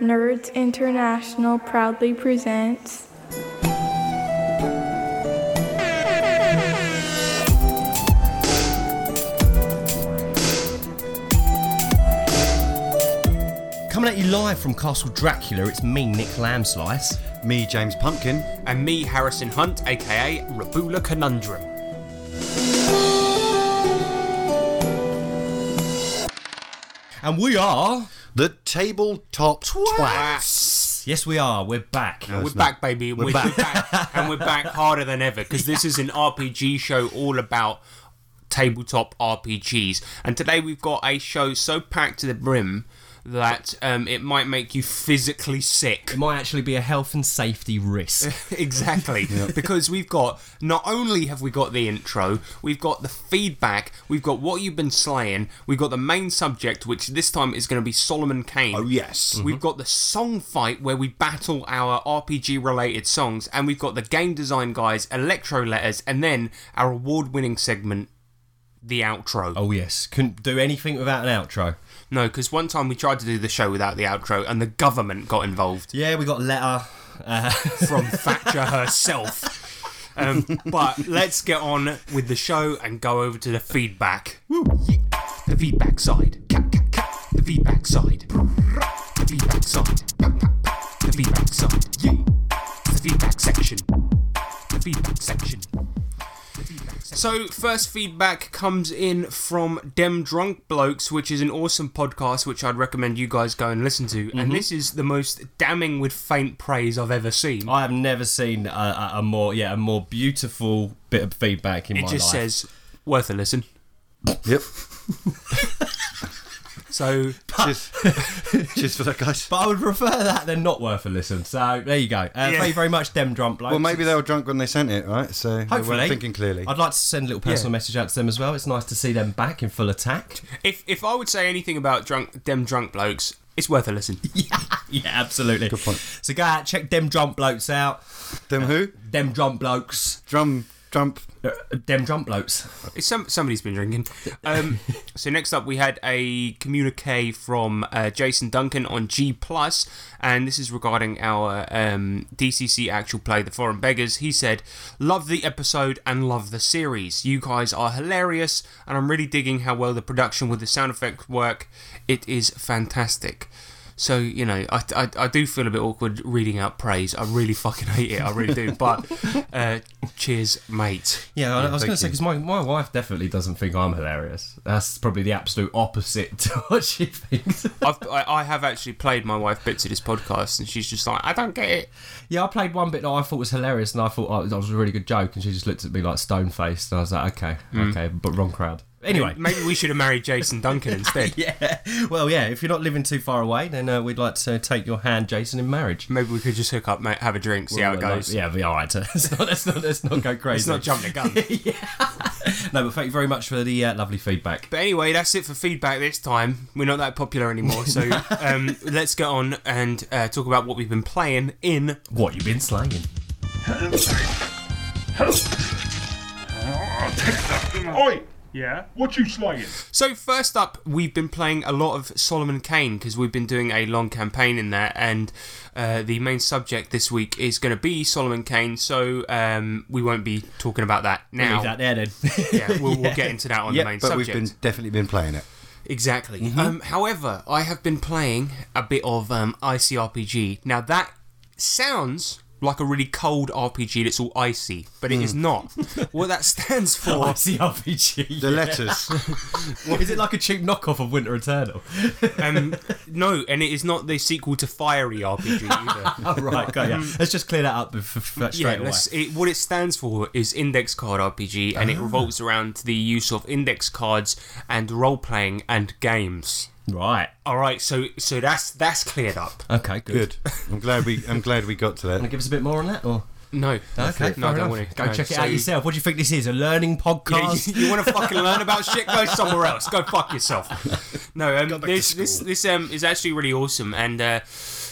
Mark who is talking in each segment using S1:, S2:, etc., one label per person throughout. S1: Nerds International proudly presents.
S2: Coming at you live from Castle Dracula, it's me, Nick Lambslice.
S3: Me, James Pumpkin.
S4: and me, Harrison Hunt, aka Rabula Conundrum.
S2: And we are.
S3: The tabletop twats.
S2: Yes, we are. We're back.
S3: No,
S4: We're
S3: it's not.
S4: back, baby.
S3: We're
S4: We're,
S3: back.
S4: back. and we're back harder than ever because this is an RPG show all about tabletop RPGs. And today we've got a show so packed to the brim that um, it might make you physically sick.
S2: It might actually be a health and safety risk.
S4: exactly because we've got not only have we got the intro we've got the feedback we've got what you've been slaying we've got the main subject which this time is going to be solomon kane
S3: Oh, yes.
S4: We've got the song fight where we battle our RPG related songs, and we've got the game design guys, electro letters, and then our award winning segment, the outro. No, 'cause
S2: oh, yes. Couldn't do anything without an outro.
S4: No, because one time we tried to do the show without the outro, and the government got involved
S2: Yeah, we got a letter. Uh,
S4: from Thatcher herself. Um, but let's get on with the show and go over to the feedback. Yeah. The feedback side. Ka, ka, ka. The feedback side. The feedback side. Pa, pa, pa. The feedback side. Yeah. The feedback section. The feedback section. So, first feedback comes in from Dem Drunk Blokes, which is an awesome podcast which I'd recommend you guys go and listen to. And this is the most damning with faint praise I've ever seen.
S2: I have never seen a, a, a more, yeah, a more beautiful bit of feedback in
S4: It
S2: my
S4: just
S2: life.
S4: says worth a listen.
S3: Yep.
S4: So
S3: Cheers. Cheers for that, guys.
S2: But I would prefer that than not worth a listen. So there you go. Uh, Thank you very much, Dem Drunk Blokes.
S3: well, maybe they were drunk when they sent it, right? So they
S2: Hopefully.
S3: weren't thinking clearly.
S2: I'd like to send a little personal
S4: Yeah.
S2: message out to them as well. It's nice to see them back in full attack.
S4: if if I would say anything about drunk them drunk blokes, it's worth a listen.
S2: yeah, absolutely. Good
S3: point.
S2: So go out, check Dem Drunk Blokes out.
S3: Them who?
S2: Dem Drunk Blokes.
S3: Drum, Trump.
S2: Uh, Dem Drunk Blokes.
S4: It's some somebody's been drinking. Um, so next up, we had a communique from uh, Jason Duncan on G Plus, and this is regarding our um, DCC actual play, The Foreign Beggars. He said, "Love the episode and love the series. You guys are hilarious, and I'm really digging how well the production with the sound effect work. It is fantastic." So you know, I, I, I do feel a bit awkward reading out praise. I really fucking hate it. I really do. But uh, cheers, mate.
S2: Yeah, I, I was
S3: thank
S2: going to say
S3: you.
S2: because my, my wife definitely doesn't think I'm hilarious. That's probably the absolute opposite to what she thinks.
S4: I've, I, I have actually played my wife bits of this podcast, and she's just like, I don't get it.
S2: yeah, I played one bit that I thought was hilarious, and I thought oh, that was a really good joke, and she just looked at me like stone faced, and I was like, okay, okay, but wrong crowd. Anyway,
S4: Maybe we should have married Jason Duncan instead.
S2: yeah, well, yeah, if you're not living too far away, then uh, we'd like to take your hand, Jason, in marriage.
S4: Maybe we could just hook up, mate, have a drink, see how it
S2: Well,
S4: goes.
S2: yeah, be all right. let's, not, let's, not, let's not go crazy.
S4: It's not jumping the gun.
S2: no, but thank you very much for the uh, lovely feedback.
S4: But anyway, that's it for feedback this time. We're not that popular anymore, so um, let's get on and uh, talk about what we've been playing in.
S2: What you've been slaying?
S5: Oi! Yeah? What you slaying?
S4: So first up, we've been playing a lot of Solomon Kane because we've been doing a long campaign in there, and uh, the main subject this week is going to be Solomon Kane. So um, we won't be talking about that now.
S2: Leave that there then.
S4: yeah, we'll, we'll get into that on
S3: Yep,
S4: the main
S3: but
S4: subject.
S3: we've been definitely been playing it.
S4: Exactly. Um, however, I have been playing a bit of um, ICRPG. Now that sounds like a really cold RPG that's all icy, but it is not. what that stands for.
S2: RPG.
S3: The letters.
S2: Is it like a cheap knockoff of Winter Eternal?
S4: Um, no, and it is not the sequel to Fiery RPG either.
S2: oh, right, got ya. Let's just clear that up bef- f- straight away.
S4: let's- It, what it stands for is Index Card RPG, and it revolves around the use of index cards and role playing and games.
S2: Right.
S4: All right, so so that's that's cleared up.
S2: Okay, good.
S3: Good. I'm glad we. I'm glad we got to that.
S2: Give us a bit more on that, or
S4: No.
S2: Okay,
S4: No, I
S2: fair
S4: don't
S2: enough.
S4: want to.
S2: Go
S4: No,
S2: check it
S4: so-
S2: out yourself. What do you think this is? A learning
S4: Yeah,
S2: podcast?
S4: you, want to fucking learn about shit? Go somewhere else. Go fuck yourself. No, um,
S3: back to
S4: this this
S3: school.
S4: this um is actually really awesome, and uh,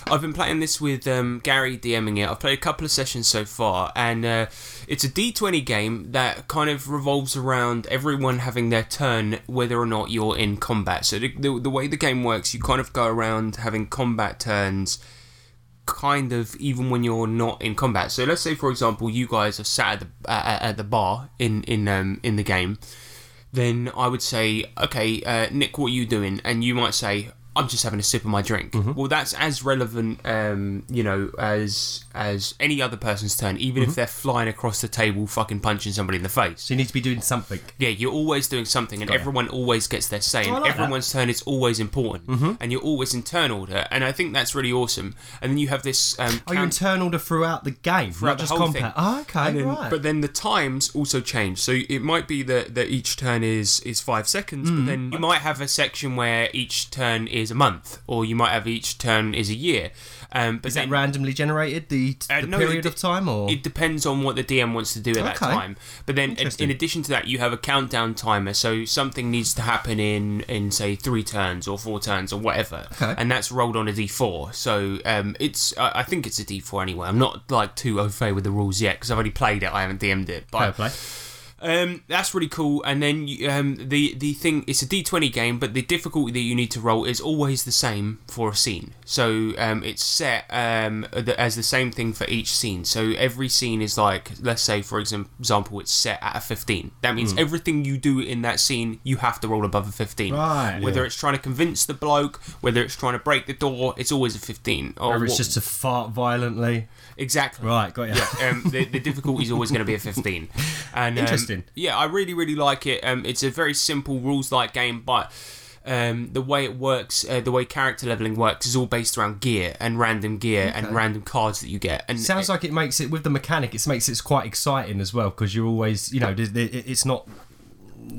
S4: I've been playing this with um, Gary DMing it. I've played a couple of sessions so far, and uh, it's a D twenty game that kind of revolves around everyone having their turn, whether or not you're in combat. So the, the, the way the game works, you kind of go around having combat turns kind of even when you're not in combat. So let's say, for example, you guys are sat at the uh, at the bar in in um, in the game. Then I would say, okay, uh, Nick, what are you doing? And you might say, I'm just having a sip of my drink. Well, that's as relevant, um, you know, as as any other person's turn, even if they're flying across the table, fucking punching somebody in the face.
S2: So you need to be doing something.
S4: Yeah, you're always doing something, and everyone always gets their say, and
S2: like that. Mm-hmm.
S4: everyone's turn is always important, and you're always in turn order, and I think that's really awesome. And then you have this. Um,
S2: Are you
S4: count-
S2: internal to Oh, throughout the game,
S4: throughout
S2: not just
S4: the whole
S2: combat?
S4: thing.
S2: Oh, okay,
S4: And then-
S2: right.
S4: But then the times also change, so it might be that, that each turn is is five seconds,
S2: Mm.
S4: but then you might have a section where each turn is a month, or you might have each turn is a year. Um, but
S2: is that
S4: then-
S2: randomly generated the,
S4: uh,
S2: the
S4: no,
S2: period
S4: it-
S2: of time, or
S4: It depends on what the DM wants to do at that
S2: Okay.
S4: time. But then, in- in
S2: Interesting.
S4: addition to that, you have a countdown timer. So something needs to happen in, in say, three turns or four turns or whatever.
S2: Okay.
S4: And that's rolled on a d4. So um, it's, I I think it's a d4 anyway. I'm not like too au fait with the rules yet because I've already played it. I haven't DM'd it. But
S2: fair play?
S4: um, that's really cool. And then you, um, the the thing it's a D twenty game, but the difficulty that you need to roll is always the same for a scene. So um, it's set um, the, as the same thing for each scene. So every scene is like, let's say for exam- example, it's set at a fifteen. That means
S2: Hmm.
S4: everything you do in that scene, you have to roll above a fifteen.
S2: Right.
S4: Whether it's trying to convince the bloke, whether it's trying to break the door, it's always a fifteen. Or
S2: Or it's
S4: what-
S2: just to fart violently.
S4: exactly
S2: Right, got you.
S4: um, the, the difficulty is always going to be a 15. And, um,
S2: Interesting.
S4: yeah, I really, really like it. Um, it's a very simple rules like game, but um, the way it works, uh, the way character leveling works, is all based around gear and random gear and random cards that you get. And
S2: Sounds like it makes it with the mechanic. It makes it quite exciting as well because you're always, you know, there's- there- it- it's not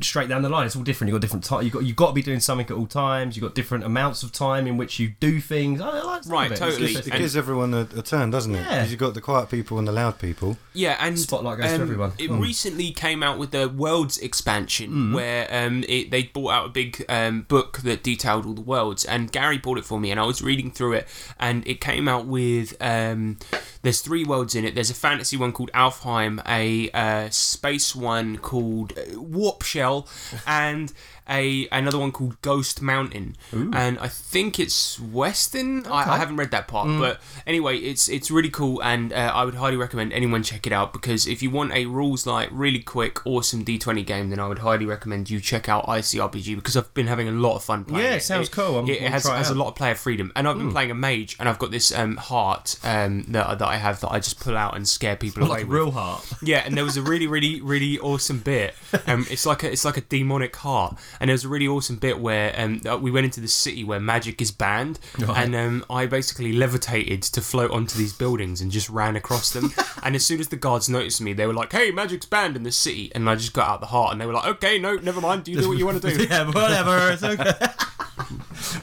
S2: straight down the line. It's all different. You have got different time. You got you got to be doing something at all times. You have got different amounts of time in which you do things. I, I like some
S4: Right,
S2: of it. It's
S4: totally.
S2: just-
S3: It
S4: And-
S3: gives everyone a, a turn, doesn't it?
S2: Yeah.
S3: Because you've got the quiet people and the loud people.
S4: Yeah, and
S2: Spotlight goes to
S4: um,
S2: everyone. Hmm.
S4: It recently came out with the worlds expansion, where um, it, they brought out a big um, book that detailed all the worlds, and Gary bought it for me, and I was reading through it, and it came out with um, there's three worlds in it. There's a fantasy one called Alfheim, a uh, space one called uh, Warp Shell, and a another one called Ghost Mountain, and I think it's Western. I, I haven't read that part,
S2: Mm.
S4: but anyway, it's it's really cool, and uh, I would highly recommend anyone check it out because if you want a rules light, really quick, awesome D twenty game, then I would highly recommend you check out ICRPG because I've been having a lot of fun playing.
S2: Yeah,
S4: it
S2: it sounds cool. I'm-
S4: it
S2: I'll
S4: has,
S2: try it
S4: has a
S2: out. Mm.
S4: lot of player freedom, and I've been playing a mage, and I've got this um, heart um, that that I have that I just pull out and scare people away
S2: like
S4: with.
S2: real heart.
S4: Yeah, and there was a really, really, really awesome bit. Um, it's like a, it's like a demonic heart, and there was a really awesome bit where um, uh, we went into the city where magic is banned, and um, I basically levitated to float onto these buildings and just ran across them. and as soon as the guards noticed me, they were like, "Hey, magic's banned in the city," and I just got out the heart, and they were like, "Okay, no, never mind. You do what you want to do."
S2: yeah, whatever. It's okay.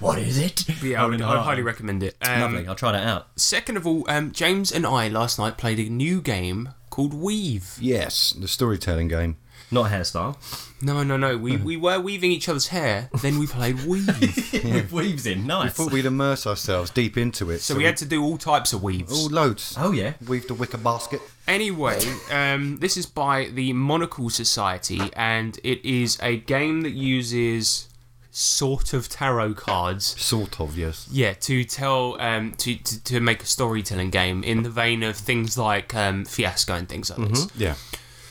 S2: what is it?
S4: Yeah, I would,
S2: Rolling
S4: I would
S2: heart.
S4: highly recommend it. Um,
S2: Lovely. I'll try that out.
S4: Second of all, um, James and I last night played a new game called Weave.
S3: Yes. The storytelling game.
S2: Not hairstyle.
S4: No, no, no. We, we were weaving each other's hair, then we played weave.
S2: With weaves in. Nice.
S3: Thought we'd immerse ourselves deep into it.
S4: so we had to do all types of weaves.
S3: all loads.
S2: oh yeah.
S3: Weaved a wicker basket.
S4: Anyway, um, this is by the Monocle Society, and it is a game that uses sort of tarot cards.
S3: Sort of, yes.
S4: Yeah, to tell, um, to, to, to make a storytelling game in the vein of things like um, Fiasco and things like this.
S3: Yeah.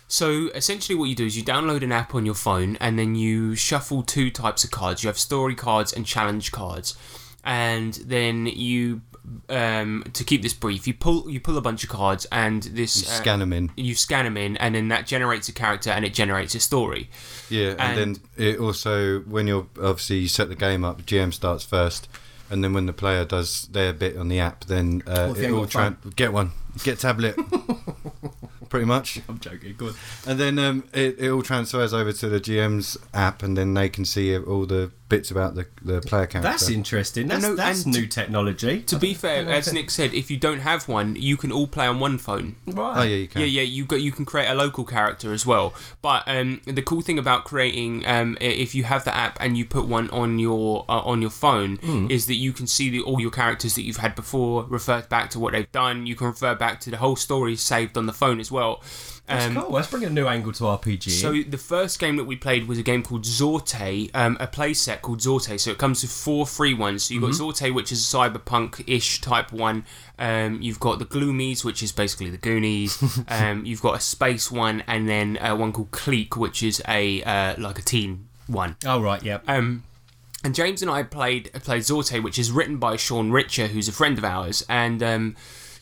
S4: So essentially, what you do is you download an app on your phone, and then you shuffle two types of cards. You have story cards and challenge cards, and then you, um, to keep this brief, you pull you pull a bunch of cards, and this uh,
S3: You scan 'em in.
S4: You scan them in, and then that generates a character, and it generates a story.
S3: Yeah, and,
S4: And-
S3: then it also when you're obviously you set the game up, GM starts first, and then when the player does their bit on the app, then uh,
S2: if you
S3: it
S2: ain't
S3: will
S2: got
S3: try get one, get tablet, pretty much,
S2: I'm joking. Go on.
S3: and then um, it it all transfers over to the GM's app, and then they can see all the bits about the, the player character.
S2: That's interesting. That's,
S4: No,
S2: that's
S4: and-
S2: new technology.
S4: To be fair,
S2: I
S4: as
S2: think-
S4: Nick said, if you don't have one, you can all play on one phone.
S2: Right.
S3: Oh yeah, you can.
S4: Yeah, yeah, you got you can create a local character as well. But um, the cool thing about creating, um, i- if you have the app and you put one on your uh, on your phone, is that you can see the, all your characters that you've had before, refer back to what they've done. You can refer back to the whole story saved on the phone as well.
S2: That's
S4: Um,
S2: cool. That's bringing a new angle to RPG.
S4: so the first game that we played was a game called Zorte, um, a play set called Zorte. So it comes with four free ones. So you've got Zorte, which is a cyberpunk-ish type one. Um, you've got the Gloomies, which is basically the Goonies. um, you've got a space one, and then uh, one called Clique, which is a uh, like a teen one.
S2: oh right, yeah.
S4: Um, and James and I played uh, played Zorte, which is written by Sean Richer, who's a friend of ours, and. Um,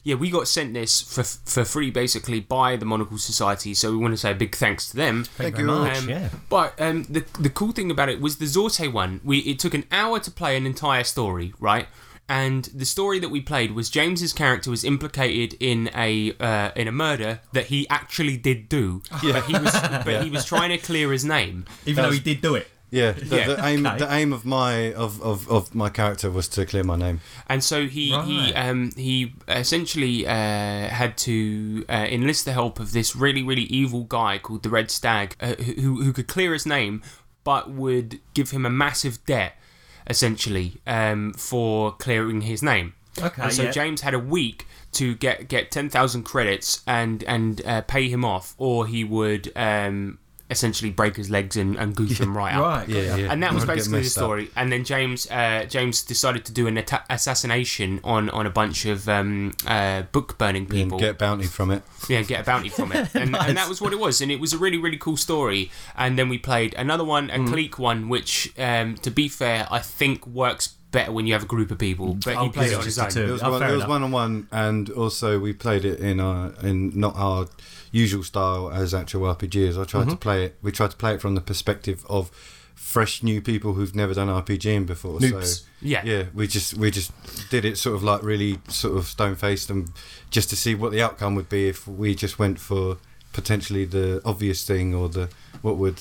S4: yeah, we got sent this for for free basically by the Monocle Society, so we want to say a big thanks to them.
S3: Thank
S2: very
S3: you.
S2: much.
S4: Um,
S2: yeah.
S4: But um, the the cool thing about it was the Zorte one. We it took an hour to play an entire story, right? And the story that we played was James's character was implicated in a uh, in a murder that he actually did do, but he was but he was trying to clear his name.
S2: Even though
S3: that's-
S2: he did do it.
S3: Yeah, the,
S4: Yeah,
S3: the aim
S2: okay.
S3: the aim of my of, of, of my character was to clear my name.
S4: and so he he
S2: Right.
S4: um, he essentially uh, had to uh, enlist the help of this really really evil guy called the Red Stag, uh, who who could clear his name, but would give him a massive debt, essentially, um, for clearing his name.
S2: Okay,
S4: And so
S2: yeah.
S4: James had a week to get get ten thousand credits and and uh, pay him off, or he would. Um, Essentially, break his legs and, and goof him right up
S2: Right.
S3: Yeah, yeah.
S4: and that
S3: I
S4: was
S3: would get
S4: basically the
S3: messed up.
S4: story. And then James uh, James decided to do an atta- assassination on on a bunch of um, uh, book burning people.
S3: And get bounty from it.
S4: yeah, get a bounty from it, and, and that was what it was. And it was a really really cool story. And then we played another one, a
S3: Mm-hmm.
S4: clique one, which um, to be fair, I think works better when you have a group of people. But
S2: Oh,
S4: he played it on
S2: because it's
S4: his
S2: just
S4: own.
S2: the two.
S3: It was,
S2: Oh,
S3: one,
S2: fair
S3: it was
S2: enough.
S3: one on one, and also we played it in our in not our usual style as actual RPGs. I
S2: Mm-hmm.
S3: tried to play it. We tried to play it from the perspective of fresh new people who've never done RPGing before.
S2: Noobs.
S3: So
S4: Yeah.
S3: yeah, we just we just did it sort of like really sort of stone faced and just to see what the outcome would be if we just went for potentially the obvious thing or the what would.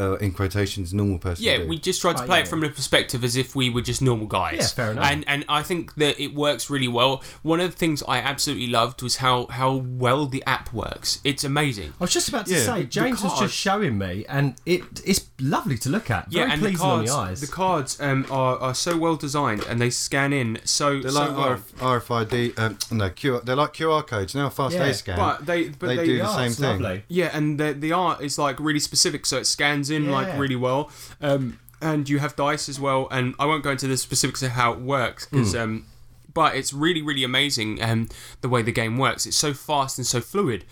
S3: Uh, in quotations, normal person.
S4: Yeah,
S3: do.
S4: we just tried to
S2: Oh,
S4: play
S2: yeah,
S4: it from the perspective as if we were just normal guys.
S2: Yeah, fair enough.
S4: And and I think that it works really well. One of the things I absolutely loved was how how well the app works. It's amazing.
S2: I was just about to
S3: Yeah.
S2: say, James was
S4: cards-
S2: just showing me, and it it's lovely to look at. Very
S4: yeah, and the
S2: pleasing
S4: cards,
S2: on the eyes.
S4: the cards um, are, are so well designed and they scan in so
S3: They're
S4: so um,
S3: like
S4: well.
S3: RF, RFID, um, no, QR, they're like QR codes. You know how fast
S2: Yeah.
S3: they scan?
S4: But they but
S3: They
S4: they,
S3: do the
S2: Oh,
S3: same
S2: it's
S3: thing.
S2: Lovely.
S4: Yeah, and the the art is like really specific, so it scans in like
S2: Yeah.
S4: really well. Um, and you have dice as well, and I won't go into the specifics of how it works because.
S3: Hmm.
S4: Um, but it's really, really amazing um, the way the game works. It's so fast and so fluid.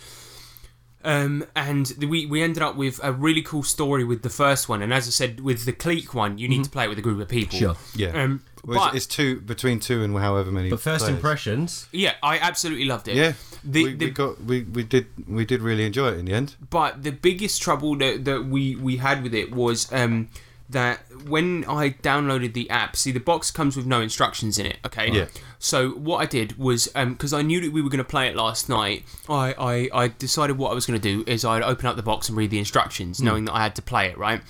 S4: Um, and the- we, we ended up with a really cool story with the first one. And as I said, with the clique one, you need to play it with a group of people.
S2: Sure.
S3: Mm-hmm. Yeah.
S4: Um,
S3: Well, it's-
S4: but-
S3: it's, two between two and however many.
S2: But first
S3: players.
S2: impressions.
S4: Yeah, I absolutely loved it.
S3: Yeah.
S4: The-
S3: we,
S4: the-
S3: we got we, we did we did really enjoy it in the end.
S4: but the biggest trouble that, that we we had with it was um that when I downloaded the app, see the box comes with no instructions in it. Okay.
S3: Yeah.
S4: So what I did was um because I knew that we were going to play it last night, I, I I decided what I was going to do is I'd open up the box and read the instructions, knowing that I had to play it right.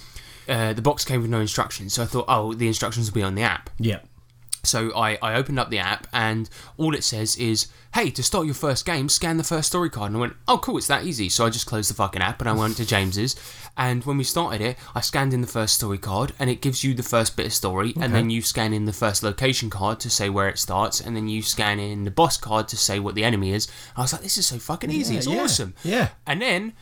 S4: Uh, the box came with no instructions, so I thought, oh, the instructions will be on the app.
S2: Yeah.
S4: So I, I opened up the app and all it says is, hey, to start your first game, scan the first story card. And I went, oh, cool, it's that easy. So I just closed the fucking app and I went to James's. And when we started it, I scanned in the first story card and it gives you the first bit of story. And then you scan in the first location card to say where it starts. And then you scan in the boss card to say what the enemy is. I was like, this is so fucking easy.
S2: Yeah,
S4: it's
S2: yeah,
S4: awesome.
S2: yeah.
S4: And then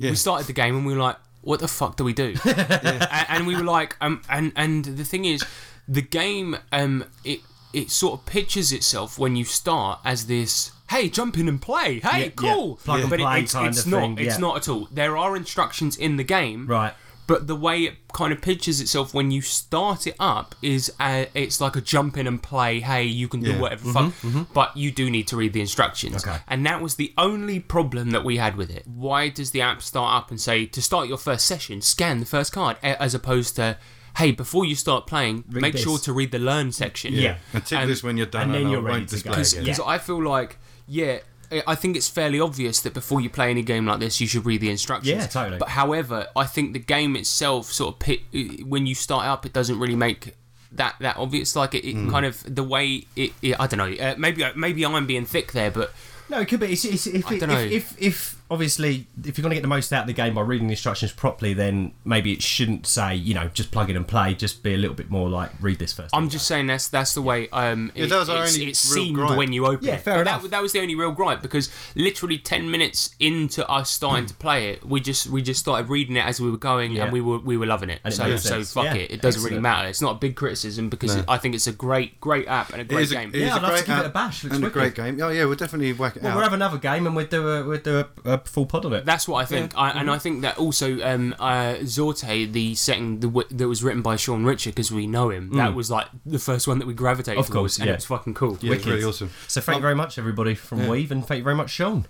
S4: we started the game and we were like, what the fuck do we do? and, and we were like, um, and and the thing is, the game, um, it it sort of pitches itself when you start as this. Hey, jump in and play. Hey,
S2: Yeah,
S4: cool.
S2: yeah. Plug and
S4: But it-
S2: play
S4: it's,
S2: kind
S4: it's
S2: of
S4: not.
S2: thing,
S4: It's
S2: yeah.
S4: not at all. There are instructions in the game,
S2: Right.
S4: But the way it kind of pitches itself when you start it up is uh, it's like a jump in and play. Hey, you can
S3: Yeah.
S4: do whatever fuck,
S2: Mm-hmm,
S4: but you do need to read the instructions.
S2: Okay.
S4: And that was the only problem that we had with it. Why does the app start up and say to start your first session, scan the first card, a- as opposed to hey, before you start playing, make
S2: this.
S4: sure to read the learn section.
S2: Yeah.
S3: And tick
S4: And-
S3: this when you're done,
S2: and then
S3: I
S2: you're
S3: won't
S2: ready to
S3: display
S2: go.
S3: again.
S4: Because I feel like, yeah, I I think it's fairly obvious that before you play any game like this, you should read the instructions.
S2: Yeah, totally.
S4: But however, I think the game itself sort of pi- when you start up, it doesn't really make that that obvious. Like it, it
S2: Hmm.
S4: kind of the way it, it I don't know. Uh, maybe I- maybe I'm being thick there, but
S2: No, it could be. It's, it's, if,
S4: I
S2: it-
S4: dunno.
S2: if, if, if obviously, if you're going to get the most out of the game by reading the instructions properly, then maybe it shouldn't say, you know, just plug it and play. Just be a little bit more like, read this first.
S4: I'm just saying that's that's the way. Um, it,
S3: that was our
S4: it's-
S3: only real
S4: it seemed
S3: gripe.
S4: when you opened.
S2: Yeah,
S4: it.
S2: fair
S4: But
S2: enough.
S4: That, that was the only real gripe because literally ten minutes into us starting to play it, we just we just started reading it as we were going,
S2: Yeah.
S4: and we were we were loving it.
S2: And it
S4: so
S2: made
S4: so
S2: sense.
S4: fuck
S2: Yeah,
S4: it. It doesn't really
S2: excellent.
S4: matter. It's not a big criticism because
S3: No.
S4: it- I think it's a great great app and a great
S3: is a-
S4: game.
S3: is
S2: Yeah,
S3: a
S2: I'd love to
S3: great
S2: give it a
S3: app
S2: bash, looks
S3: and a
S2: wicked.
S3: great game. Oh yeah, we'll definitely whack it
S2: well,
S3: out.
S2: we'll have another game and we'll do a, we'll do a, a full pod of it.
S4: That's what I think, I,
S2: Mm-hmm.
S4: and I think that also um, uh, Zorte, the second the, wi- that was written by Sean Richard because we know him. That
S3: Mm.
S4: was like the first one that we gravitated
S2: Of course,
S4: towards, and
S2: yeah.
S4: it was fucking cool.
S3: yeah, it's really awesome.
S2: So thank you very much, everybody from Weave, and thank you very much, Sean.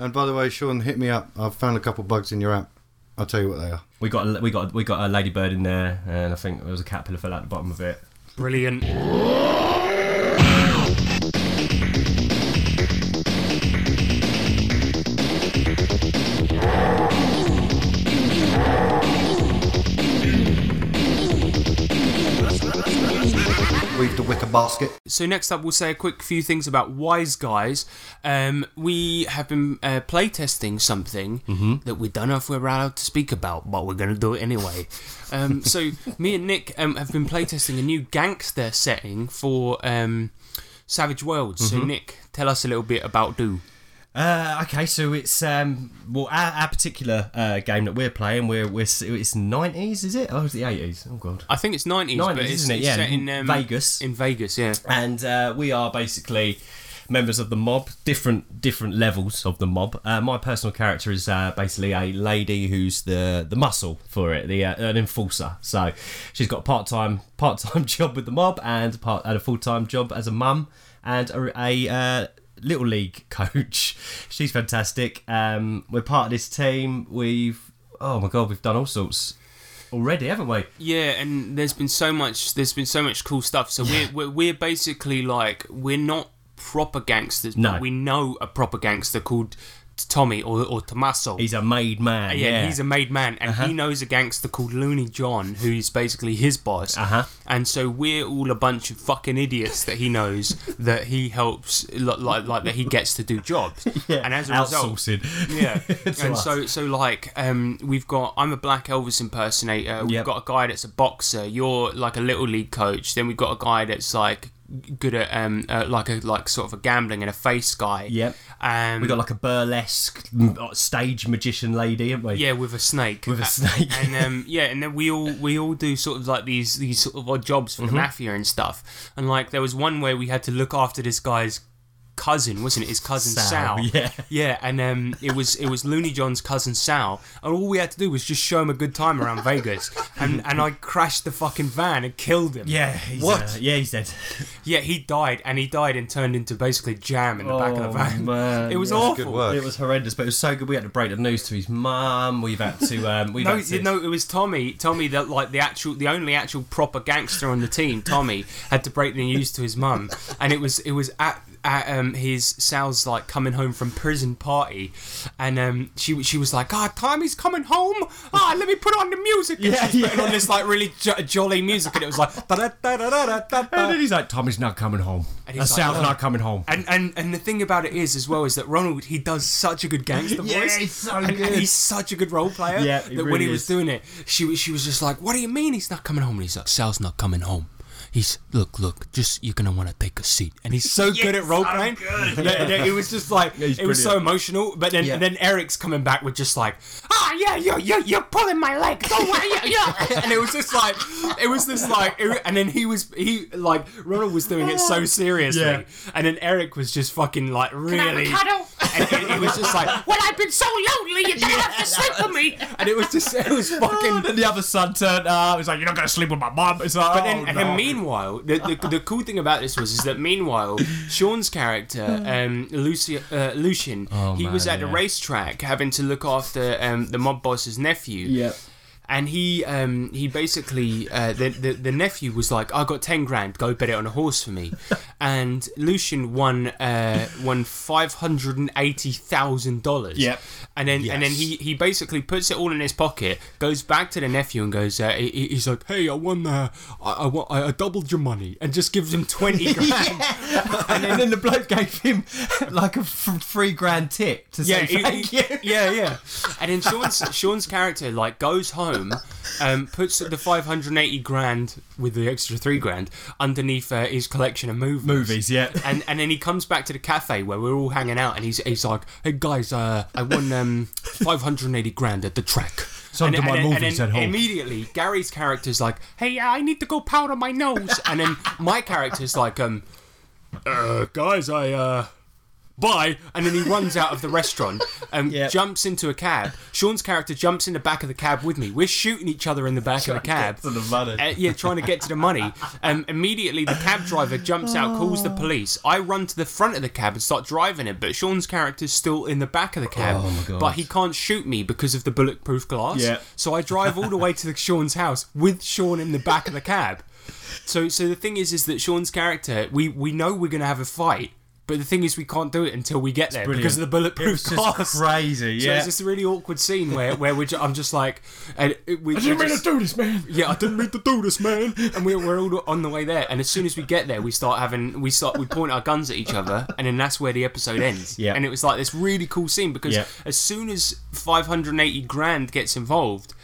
S3: And by the way, Sean, hit me up. I've found a couple bugs in your app. I'll tell you what they are.
S2: We got a, we got we got a ladybird in there, and I think there was a caterpillar fell out the bottom of it.
S4: Brilliant.
S3: Weave the wicker basket.
S4: So next up, we'll say a quick few things about Wise Guys. Um, we have been uh, playtesting something
S2: Mm-hmm.
S4: that we don't know if we're allowed to speak about, but we're going to do it anyway. Um, so me and Nick um, have been playtesting a new gangster setting for um, Savage Worlds.
S2: Mm-hmm.
S4: So Nick, tell us a little bit about Do.
S2: Uh, okay, so it's um, well, our, our particular uh, game that we're playing, we're we're s- it's nineties, is it? Oh, it's the eighties. Oh god.
S4: I think it's nineties, but
S2: 90s,
S4: it's,
S2: isn't it?
S4: it's
S2: Yeah,
S4: set in um,
S2: Vegas.
S4: In Vegas, yeah.
S2: and uh, we are basically members of the mob different different levels of the mob uh, my personal character is uh, basically a lady who's the the muscle for it the uh, an enforcer so she's got a part-time part-time job with the mob and part and a full-time job as a mum and a, a uh, little league coach she's fantastic um, we're part of this team we've oh my god we've done all sorts already haven't we
S4: Yeah, and there's been so much. There's been so much cool stuff. So we're, we're we're basically like we're not proper gangsters.
S2: No.
S4: but we know a proper gangster called T- Tommy or or Tommaso.
S2: he's a made man
S4: yeah,
S2: yeah, Uh-huh.
S4: he's a made man, and he knows a gangster called Looney John, who's basically his boss.
S2: Uh-huh.
S4: And so we're all a bunch of fucking idiots that he knows that he helps, like, like, like that he gets to do jobs.
S2: yeah,
S4: And as a result,
S2: outsourcing
S4: yeah. and
S2: us.
S4: so so like um we've got I'm a black Elvis impersonator. We've
S2: Yep.
S4: got a guy that's a boxer. You're like a little league coach. Then we've got a guy that's like good at um uh, like a like sort of a gambling and a face guy.
S2: Yep.
S4: Um
S2: We got like a burlesque mm, uh, stage magician lady, haven't we?
S4: yeah with a snake.
S2: With a
S4: A-
S2: snake.
S4: and um, yeah, and then we all we all do sort of like these these sort of odd jobs for
S2: Mm-hmm.
S4: the mafia and stuff. And like there was one where we had to look after this guy's cousin, wasn't it? His cousin
S2: Sal,
S4: Sal.
S2: yeah.
S4: yeah. And um, it was it was Looney John's cousin Sal, and all we had to do was just show him a good time around Vegas. And and I crashed the fucking van and killed him.
S2: Yeah, he's,
S4: What?
S2: uh, yeah, he's dead.
S4: yeah. He died, and he died and turned into basically jam in the back of the
S2: Oh,
S4: van.
S2: man,
S4: it was
S2: yeah.
S4: awful.
S3: Good work.
S2: It was horrendous, but it was so good. We had to break the news to his mum. We've had to. Um, we've
S4: No,
S2: had to.
S4: you know, it was Tommy. Tommy, that like the actual, the only actual proper gangster on the team, Tommy, had to break the news to his mum, and it was it was at, at um, his Sal's like coming home from prison party, and um, she she was like, "Ah, Tommy's coming home. Ah, let me put on the music." And
S2: Yeah,
S4: she was
S2: yeah.
S4: putting on this like really jo- jolly music, and it was like, da da da da da da
S2: and
S4: da.
S2: then he's like, Tommy's not coming home.
S4: uh, And
S2: And
S4: he's like,
S2: Sal's
S4: "Oh."
S2: not coming home.
S4: And, and and the thing about it is as well is that Ronald he does such a good gangster
S2: Yeah,
S4: voice.
S2: he's so
S4: and, and
S2: good.
S4: he's such a good role player.
S2: Yeah,
S4: that
S2: he
S4: when he
S2: really
S4: was
S2: is.
S4: doing it, she was- she was just like, "What do you mean he's not coming home?" And he's like, "Sal's not coming home." He's look, look, just you're gonna want to take a seat. And he's so good at role playing. Yeah, yeah, it was just like
S2: Yeah,
S4: it
S2: he's
S4: was so
S2: brilliant.
S4: emotional. But then
S2: Yeah.
S4: and then Eric's coming back with just like, "Ah, yeah, you you you're pulling my leg. Don't worry, yeah, yeah." and it was just like, it was this like, it- and then he was he like Ronald was doing it so seriously.
S2: Yeah.
S4: And then Eric was just fucking like really. And it, it was just like, well, I've been so lonely, you don't have to sleep with me. And it was just, it was
S2: Oh,
S4: fucking.
S2: then the other son turned up. He's like, "You're not going to sleep with my mum." It's like,
S4: But then,
S2: oh,
S4: and
S2: no.
S4: then meanwhile, the, the, the cool thing about this was is that meanwhile, Sean's character, um, Lucy, uh, Lucian,
S2: Oh,
S4: he was
S2: man,
S4: at the
S2: yeah.
S4: racetrack having to look after um, the mob boss's nephew. And he um, he basically uh, the, the the nephew was like, I got ten grand, go bet it on a horse for me, and Lucian won uh, won five hundred and eighty thousand dollars.
S2: Yep.
S4: And then and then
S3: Yes.
S4: he, he basically puts it all in his pocket, goes back to the nephew and goes, uh, he, he- he's like, hey, I won, uh, I, I, won, I I doubled your money, and just gives him twenty grand.
S2: and, then, the bloke gave him like a f- three grand tip to say
S4: he-
S2: thank
S4: he-
S2: you.
S4: Yeah, yeah. And then Sean's Sean's character like goes home, um, puts the five hundred and eighty grand with the extra three grand underneath uh, his collection of movies.
S2: Movies, yeah.
S4: And and then he comes back to the cafe where we're all hanging out, and he's he's like, "Hey guys, uh, I won um five hundred and eighty grand at the track."
S2: Some
S4: and,
S2: to
S4: and
S2: my
S4: then- and
S2: movies
S4: then
S2: at home.
S4: Immediately, Gary's character's like, "Hey, I need to go powder my nose," and then my character's like, "Um, uh, guys, I uh, bye. And then he runs out of the restaurant and
S2: Yep.
S4: jumps into a cab. Sean's character jumps in the back of the cab with me. We're shooting each other in the back of the cab.
S2: to the money.
S4: Uh, yeah, trying to get to the money. Um, immediately, the cab driver jumps out, calls
S2: Oh.
S4: the police. I run to the front of the cab and start driving it, but Sean's character's still in the back of the cab.
S2: Oh my God.
S4: But he can't shoot me because of the bulletproof glass.
S2: Yeah.
S4: So I drive all the way to the Sean's house with Sean in the back of the cab. So so the thing is is that Sean's character we we know we're gonna have a fight, but the thing is we can't do it until we get there because of
S2: It
S4: the bulletproof
S2: was just
S4: glass.
S2: crazy,
S4: So
S2: yeah.
S4: it's this really awkward scene where where we're ju- I'm just like, and it- we,
S2: You
S4: we're
S2: mean to
S4: just-
S2: do this, man?
S4: yeah, I didn't mean to do this, man. And we're, we're all on the way there, and as soon as we get there, we start having we start we point our guns at each other, and then that's where the episode ends.
S2: Yeah.
S4: and it was like this really cool scene because
S2: Yeah.
S4: as soon as 580 grand gets involved,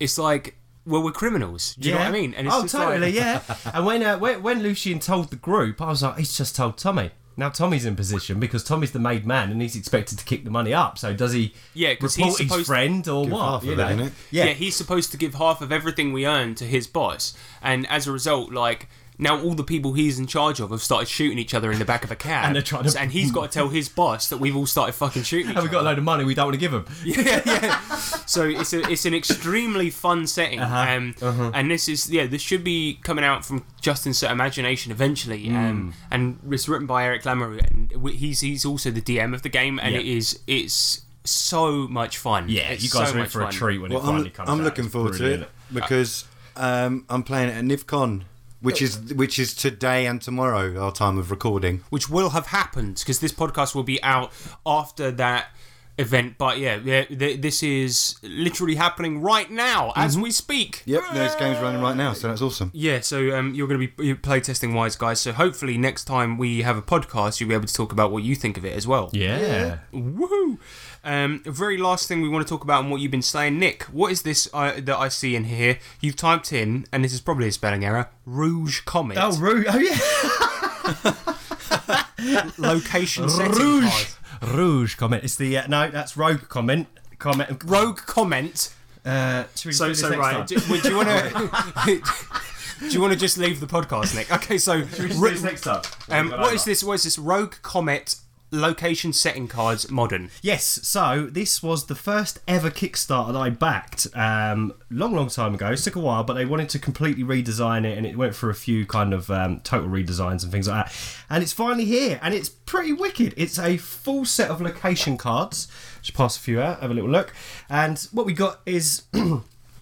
S4: it's like. Well, we're criminals. Do you know what I mean?
S2: oh,
S4: just like-
S2: totally, yeah. And when, uh, when when Lucian told the group, I was like, he's just told Tommy. Now Tommy's in position because Tommy's the made man and he's expected to kick the money up. So does he?
S4: Yeah, 'cause he's
S2: report his
S4: supposed-
S2: friend or what?
S3: half of
S2: you
S3: it,
S2: know?
S3: innit?
S4: Yeah. he's supposed to give half of everything we earn to his boss, and as a result, like now all the people he's in charge of have started shooting each other in the back of a cab,
S2: And they're trying to-
S4: and he's got to tell his boss that we've all started fucking shooting. Each
S2: and we got a
S4: other.
S2: load of money we don't want to give him.
S4: yeah, yeah. So it's a, it's an extremely fun setting,
S2: Uh-huh.
S4: um, and this is yeah, this should be coming out from Justin's Imagination eventually, um,
S2: Hmm.
S4: and it's written by Eric Lamoureux, and w- he's he's also the DM of the game, and
S2: Yeah.
S4: it is it's so much fun.
S2: Yeah,
S4: It's
S2: you guys
S4: so
S2: are in
S4: much
S2: for a
S4: fun.
S2: treat when it
S3: Well,
S2: finally
S3: I'm,
S2: comes
S3: I'm
S2: out.
S3: looking
S2: It's
S3: forward to
S2: brilliant.
S3: it because um, I'm playing it at NivCon, which is which is today and tomorrow our time of recording.
S4: which will have happened because this podcast will be out after that event. But yeah, yeah th- this is literally happening right now
S2: Mm-hmm.
S4: as we speak.
S3: Yep, there's games running right now, so that's awesome.
S4: Yeah, so um, you're going to be playtesting wise, guys. So hopefully next time we have a podcast, you'll be able to talk about what you think of it as well.
S2: Yeah.
S4: Woohoo! Um, very last thing we want to talk about and what you've been saying, Nick. What is this I, that I see in here? You've typed in, and this is probably a spelling error. Rouge Comet
S2: Oh, Rouge. Oh, yeah.
S4: location setting
S2: Rouge.
S4: card.
S2: Rouge comment. It's the uh, no. That's rogue comment. Comment.
S4: Rogue comment.
S2: Uh, should we do
S4: So,
S2: this
S4: so
S2: next
S4: right.
S2: time?
S4: Do, would you want to? Do you want to just leave the podcast, Nick? Okay, so
S2: Should we do this next time?
S4: um,
S2: We've got
S4: what is
S2: over.
S4: this? What is this? Rogue Comet location setting cards modern.
S2: Yes, so this was the first ever Kickstarter that I backed um, long, long time ago. It took a while, but they wanted to completely redesign it, and it went through a few kind of um, total redesigns and things like that. And it's finally here, and it's pretty wicked. It's a full set of location cards. Just pass a few out, have a little look. And what we got is.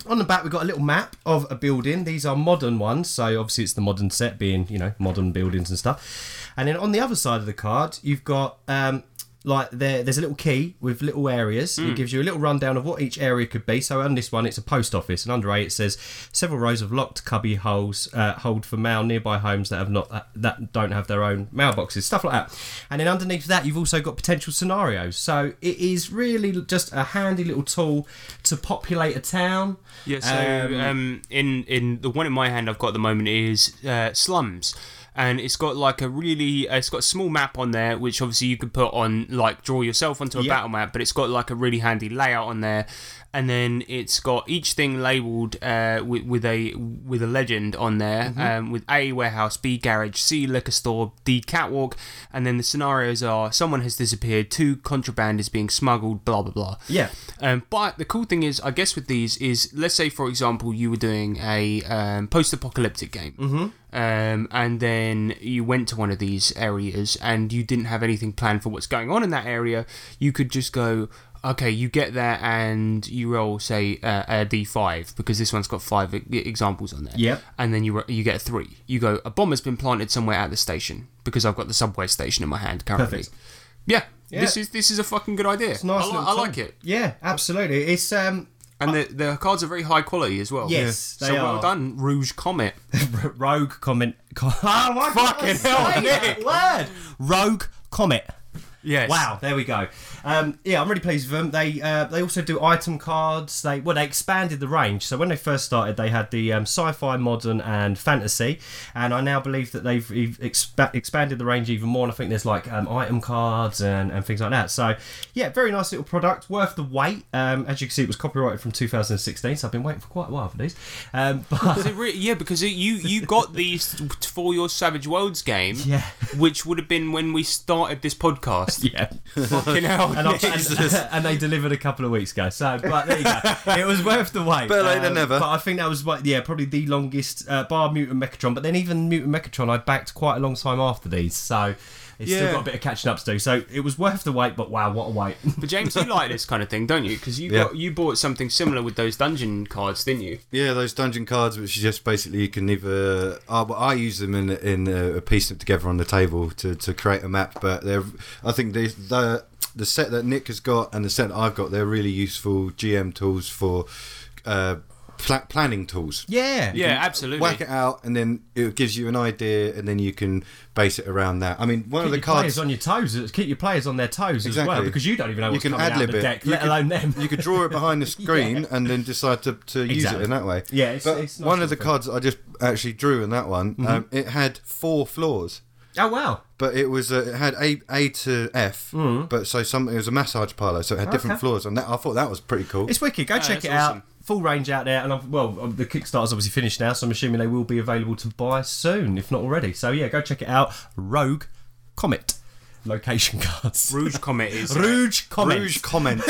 S2: On the back, we've got a little map of a building. These are modern ones, so obviously it's the modern set, being you know modern buildings and stuff. And then on the other side of the card, you've got um, like there, there's a little key with little areas. It gives you a little rundown of what each area could be. So on this one, it's a post office, and under A it says several rows of locked cubby holes uh, hold for mail nearby homes that have not uh, that don't have their own mailboxes, stuff like that. And then underneath that, you've also got potential scenarios. So it is really just a handy little tool to populate a town.
S4: Yeah. So um, in in the one in my hand I've got at the moment is uh, slums. And it's got like a really, uh, it's got a small map on there, which obviously you could put on, like draw yourself onto a
S2: Yeah.
S4: battle map. But it's got like a really handy layout on there, and then it's got each thing labeled uh, with, with a with a legend on there,
S2: Mm-hmm.
S4: um, with A warehouse, B garage, C liquor store, D catwalk, and then the scenarios are someone has disappeared, two contraband is being smuggled, blah blah blah.
S2: Yeah.
S4: Um, but the cool thing is, I guess with these is, let's say for example, you were doing a um, post-apocalyptic game, mm-hmm. um, and then you went to one of these areas and you didn't have anything planned for what's going on in that area. You could just go, okay, you get there and you roll, say, uh, a d5, because this one's got five e- examples on there.
S2: Yep.
S4: And then you, ro- you get a three. You go, a bomb has been planted somewhere at the station, because I've got the subway station in my hand currently.
S2: Perfect.
S4: Yeah. This
S2: Yeah.
S4: is this is a fucking good idea.
S2: It's a nice
S4: I, li-
S2: little
S4: I like
S2: time.
S4: it,
S2: Yeah, absolutely. It's um
S4: and the the cards are very high quality as well.
S2: Yes,
S4: Yeah.
S2: they
S4: so well
S2: are.
S4: done, Rouge Comet.
S2: r- rogue comment. Com- oh, why can't
S4: Fucking
S2: I say
S4: hell,
S2: that
S4: Nick.
S2: word rogue comet.
S4: Yes.
S2: Wow, there we go. Um, yeah, I'm really pleased with them. They uh, they also do item cards. They well they expanded the range. So when they first started, they had the um, sci-fi, modern, and fantasy. And I now believe that they've ev- expa- expanded the range even more. And I think there's like um, item cards and, and things like that. So yeah, very nice little product, worth the wait. Um, as you can see, it was copyrighted from 2016, so I've been waiting for quite a while for these. Um, but
S4: Is it re- yeah, because it, you you got these for your Savage Worlds game,
S2: Yeah.
S4: which would have been when we started this podcast.
S2: yeah.
S4: Fucking hell,
S2: And, I,
S4: Nick.
S2: and, and they delivered a couple of weeks ago. So, but there you go. It was worth the wait. Um,
S3: Better late than never.
S2: But I think that was what, yeah, probably the longest uh, bar Mutant Mechatron. But then even Mutant Mechatron, I backed quite a long time after these. So it's
S3: Yeah.
S2: still got a bit of catching up to do. So it was worth the wait. But wow, what a wait!
S4: But James, you like this kind of thing, don't you? Because you
S3: Yeah.
S4: got, you bought something similar with those dungeon cards, didn't you?
S3: Yeah, those dungeon cards, which is just basically you can either. I, well, I use them in in uh, piece them together on the table to, to create a map, but they're. I think the, the the set that Nick has got and the set that I've got, they're really useful GM tools for uh, pla- planning tools.
S2: yeah,
S4: Yeah, absolutely.
S3: Whack it out, and then it gives you an idea, and then you can base it around that. I mean, one
S2: Keep
S3: of the
S2: your
S3: cards
S2: players on your toes. Keep your players on their toes as well
S3: Exactly.
S2: because you don't even know
S3: You
S2: what's
S3: can
S2: coming out of
S3: ad-lib
S2: the
S3: it.
S2: deck,
S3: You
S2: let
S3: can-
S2: alone them.
S3: you could draw it behind the screen and then decide to, to use
S2: Exactly.
S3: it in that way.
S2: Yeah, it's-
S3: but
S2: it's nice Mm-hmm.
S3: one of the
S2: little thing.
S3: cards I just actually drew in that one, um, it had four floors.
S2: oh wow!
S3: But it was uh, it had A A to F, but so some it was a massage parlor, so it had different
S2: Mm. Okay.
S3: floors, and that I thought that was pretty cool.
S2: It's wicked. Go check
S4: that's
S2: it
S4: awesome.
S2: out. Full range out there, and I've, well, um, the Kickstarter's obviously finished now, so I'm assuming they will be available to buy soon, if not already. So yeah, go check it out. Rogue Comet location cards.
S4: Rouge Comet is
S2: Rouge Comet.
S3: Rouge comment.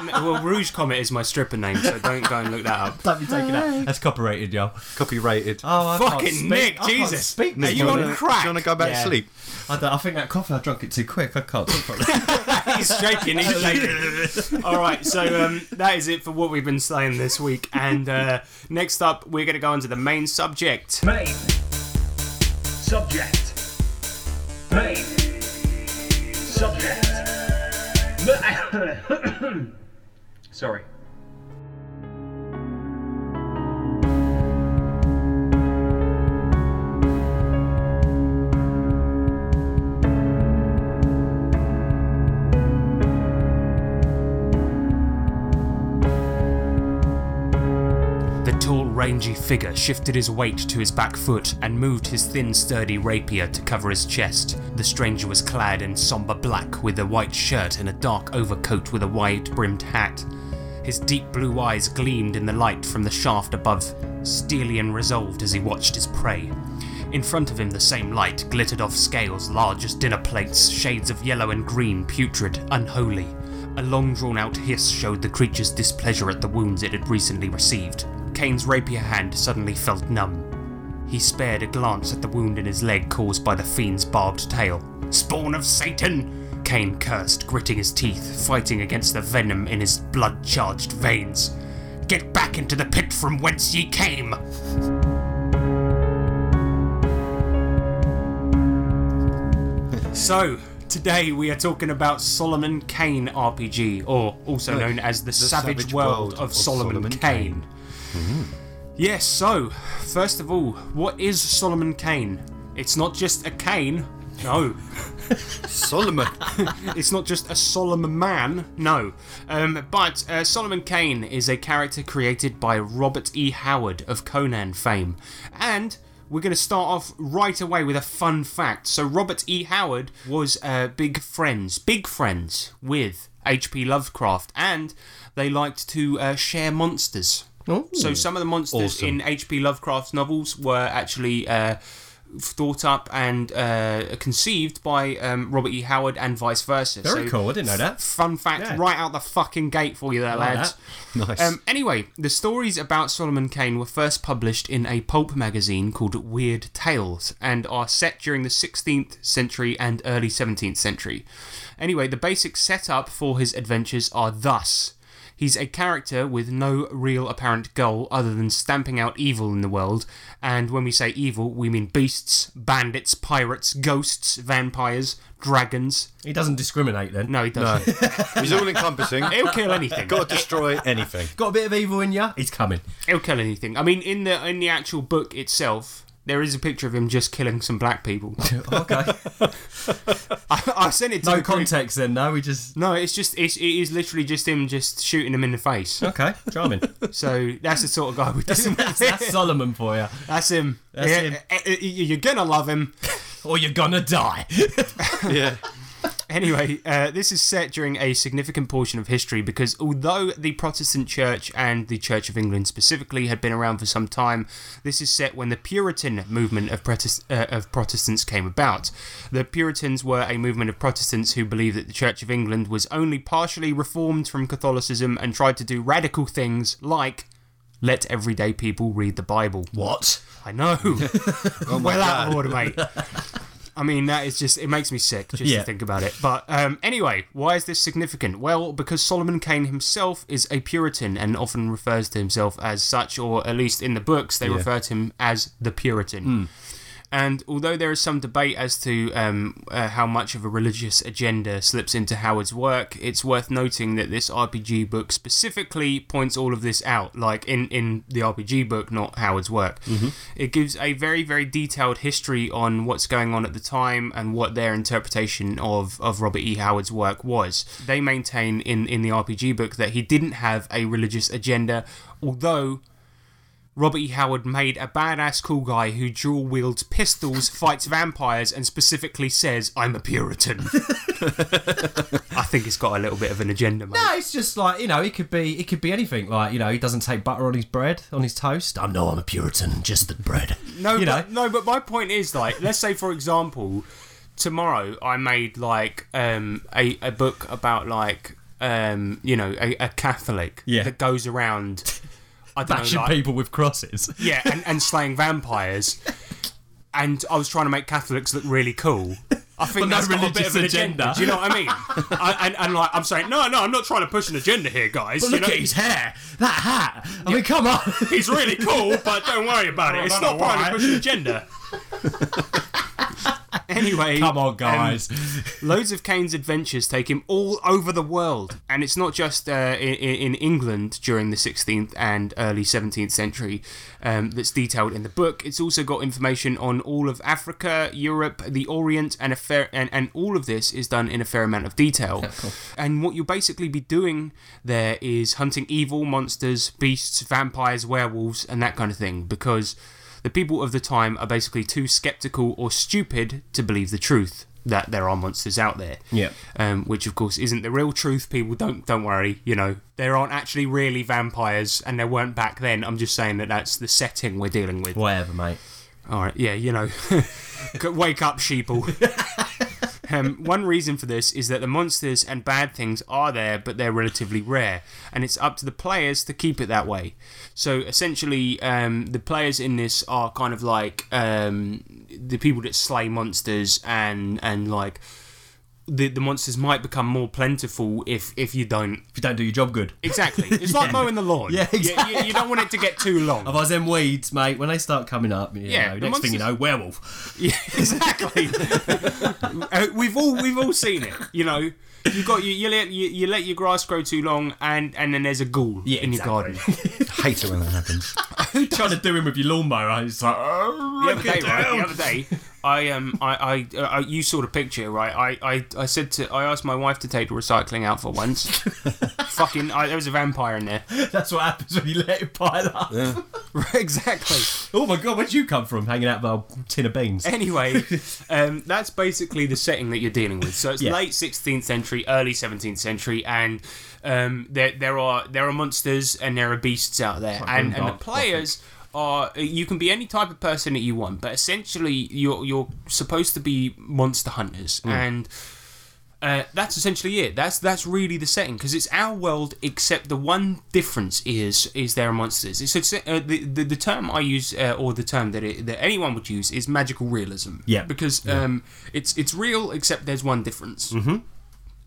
S4: N- well, Rouge Comet is my stripper name, so don't go and look that up.
S2: Don't be taking that. That's copyrighted, yo.
S3: copyrighted.
S2: Oh, I can't
S4: Fucking
S2: speak.
S4: Nick,
S2: I can't
S4: Jesus.
S2: speak
S4: Nick,
S2: this
S4: you
S2: morning.
S4: on
S3: wanna-
S4: crack?
S3: Do you want to go back
S2: Yeah.
S3: to sleep?
S2: I, don't- I think that coffee I drunk it too quick. I can't talk properly.
S4: He's shaking. He's shaking. All right, so um, that is it for what we've been saying this week. And uh, next up, we're going to go into the main subject.
S5: Main. Subject. Main. Subject. Ma- Sorry.
S4: The tall, rangy figure shifted his weight to his back foot and moved his thin, sturdy rapier to cover his chest. The stranger was clad in somber black with a white shirt and a dark overcoat with a wide brimmed hat. His deep blue eyes gleamed in the light from the shaft above, steely and resolved as he watched his prey. In front of him, the same light glittered off scales large as dinner plates, shades of yellow and green, putrid, unholy. A long drawn out hiss showed the creature's displeasure at the wounds it had recently received. Kane's rapier hand suddenly felt numb. He spared a glance at the wound in his leg caused by the fiend's barbed tail. Spawn of Satan! Kane cursed, gritting his teeth, fighting against the venom in his blood charged veins. Get back into the pit from whence ye came! So, today we are talking about Solomon Kane RPG, or also known as the, Savage,
S3: Savage
S4: World,
S3: World
S4: of,
S3: of
S4: Solomon,
S3: Solomon
S4: Kane. Mm-hmm.
S3: Kane.
S4: Yes, so, first of all, what is Solomon Kane? It's not just a cane. No.
S3: Solomon.
S4: it's not just a solemn man. No. Um, but uh, Solomon Kane is a character created by Robert E. Howard of Conan fame. And we're going to start off right away with a fun fact. So, Robert E. Howard was uh, big friends, big friends with H.P. Lovecraft, and they liked to uh, share monsters. So some of the monsters
S3: Awesome.
S4: in H.P. Lovecraft's novels were actually uh, thought up and uh, conceived by um, Robert E. Howard and vice versa.
S2: Very cool, I didn't know that.
S4: Fun fact,
S2: Yeah.
S4: right out the fucking gate for you there,
S2: like
S4: lads.
S3: Nice.
S4: Um, anyway, the stories about Solomon Kane were first published in a pulp magazine called Weird Tales and are set during the 16th century and early 17th century. Anyway, the basic setup for his adventures are thus. He's a character with no real apparent goal other than stamping out evil in the world, and when we say evil, we mean beasts, bandits, pirates, ghosts, vampires, dragons.
S2: He doesn't discriminate then.
S4: No, he doesn't.
S3: He's all encompassing.
S4: He'll kill anything.
S3: Got to destroy anything.
S2: Got a bit of evil in ya? He's coming.
S4: He'll kill anything. I mean, in the in the actual book itself, there is a picture of him just killing some black people.
S2: okay.
S4: I, I sent it to
S2: No
S4: the group.
S2: context then, no. We just.
S4: No, it's just it's, it is literally just him just shooting him in the face.
S2: Okay, charming.
S4: so that's the sort of guy we're dealing with.
S2: That's, that's Solomon for you.
S4: That's him.
S2: That's
S4: Yeah,
S2: him.
S4: eh, eh, You're gonna love him.
S2: Or you're gonna die.
S3: Yeah.
S4: Anyway, uh, this is set during a significant portion of history because although the Protestant Church and the Church of England specifically had been around for some time, this is set when the Puritan movement of, Protest- uh, of Protestants came about. The Puritans were a movement of Protestants who believed that the Church of England was only partially reformed from Catholicism and tried to do radical things like let everyday people read the Bible.
S2: what?
S4: I know. well out of
S3: God.
S4: order, mate. I mean, that is just, it makes me sick just
S2: Yeah.
S4: to think about it. But um, anyway, why is this significant? Well, because Solomon Kane himself is a Puritan and often refers to himself as such, or at least in the books, they refer to him as the Puritan. And although there is some debate as to um, uh, how much of a religious agenda slips into Howard's work, it's worth noting that this RPG book specifically points all of this out, like in, in the RPG book, not Howard's work. It gives a very, very detailed history on what's going on at the time and what their interpretation of, of Robert E. Howard's work was. They maintain in, in the RPG book that he didn't have a religious agenda, although Robert E. Howard made a badass cool guy who dual wields pistols, fights vampires, and specifically says, I'm a Puritan. I think it's got a little bit of an agenda, mate.
S2: No, it's just like you know, it could be, it could be anything. Like you know, he doesn't take butter on his bread, on his toast. I'm no, I'm a Puritan, just the bread.
S4: No,
S2: you know,
S4: but, no, but my point is like, let's say for example, tomorrow I made like um, a a book about like um, you know a, a Catholic
S2: Yeah.
S4: that goes around. I don't
S2: bashing
S4: know, like,
S2: people with crosses.
S4: yeah, and, and slaying vampires. And I was trying to make Catholics look really cool. I think
S2: But no
S4: that's got a bit
S2: religious
S4: of an agenda.
S2: agenda.
S4: Do you know what I mean? I, and, and like, I'm saying, no, no, I'm not trying to push an agenda here, guys.
S2: But
S4: you
S2: look
S4: know?
S2: at his hair, that hat. I mean, come on.
S4: He's really cool, but don't worry about it.
S2: I
S4: It's
S2: don't know
S4: not trying
S2: why.
S4: to push an agenda. anyway,
S2: Come on, guys.
S4: Loads of Kane's adventures take him all over the world, and it's not just uh, in, in England during the 16th and early 17th century um, that's detailed in the book. It's also got information on all of Africa, Europe, the Orient, and a fair and, and all of this is done in a fair amount of detail. And what you'll basically be doing there is hunting evil monsters, beasts, vampires, werewolves, and that kind of thing, because the people of the time are basically too skeptical or stupid to believe the truth that there are monsters out there.
S2: Yeah.
S4: Um, which of course isn't the real truth. People don't don't worry. You know there aren't actually really vampires, and there weren't back then. I'm just saying that that's the setting we're dealing with.
S2: Whatever, mate.
S4: All right, yeah, you know, Go- wake up, sheeple. um, one reason for this is that the monsters and bad things are there, but they're relatively rare, and it's up to the players to keep it that way. So essentially, um, the players in this are kind of like um, the people that slay monsters and and like. The, the monsters might become more plentiful if if you don't
S2: If you don't do your job good,
S4: exactly it's like mowing the lawn
S2: Yeah,
S4: You- you, you don't want it to get too long
S2: otherwise them weeds, mate. When they start coming up, you
S4: Yeah,
S2: know,
S4: the
S2: next thing you
S4: monsters-
S2: know, werewolf.
S4: Yeah, exactly. Uh, we've all we've all seen it. You know, you got you you let you, you let your grass grow too long, and and then there's a ghoul
S2: Yeah,
S4: in
S2: exactly.
S4: your garden.
S3: Hate it when that happens.
S2: Trying to do him with your lawnmower, eh? it's like, oh,
S4: the other day, right? The other day, I um, I, I, uh, you saw the picture, right? I, I, I said to, I asked my wife to take the recycling out for once. Fucking, I, there was a vampire in there.
S2: that's what happens when you let it pile up.
S4: exactly.
S2: Oh my god, where'd you come from? Hanging out about a tin of beans.
S4: Anyway, um, that's basically the setting that you're dealing with. So it's
S2: Yeah.
S4: late 16th century, early 17th century, and um, there there are there are monsters and there are beasts out there, and, and the
S2: Dark Gothic.
S4: players are you can be any type of person that you want, but essentially you're you're supposed to be monster hunters,
S2: Mm.
S4: and uh, that's essentially it. That's that's really the setting because it's our world, except the one difference is is there are monsters. It's it's, uh, the, the the term I use uh, or the term that it, that anyone would use is magical realism.
S2: Yeah. Mm-hmm.
S4: because um, it's it's real except there's one difference.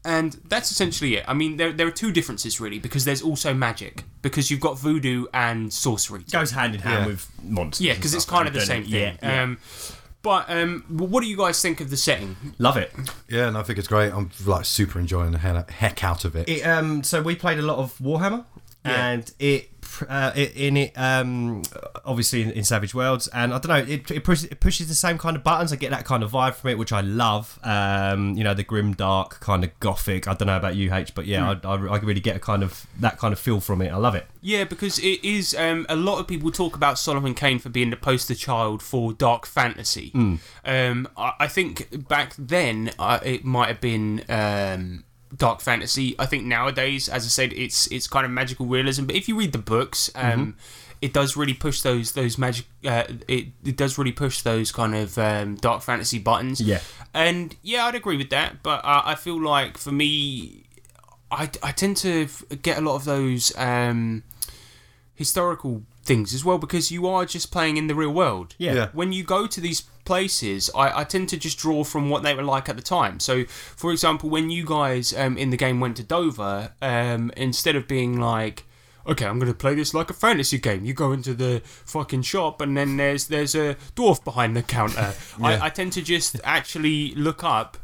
S4: And that's essentially it. I mean, there, there are two differences really, because there's also magic, because you've got voodoo and sorcery.
S2: Goes hand in hand
S3: Yeah.
S2: with monsters.
S4: Yeah,
S2: and
S4: because it's
S2: stuff,
S4: kind of the
S2: don't
S4: same
S2: it?
S4: thing.
S2: Yeah, yeah.
S4: Um, but um, what do you guys think of the setting?
S2: love it.
S3: Yeah, and I think it's great. I'm like super enjoying the hell- heck out of it.
S2: it um so we played a lot of warhammer
S4: Yeah.
S2: and it pr- uh, it, in it, um, obviously in, in Savage Worlds, and I don't know, it, it, pushes, it pushes the same kind of buttons. I get that kind of vibe from it, which I love. Um, you know, the grim, dark kind of gothic. I don't know about you, H, but yeah, I, I, I really get a kind of that kind of feel from it. I love it.
S4: Yeah, because it is. Um, a lot of people talk about Solomon Kane for being the poster child for dark fantasy. Um, I, I think back then uh, it might have been um, dark fantasy. I think nowadays, as I said, it's it's kind of magical realism. But if you read the books, um, it does really push those those magic. Uh, it it does really push those kind of um, dark fantasy buttons.
S2: Yeah.
S4: and yeah, I'd agree with that. But uh, I feel like for me, I, I tend to f- get a lot of those um, historical things as well because you are just playing in the real world.
S2: Yeah. Yeah.
S4: When you go to these places, I, I tend to just draw from what they were like at the time. So, for example, when you guys um, in the game went to Dover, um, instead of being like, Okay, I'm gonna play this like a fantasy game. You go into the fucking shop, and then there's there's a dwarf behind the counter. I, I tend to just actually look up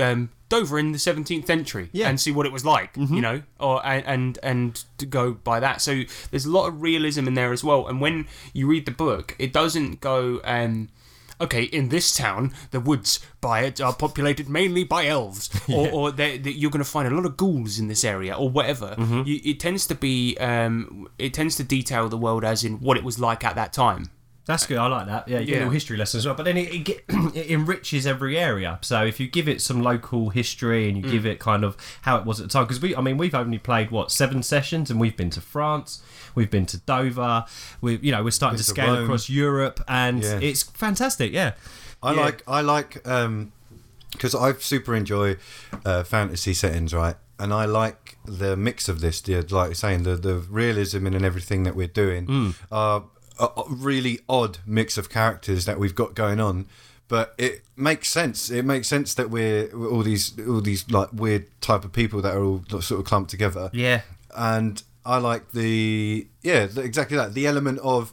S4: um, Dover in the 17th century
S2: Yeah.
S4: and see what it was like, you know, or and, and and to go by that. So there's a lot of realism in there as well. And when you read the book, it doesn't go. Um, Okay, in this town, the woods by it are populated mainly by elves, or, or they that you're going to find a lot of ghouls in this area, or whatever. You, it tends to be, um, it tends to detail the world as in what it was like at that time.
S2: That's good. I like that. Yeah, you get
S4: Yeah.
S2: little history lessons as well. But then it, it, get, it enriches every area. So if you give it some local history
S3: Mm.
S2: and you give it kind of how it was at the time, because we, I mean, we've only played what seven sessions, and we've been to France, we've been to Dover, we, you know, we're starting to
S3: Been to
S2: scale
S3: Rome.
S2: across Europe, and
S3: Yeah.
S2: it's fantastic. Yeah,
S3: I
S2: Yeah.
S3: like I like um because I super enjoy uh, fantasy settings, right? And I like the mix of this, the, like you're saying the the realism in and everything that we're doing. are a a really odd mix of characters that we've got going on, but it makes sense. It makes sense that we're we're all these all these like weird type of people that are all sort of clumped together
S2: yeah.
S3: and I like the yeah the, exactly that the element of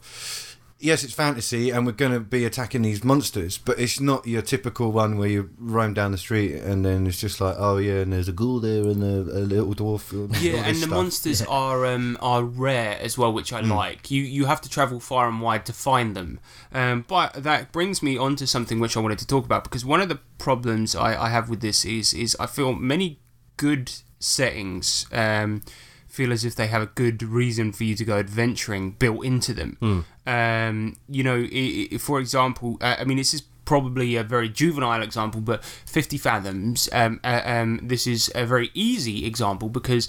S3: yes it's fantasy and we're going to be attacking these monsters but it's not your typical one where you roam down the street and then it's just like oh yeah and there's a ghoul there and a, a little dwarf and all
S4: Yeah,
S3: this
S4: and the
S3: stuff.
S4: monsters are um, are rare as well, which I like. You you have to travel far and wide to find them. Um, but that brings me on to something which I wanted to talk about because one of the problems I, I have with this is is I feel many good settings um, feel as if they have a good reason for you to go adventuring built into them. Um, you know, i i for example, uh, I mean, this is probably a very juvenile example, but 50 Fathoms, um, uh, um, this is a very easy example because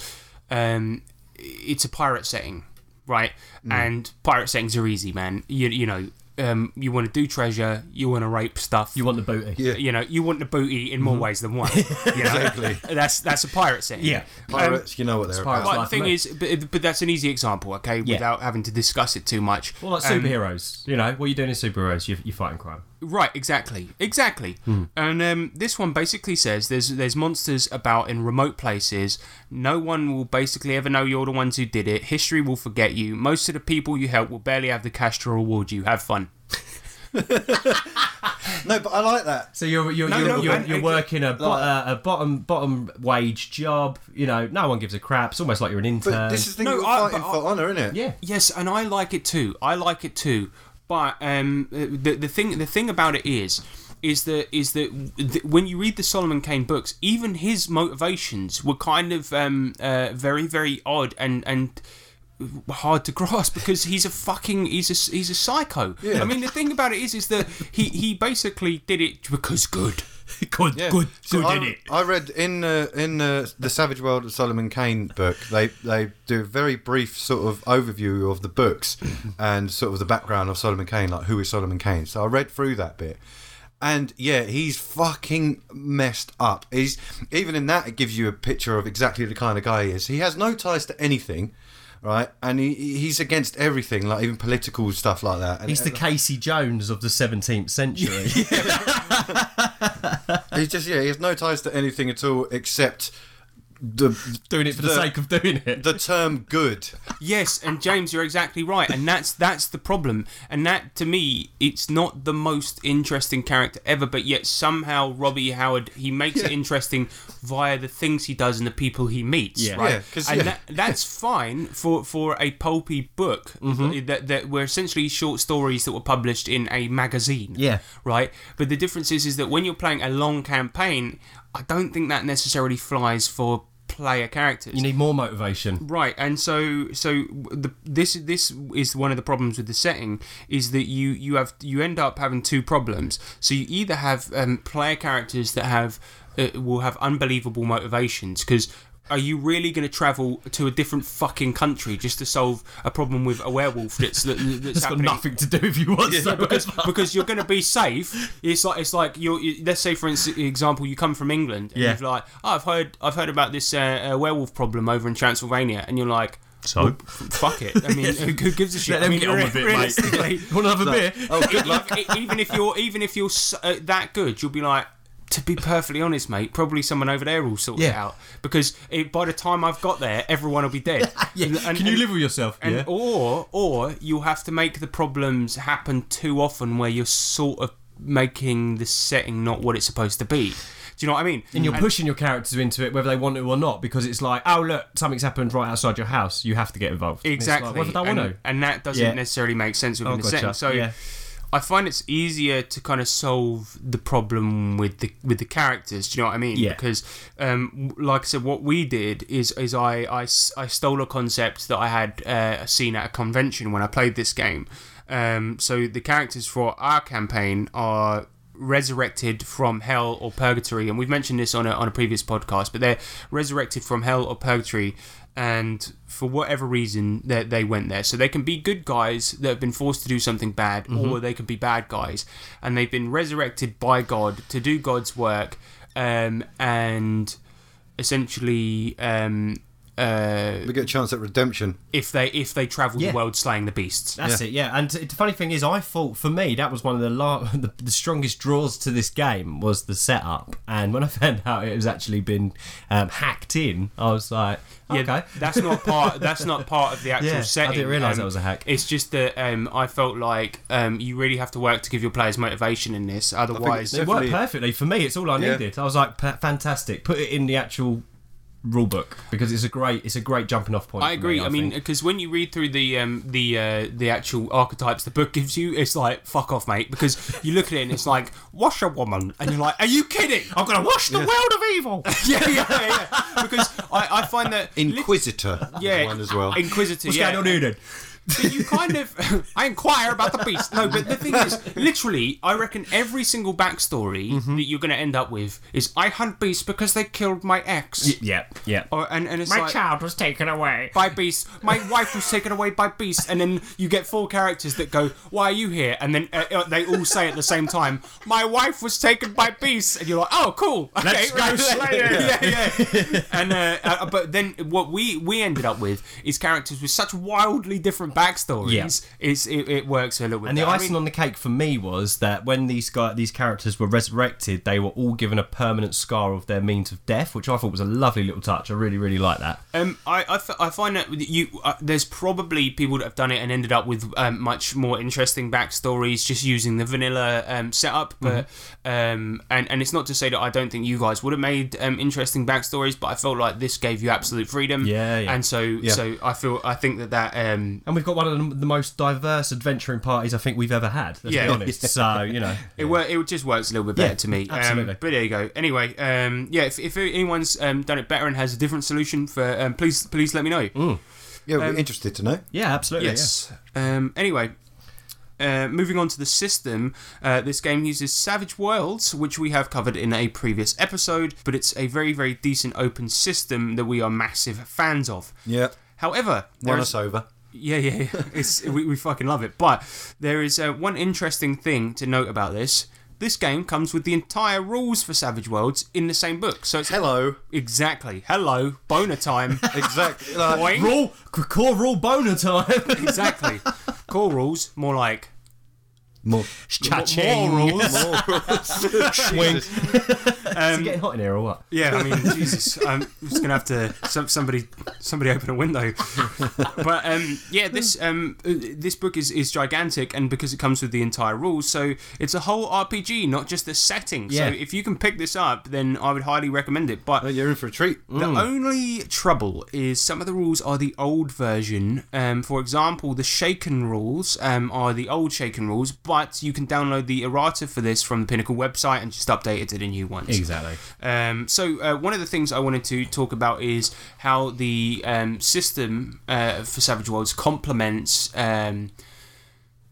S4: um, it's a pirate setting, right?
S2: Mm.
S4: And pirate settings are easy, man. You, you know, um, you want to do treasure, you want to rape stuff.
S2: You want the booty?
S3: Yeah.
S4: you know, you want the booty in more ways than one. You know?
S3: Exactly.
S4: That's that's a pirate setting.
S2: Yeah.
S4: Um,
S3: pirates you know what they're
S2: pirates.
S3: about
S4: But the
S2: like
S4: thing
S2: me.
S4: is, but, but that's an easy example, okay? Without having to discuss it too much.
S2: Well, like
S4: Um,
S2: superheroes. You know what are you doing in superheroes? You, you're fighting crime.
S4: Right, exactly, exactly. And um, this one basically says there's there's monsters about in remote places. No one will basically ever know you're the ones who did it. History will forget you. Most of the people you help will barely have the cash to reward you. Have fun.
S3: no but I like that
S2: So you're you're
S4: No,
S2: you're,
S4: no,
S2: you're,
S4: and-
S2: you're
S4: and-
S2: working a, bo- uh, a bottom bottom wage job. You know, no one gives a crap. It's almost like you're an intern.
S3: but this is the thing
S4: Uh, no,
S3: you're
S4: I-
S3: fighting
S4: but I-
S3: for honor isn't it
S2: yeah.
S4: Yes, and I like it too. I like it too. But um, the the thing the thing about it is, is that is that th- when you read the Solomon Kane books, even his motivations were kind of um, uh, very very odd and and hard to grasp because he's a fucking he's a he's a psycho. I mean the thing about it is is that he he basically did it because good.
S2: good,
S3: Yeah.
S2: good,
S3: So
S2: good
S3: I,
S2: in it.
S3: I read in uh, in uh, the Savage World of Solomon Kane book. They they do a very brief sort of overview of the books and sort of the background of Solomon Kane, like who is Solomon Kane. So I read through that bit, and yeah, he's fucking messed up. He's even in that it gives you a picture of exactly the kind of guy he is. He has no ties to anything. Right, and he, he's against everything, like even political stuff like that. And
S2: He's the Casey Jones of the 17th century.
S3: he's just yeah, he has no ties to anything at all except the
S2: Doing it for the,
S3: The-
S2: sake of doing it.
S3: the term good.
S4: Yes, and James, you're exactly right, and that's that's the problem. And that to me, it's not the most interesting character ever, but yet somehow Robbie Howard he makes it interesting via the things he does and the people he meets.
S2: Yeah.
S4: right?
S3: Yeah, 'cause-
S4: and
S3: yeah.
S4: That, that's fine for for a pulpy book
S2: Mm-hmm.
S4: that that were essentially short stories that were published in a magazine.
S2: Yeah.
S4: right. But the difference is is that when you're playing a long campaign, I don't think that necessarily flies for player characters.
S2: You need more motivation.
S4: Right, and so so the, this this is one of the problems with the setting is that you you have you end up having two problems. So you either have um, player characters that have uh, will have unbelievable motivations because. Are you really going to travel to a different fucking country just to solve a problem with a werewolf that's that, that's
S2: It's got
S4: happening?
S2: nothing to do with you whatsoever.
S4: because because you're going to be safe. It's like it's like you're. You, let's say for ins- example, you come from England and
S2: Yeah.
S4: you've like, oh, I've heard I've heard about this uh, uh, werewolf problem over in Transylvania, and you're like,
S2: So?
S4: "Well, f- fuck it. I mean, who gives a shit?
S2: Let
S4: I
S2: them
S4: mean,
S2: get on
S4: re-
S2: with it,
S4: realistically,
S2: mate. Want another beer?
S3: Oh, good luck.
S4: even, E, even if you're even if you're s- uh, that good, you'll be like. To be perfectly honest, mate, probably someone over there will sort it
S2: Yeah.
S4: out because it, by the time I've got there, everyone will be dead.
S2: Yeah.
S4: And- and-
S2: Can you
S4: and-
S2: live with yourself?
S4: and
S2: yeah.
S4: or or you have to make the problems happen too often where you're sort of making the setting not what it's supposed to be. Do you know what I mean?
S2: and you're pushing your characters into it whether they want to or not because it's like, oh, look, something's happened right outside your house. You have to get involved. And it's like,
S4: Exactly.
S2: What did I want
S4: and,
S2: to?
S4: and that doesn't
S2: Yeah.
S4: necessarily make sense within
S2: Oh,
S4: the
S2: gotcha.
S4: setting. So
S2: Yeah.
S4: I find it's easier to kind of solve the problem with the with the characters. Do you know what I mean?
S2: Yeah.
S4: Because, um, w- like I said, what we did is is I I, s- I stole a concept that I had uh, seen at a convention when I played this game. Um, so the characters for our campaign are resurrected from hell or purgatory, and we've mentioned this on a, on a previous podcast. But they're resurrected from hell or purgatory, and for whatever reason that they went there. So they can be good guys that have been forced to do something bad, or they can be bad guys, and they've been resurrected by God to do God's work, um, and essentially. Um, uh,
S3: We get a chance at redemption.
S4: if they if they travel
S2: Yeah.
S4: the world slaying the beasts,
S2: That's it, yeah. And t- the funny thing is, I thought for me that was one of the, la- the the strongest draws to this game was the setup. And when I found out it was actually been um, hacked in, I was like, Ah, okay,
S4: Yeah, that's not part. That's not part of the actual
S2: Yeah, I didn't
S4: setting. Um,
S2: realise that was a hack.
S4: It's just that um, I felt like um, you really have to work to give your players motivation in this.
S3: it's
S4: Otherwise,
S2: it worked
S3: definitely-
S2: perfectly for me. It's all I
S3: Yeah.
S2: needed. I was like, "Pa- fantastic. Put it in the actual rule book because it's a great it's a great jumping off point.
S4: I
S2: for
S4: agree.
S2: Me,
S4: I mean,
S2: think.
S4: because when you read through the um, the uh, the actual archetypes the book gives you, it's like fuck off, mate. Because you look at it and it's like washerwoman, and you're like, are you kidding?
S2: I'm gonna wash the world of evil.
S4: yeah, yeah, yeah. yeah. Because I, I find that
S3: Inquisitor.
S4: yeah,
S3: Yeah. One as well.
S4: Inquisitor.
S2: What's
S4: yeah.
S2: going on here then?
S4: But you kind of I inquire about the beast. No, but the thing is, literally, I reckon every single backstory
S2: Mm-hmm.
S4: that you're going to end up with is I hunt beasts because they killed my ex.
S2: Yeah, yeah.
S4: Or, and, and it's like,
S6: child was taken away.
S4: by beasts. My wife was taken away by beasts, and then you get four characters that go, "Why are you here?" And then uh, uh, they all say at the same time, "My wife was taken by beasts," and you're like, "Oh, cool, okay,
S2: Let's go slay
S4: yeah, yeah." and uh, uh, but then what we we ended up with is characters with such wildly different backstories.
S2: Yeah.
S4: It's it, it works a little bit.
S2: And the
S4: better. I
S2: icing
S4: mean,
S2: on the cake for me was that when these guy, these characters were resurrected, they were all given a permanent scar of their means of death, which I thought was a lovely little touch. I really, really like that.
S4: Um, I, I, f- I find that you uh, there's probably people that have done it and ended up with um, much more interesting backstories just using the vanilla um, setup. But
S2: Mm-hmm.
S4: um, and and it's not to say that I don't think you guys would have made um, interesting backstories, but I felt like this gave you absolute freedom.
S2: Yeah, yeah.
S4: And so so I feel I think that that um,
S2: And we've got one of the- the most diverse adventuring parties I think we've ever had. Let's
S4: Yeah.
S2: be honest. So you know,
S4: It, wor- it just works a little bit better
S2: Yeah,
S4: to me. Um,
S2: absolutely.
S4: but there you go. Anyway, um, yeah, if, if anyone's um, done it better and has a different solution for, um, please please let me know. um,
S3: yeah, we're interested to know.
S2: yeah, absolutely.
S4: Yes. Um, anyway, uh, moving on to the system, uh, this game uses Savage Worlds, which we have covered in a previous episode, but it's a very, very decent open system that we are massive fans of.
S3: Yeah.
S4: However, there
S3: Won
S4: is-
S3: us over.
S4: yeah, yeah, yeah. It's, we, we fucking love it. But there is uh, one interesting thing to note about this. This game comes with the entire rules for Savage Worlds in the same book. So it's
S3: Hello.
S4: exactly hello boner time.
S3: Exactly. like-
S4: Boing.
S2: Rule, c- core rule boner time.
S4: exactly. Core rules more like
S3: more.
S2: Cha-ching.
S4: more rules.
S3: Wink.
S2: Is
S4: Um,
S2: it getting hot in here or what?
S4: Yeah, I mean, Jesus, I'm just gonna have to some, somebody somebody open a window. but um, yeah, this um, uh, this book is, is gigantic, and because it comes with the entire rules, so it's a whole RPG, not just a setting.
S2: Yeah.
S4: So if you can pick this up, then I would highly recommend it. But
S3: You're in for a treat.
S4: the
S2: Hmm.
S4: only trouble is some of the rules are the old version. Um, for example, the Shaken rules um, are the old Shaken rules, but you can download the errata for this from the Pinnacle website and just update it to the new ones.
S2: Exactly.
S4: Um, so uh, one of the things I wanted to talk about is how the um, system uh, for Savage Worlds complements um,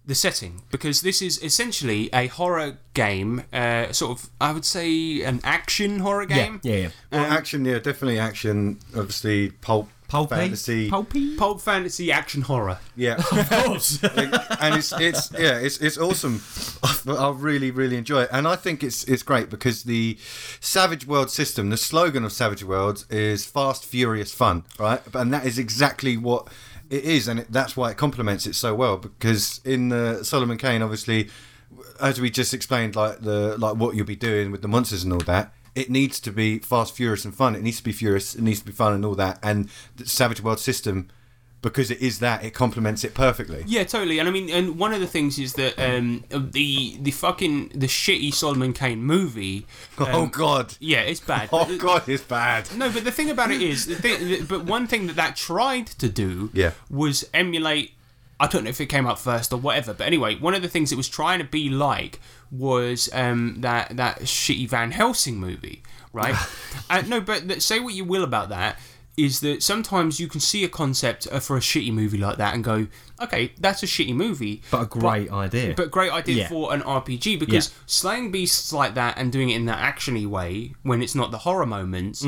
S4: the setting because this is essentially a horror game, uh, sort of I would say an action horror game.
S2: Yeah, yeah, yeah.
S4: Um,
S3: Well, action, yeah, definitely action. Obviously, pulp,
S2: Pulpy?
S3: fantasy,
S2: Pulpy?
S4: Pulp fantasy action horror.
S3: yeah.
S2: Of course.
S3: and it's it's yeah, it's it's awesome. I, I really really enjoy it, and I think it's it's great because the Savage World system, the slogan of Savage Worlds is fast, furious, fun, right? And that is exactly what it is, and it, that's why it complements it so well. Because in the Solomon Kane, obviously, as we just explained, like the like what you'll be doing with the monsters and all that. It needs to be fast, furious, and fun. It needs to be furious. It needs to be fun, and all that. And the Savage World system, because it is that, it complements it perfectly.
S4: Yeah, totally. And I mean, and one of the things is that um, the the fucking the shitty Solomon Kane movie.
S3: oh God!
S4: Um, Yeah, it's bad.
S3: Oh God, it's bad.
S4: No, but the thing about it is, the thing, the, but one thing that that tried to do
S3: Yeah.
S4: was emulate. I don't know if it came out first or whatever, but anyway, one of the things it was trying to be like was um, that that shitty Van Helsing movie, right? uh, no, but th- say what you will about that. Is that sometimes you can see a concept uh, for a shitty movie like that and go, okay, that's a shitty movie,
S2: But a great idea.
S4: but great idea
S2: Yeah.
S4: for an RPG because
S2: Yeah.
S4: slaying beasts like that and doing it in that actiony way when it's not the horror moments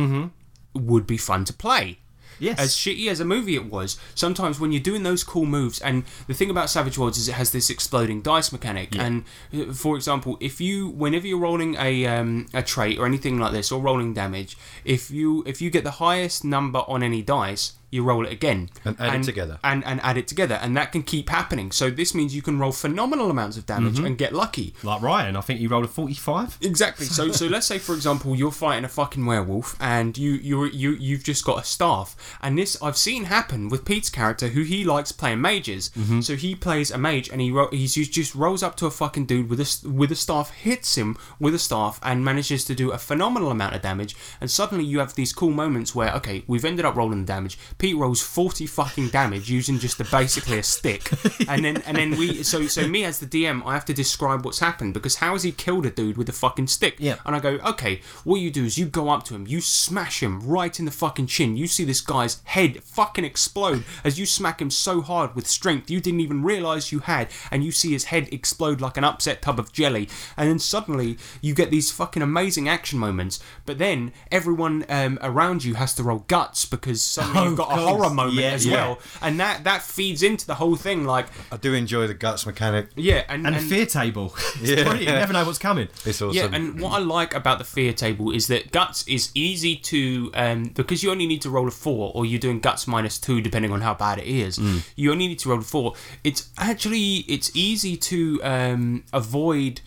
S4: would be fun to play.
S2: Mm-hmm. Yes.
S4: As shitty as a movie it was, sometimes when you're doing those cool moves, and the thing about Savage Worlds is it has this exploding dice mechanic. And uh, for example, if you, whenever you're rolling a um, a trait or anything like this, or rolling damage, if you if you get the highest number on any dice, you roll it again
S3: And add it together.
S4: and, and add it together and that can keep happening so this means you can roll phenomenal amounts of damage
S3: Mm-hmm.
S4: and get lucky
S2: like Ryan, I think he rolled a 45.
S4: exactly so so let's say for example you're fighting a fucking werewolf and you you you you've just got a staff and this I've seen happen with Pete's character who he likes playing mages
S3: Mm-hmm.
S4: so he plays a mage and he ro- he's just, just rolls up to a fucking dude with a s- with a staff hits him with a staff and manages to do a phenomenal amount of damage and suddenly you have these cool moments where okay we've ended up rolling the damage Pete rolls 40 fucking damage using just a, basically a stick and then and then we so so me as the DM I have to describe what's happened because how has he killed a dude with a fucking stick
S2: Yeah.
S4: and I go, okay, what you do is you go up to him, you smash him right in the fucking chin. You see this guy's head fucking explode as you smack him so hard with strength you didn't even realize you had, and you see his head explode like an upset tub of jelly. And then suddenly you get these fucking amazing action moments, but then everyone um, around you has to roll guts because suddenly you've
S2: Of
S4: got a
S2: course.
S4: horror moment
S2: Oh, Yeah,
S4: as
S2: yeah.
S4: well. And that, that feeds into the whole thing. Like,
S3: I do enjoy the guts mechanic.
S4: yeah, and,
S2: And, a
S4: and-
S2: fear table. It's
S3: Yeah.
S2: brilliant. You never know what's coming.
S3: It's awesome.
S4: Yeah, and what I like about the fear table is that guts is easy to um, because you only need to roll a four, or you're doing guts minus two, depending on how bad it is. You only need to roll a four. It's actually it's easy to um, avoid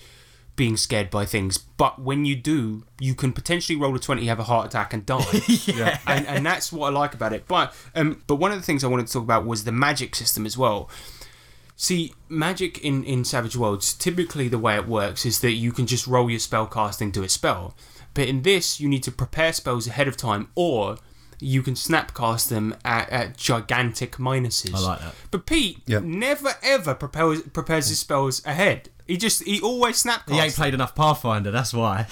S4: being scared by things, but when you do, you can potentially roll a twenty, have a heart attack, and die. yeah, and, and that's what I like about it. But um, but one of the things I wanted to talk about was the magic system as well. See, magic in, in Savage Worlds, typically the way it works is that you can just roll your spell casting do a spell. But in this, you need to prepare spells ahead of time, or you can snapcast them at, at gigantic minuses. I
S2: like that.
S4: But Pete
S3: Yep.
S4: never ever prepares, prepares his spells ahead. He just he always snapcasts.
S2: He ain't played enough Pathfinder, that's why.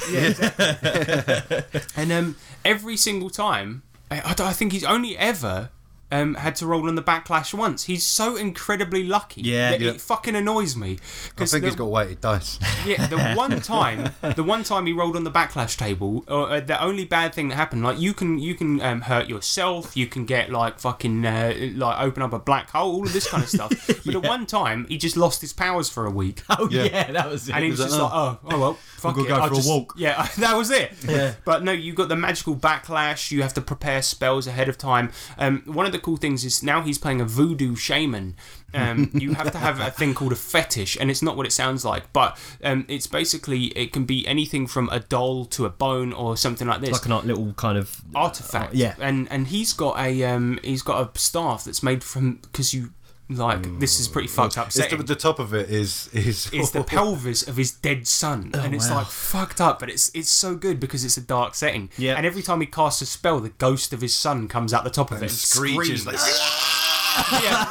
S4: And um, every single time, I, I don't- I think he's only ever um, had to roll on the backlash once. He's so incredibly lucky.
S2: Yeah.
S4: that
S2: Yeah.
S4: it fucking annoys me.
S3: I think he's got weighted dice.
S4: Yeah, the one time, the one time he rolled on the backlash table, uh, uh, the only bad thing that happened, like you can you can um, hurt yourself, you can get like fucking uh, like open up a black hole, all of this kind of stuff. But at one time, he just lost his powers for a week.
S2: Oh yeah,
S3: Yeah.
S2: that was it.
S4: And he was
S3: was
S4: just
S3: like,
S4: like, oh, oh well, fuck
S2: We'll
S4: it.
S2: go
S4: I'll
S2: for a
S4: just-
S2: walk.
S4: Yeah, that was it.
S2: Yeah.
S4: But no, you got the magical backlash. You have to prepare spells ahead of time. Um, one of the cool things is now he's playing a voodoo shaman. Um, you have to have a thing called a fetish, and it's not what it sounds like, but um, it's basically it can be anything from a doll to a bone or something like this
S2: like an art- little kind of
S4: artifact.
S2: Uh, yeah.
S4: and and he's got a um he's got a staff that's made from because you like
S2: Mm.
S4: this is pretty fucked up.
S3: It's the, the top of it is is
S4: is the pelvis of his dead son,
S3: Oh,
S4: and it's
S2: wow.
S4: like fucked up, but it's it's so good because it's a dark setting.
S2: Yeah.
S4: And every time he casts a spell, the ghost of his son comes out the top of it and
S3: screeches like
S4: yeah.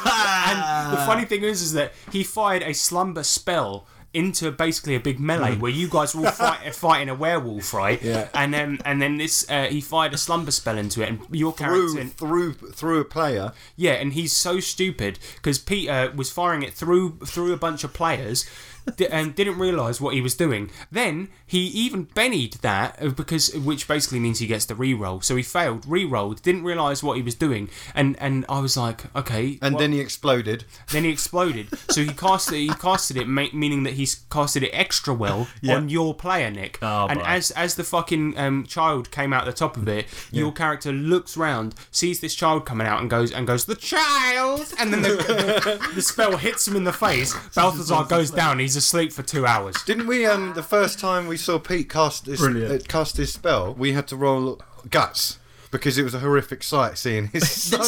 S4: And the funny thing is, is that he fired a slumber spell into basically a big melee where you guys were all fight, fighting a werewolf, right?
S3: Mm. Yeah.
S4: And then and then this uh, he fired a slumber spell into it, and your character
S3: through through through a player.
S4: yeah, and he's so stupid because Peter was firing it through through a bunch of players, di- and didn't realise what he was doing. Then he even bennied that uh, because which basically means he gets the reroll. So he failed, rerolled, didn't realise what he was doing, and and I was like, okay.
S3: And
S4: well-
S3: then he exploded.
S4: then he exploded. So he cast it, he casted it, ma- meaning that he's casted it extra well on your player, Nick.
S2: Oh,
S4: and
S2: boy.
S4: as as the fucking um, child came out the top of it, your character looks round, sees this child coming out, and goes and goes the child, and then the, the spell hits him in the face. Balthazar goes down. He's asleep for two hours.
S3: Didn't we? Um, the first time we saw Pete cast this uh,
S2: Brilliant.
S3: cast his spell, we had to roll guts because it was a horrific sight seeing his son,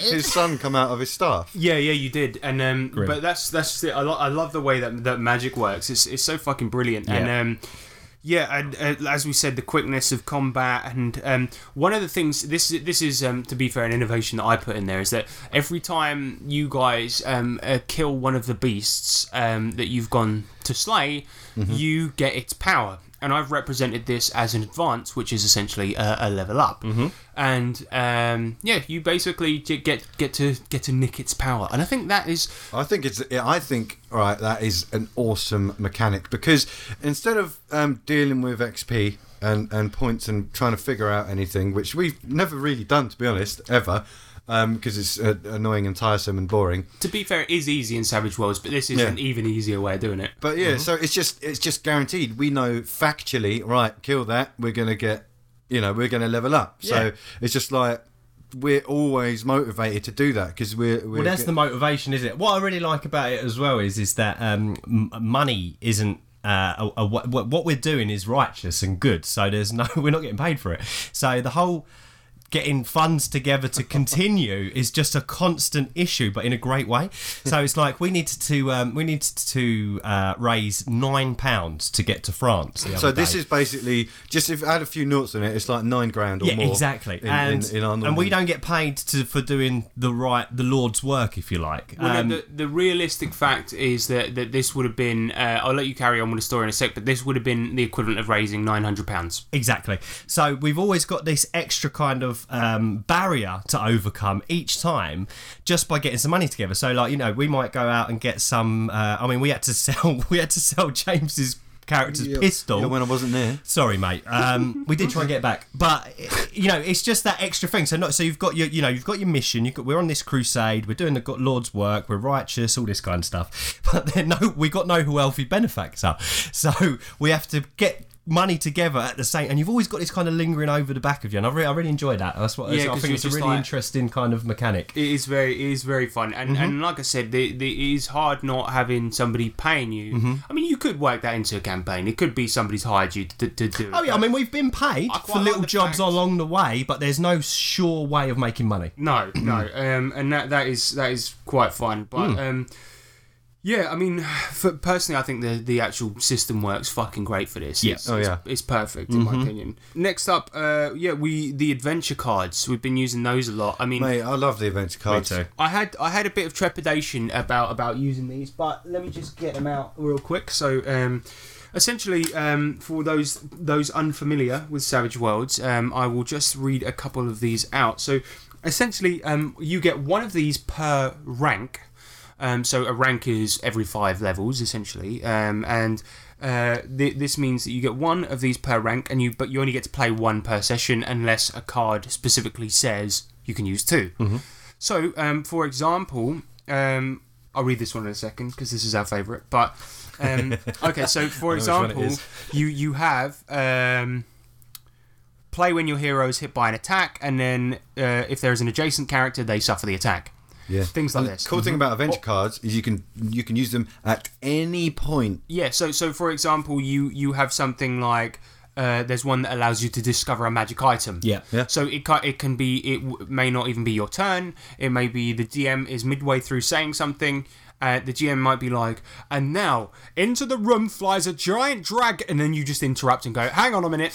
S3: his son come out of his staff.
S4: Yeah, yeah, you did, and um, but that's that's it. I, lo- I love the way that that magic works. It's it's so fucking brilliant, and
S2: Yeah.
S4: um, yeah, and, uh, as we said, the quickness of combat, and um, one of the things this this is um, to be fair, an innovation that I put in there is that every time you guys um, uh, kill one of the beasts um, that you've gone to slay, you get its power. And I've represented this as an advance, which is essentially a, a level up. Mm-hmm. And um, yeah, you basically j- get get to get to nick its power. And I think that is
S3: I think it's. yeah, I think all right. That is an awesome mechanic because instead of um, dealing with XP and and points and trying to figure out anything, which we've never really done to be honest, ever, because it's uh, annoying and tiresome and boring.
S4: to be fair, it is easy in Savage Worlds, but this is
S3: Yeah.
S4: an even easier way of doing it.
S3: But
S2: Mm-hmm.
S3: yeah, so it's just it's just guaranteed. We know factually, right? Kill that. We're gonna get, you know, we're gonna level up.
S2: Yeah.
S3: So it's just like we're always motivated to do that because we're, we're
S2: Well, that's the
S3: get-
S2: motivation, is it? What I really like about it as well is is that um, m- money isn't. Uh, a, a, what, what we're doing is righteous and good, so there's no we're not getting paid for it. So the whole getting funds together to continue is just a constant issue, but in a great way. So it's like we needed to um, we needed to uh, raise nine pounds to get to France. the
S3: so
S2: other
S3: this
S2: day.
S3: is basically just if add a few noughts in it, it's like nine grand or
S2: yeah
S3: more.
S2: exactly,
S3: in- in-
S2: and
S3: in our
S2: and we
S3: normal-
S2: don't get paid to, for doing the right the Lord's work, if you like.
S4: Well, no,
S2: Um,
S4: the, the realistic fact is that, that this would have been. Uh, I'll let you carry on with the story in a sec, but this would have been the equivalent of raising nine hundred pounds.
S2: Exactly. So we've always got this extra kind of um, barrier to overcome each time, just by getting some money together. So like you know, we might go out and get some. Uh, I mean, we had to sell. We had to sell James's character's
S3: Yeah,
S2: pistol.
S3: yeah, when I wasn't there.
S2: Sorry, mate. Um, we did try and get it back, but you know, it's just that extra thing. So not so you've got your, you know, you've got your mission. You've got we're on this crusade. We're doing the God- Lord's work. We're righteous, all this kind of stuff. But then no, we got no wealthy benefactor, so we have to get money together at the same. And you've always got this kind of lingering over the back of you. And I really, I really enjoy that. That's what
S4: Yeah,
S2: I
S4: 'cause
S2: think
S4: you're
S2: it's a
S4: just
S2: really
S4: like-
S2: interesting kind of mechanic.
S4: It is very, it is very fun, and and like I said, the, the, it is hard not having somebody paying you. I mean, you could work that into a campaign. It could be somebody's hired you to, to do. it.
S2: Oh yeah, I mean we've been paid
S4: I quite
S2: for
S4: like
S2: little
S4: the
S2: jobs
S4: fact-
S2: along the way, but there's no sure way of making money.
S4: No, no, um, and that that is that is quite fun, but
S3: Hmm.
S4: um, yeah, I mean, for, personally, I think the the actual system works fucking great for this.
S2: Yeah.
S4: It's,
S3: Oh,
S4: it's-
S3: yeah. Mm-hmm.
S4: it's perfect in my opinion. Next up, uh, yeah, we the adventure cards. We've been using those a lot. I mean.
S3: Mate, I love the adventure cards.
S2: too.
S4: I had I had a bit of trepidation about about using these, but let me just get them out real quick. So, um, essentially, um, for those those unfamiliar with Savage Worlds, um, I will just read a couple of these out. So, essentially, um, you get one of these per rank. Um, so a rank is every five levels, essentially, um, and uh, th- this means that you get one of these per rank, and you but you only get to play one per session unless a card specifically says you can use 2 So, um, for example, um, I'll read this one in a second because this is our favourite. But um, okay, so for
S3: which one it
S4: example,
S3: is.
S4: you you have. Um, play when your hero is hit by an attack, and then uh, if there is an adjacent character, they suffer the attack.
S3: Yeah.
S4: Things like
S3: And the
S4: this.
S3: Cool thing
S2: Mm-hmm.
S3: about
S2: Oh.
S3: adventure cards is you can you can use them at any point.
S4: Yeah. So, so for example, you you have something like uh, there's one that allows you to discover a magic item.
S2: Yeah.
S3: Yeah.
S4: So it ca- it can be it w- may not even be your turn. It may be the DM is midway through saying something. Uh, the GM might be like, and now into the room flies a giant drag, and then you just interrupt and go, hang on a minute,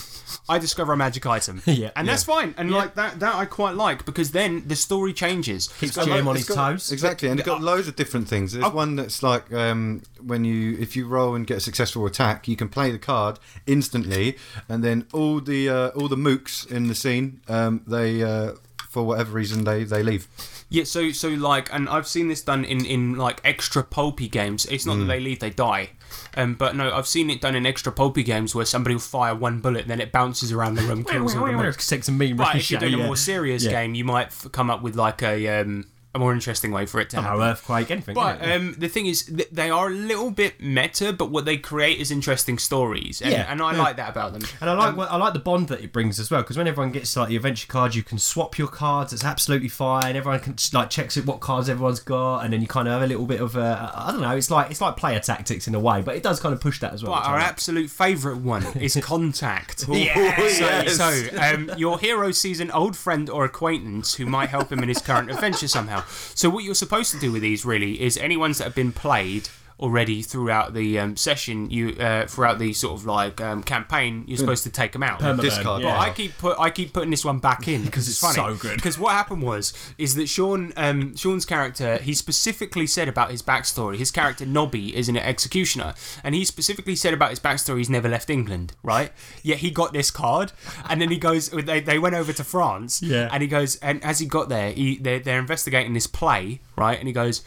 S4: I discover a magic item.
S2: Yeah.
S4: and that's fine. And like that, that I quite like because then the story changes.
S2: Keeps
S3: It's got
S2: Jim
S3: lo-
S2: on
S3: it's
S2: his
S3: got-
S2: toes. Oh.
S3: Exactly, and it's got loads of different things. There's one that's like um, when you if you roll and get a successful attack, you can play the card instantly, and then all the uh, all the mooks in the scene um, they uh, for whatever reason they they leave.
S4: Yeah, so so like, and I've seen this done in in like extra pulpy games. It's
S2: Mm.
S4: not that they leave; they die. Um, but no, I've seen it done in extra pulpy games where somebody will fire one bullet, and then it bounces around the room, kills all the mobs.
S2: Takes a mean
S4: But if
S2: ricochet,
S4: you're doing a
S2: yeah.
S4: more serious
S2: Yeah.
S4: game, you might f- come up with like a um, a more interesting way for it to happen.
S2: Oh, earthquake, anything.
S4: But
S2: yeah.
S4: um, the thing is, th- they are a little bit meta, but what they create is interesting stories, and,
S2: Yeah,
S4: and I
S2: yeah.
S4: like that about them.
S2: and I like what I like the bond that it brings as well because when everyone gets like the adventure cards, you can swap your cards. It's absolutely fine. Everyone can just, like checks it what cards everyone's got, and then you kind of have a little bit of uh, I don't know. It's like it's like player tactics in a way, but it does kind of push that as well. Oh,
S4: But
S2: which I
S4: our
S2: like.
S4: absolute favourite one is contact.
S3: Yes.
S4: So, so um, your hero sees an old friend or acquaintance who might help him in his current adventure somehow. So, what you're supposed to do with these really is any ones that have been played already throughout the um, session, you uh, throughout the sort of like um, campaign, you're supposed to take them out.
S2: Permaban,
S3: discard
S2: yeah.
S4: But I keep put I keep putting this one back in because it's,
S2: it's
S4: funny.
S2: so good.
S4: Because what happened was is that Sean um, Sean's character he specifically said about his backstory. His character Nobby is an executioner, and he specifically said about his backstory he's never left England. Right? Yet he got this card, and then he goes. They, they went over to France.
S2: Yeah.
S4: And he goes, and as he got there, he they're, they're investigating this play, right? And he goes.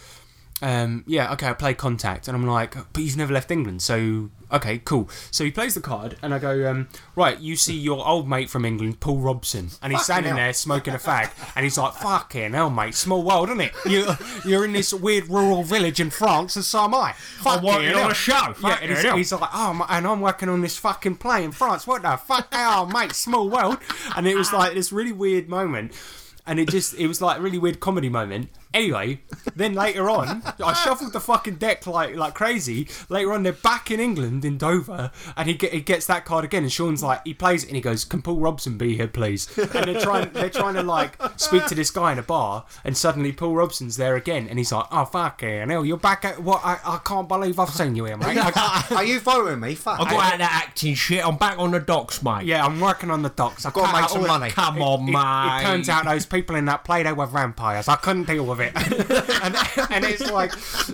S4: Um, yeah, okay, I play contact, and I'm like, but you've never left England, so okay, cool. So he plays the card, and I go, um, right, you see your old mate from England, Paul Robson, and he's standing there smoking a fag, and he's like, fucking hell, mate, small world, isn't it? You, you're in this weird rural village in France, and so am I. Fucking
S2: working on
S4: hell."
S2: a show,
S4: Yeah,
S2: fucking
S4: and he's,
S2: hell.
S4: he's like, oh, my- and I'm working on this fucking play in France. What the fuck? Oh, mate, small world. And it was like this really weird moment. And it just, it was like a really weird comedy moment. Anyway, then later on, I shuffled the fucking deck like like crazy. Later on, they're back in England, in Dover, and he, get, he gets that card again. And Sean's like, he plays it and he goes, "Can Paul Robson be here, please?" And they're trying, they're trying to like speak to this guy in a bar, and suddenly Paul Robson's there again, and he's like, "Oh fucking hell, you're back at what? I, I can't believe I've seen you here, mate." I can't-
S3: Are you following me? Fuck.
S2: I got out of that acting shit. I'm back on the docks, mate.
S4: Yeah, I'm working on the docks. I've
S3: Gotta
S4: cut
S3: make
S4: out
S3: some
S4: all-
S3: money.
S2: Come
S4: It-
S2: on,
S4: it,
S2: mate.
S4: It turns out those people in that play they were vampires. I couldn't deal with it, and, and it's like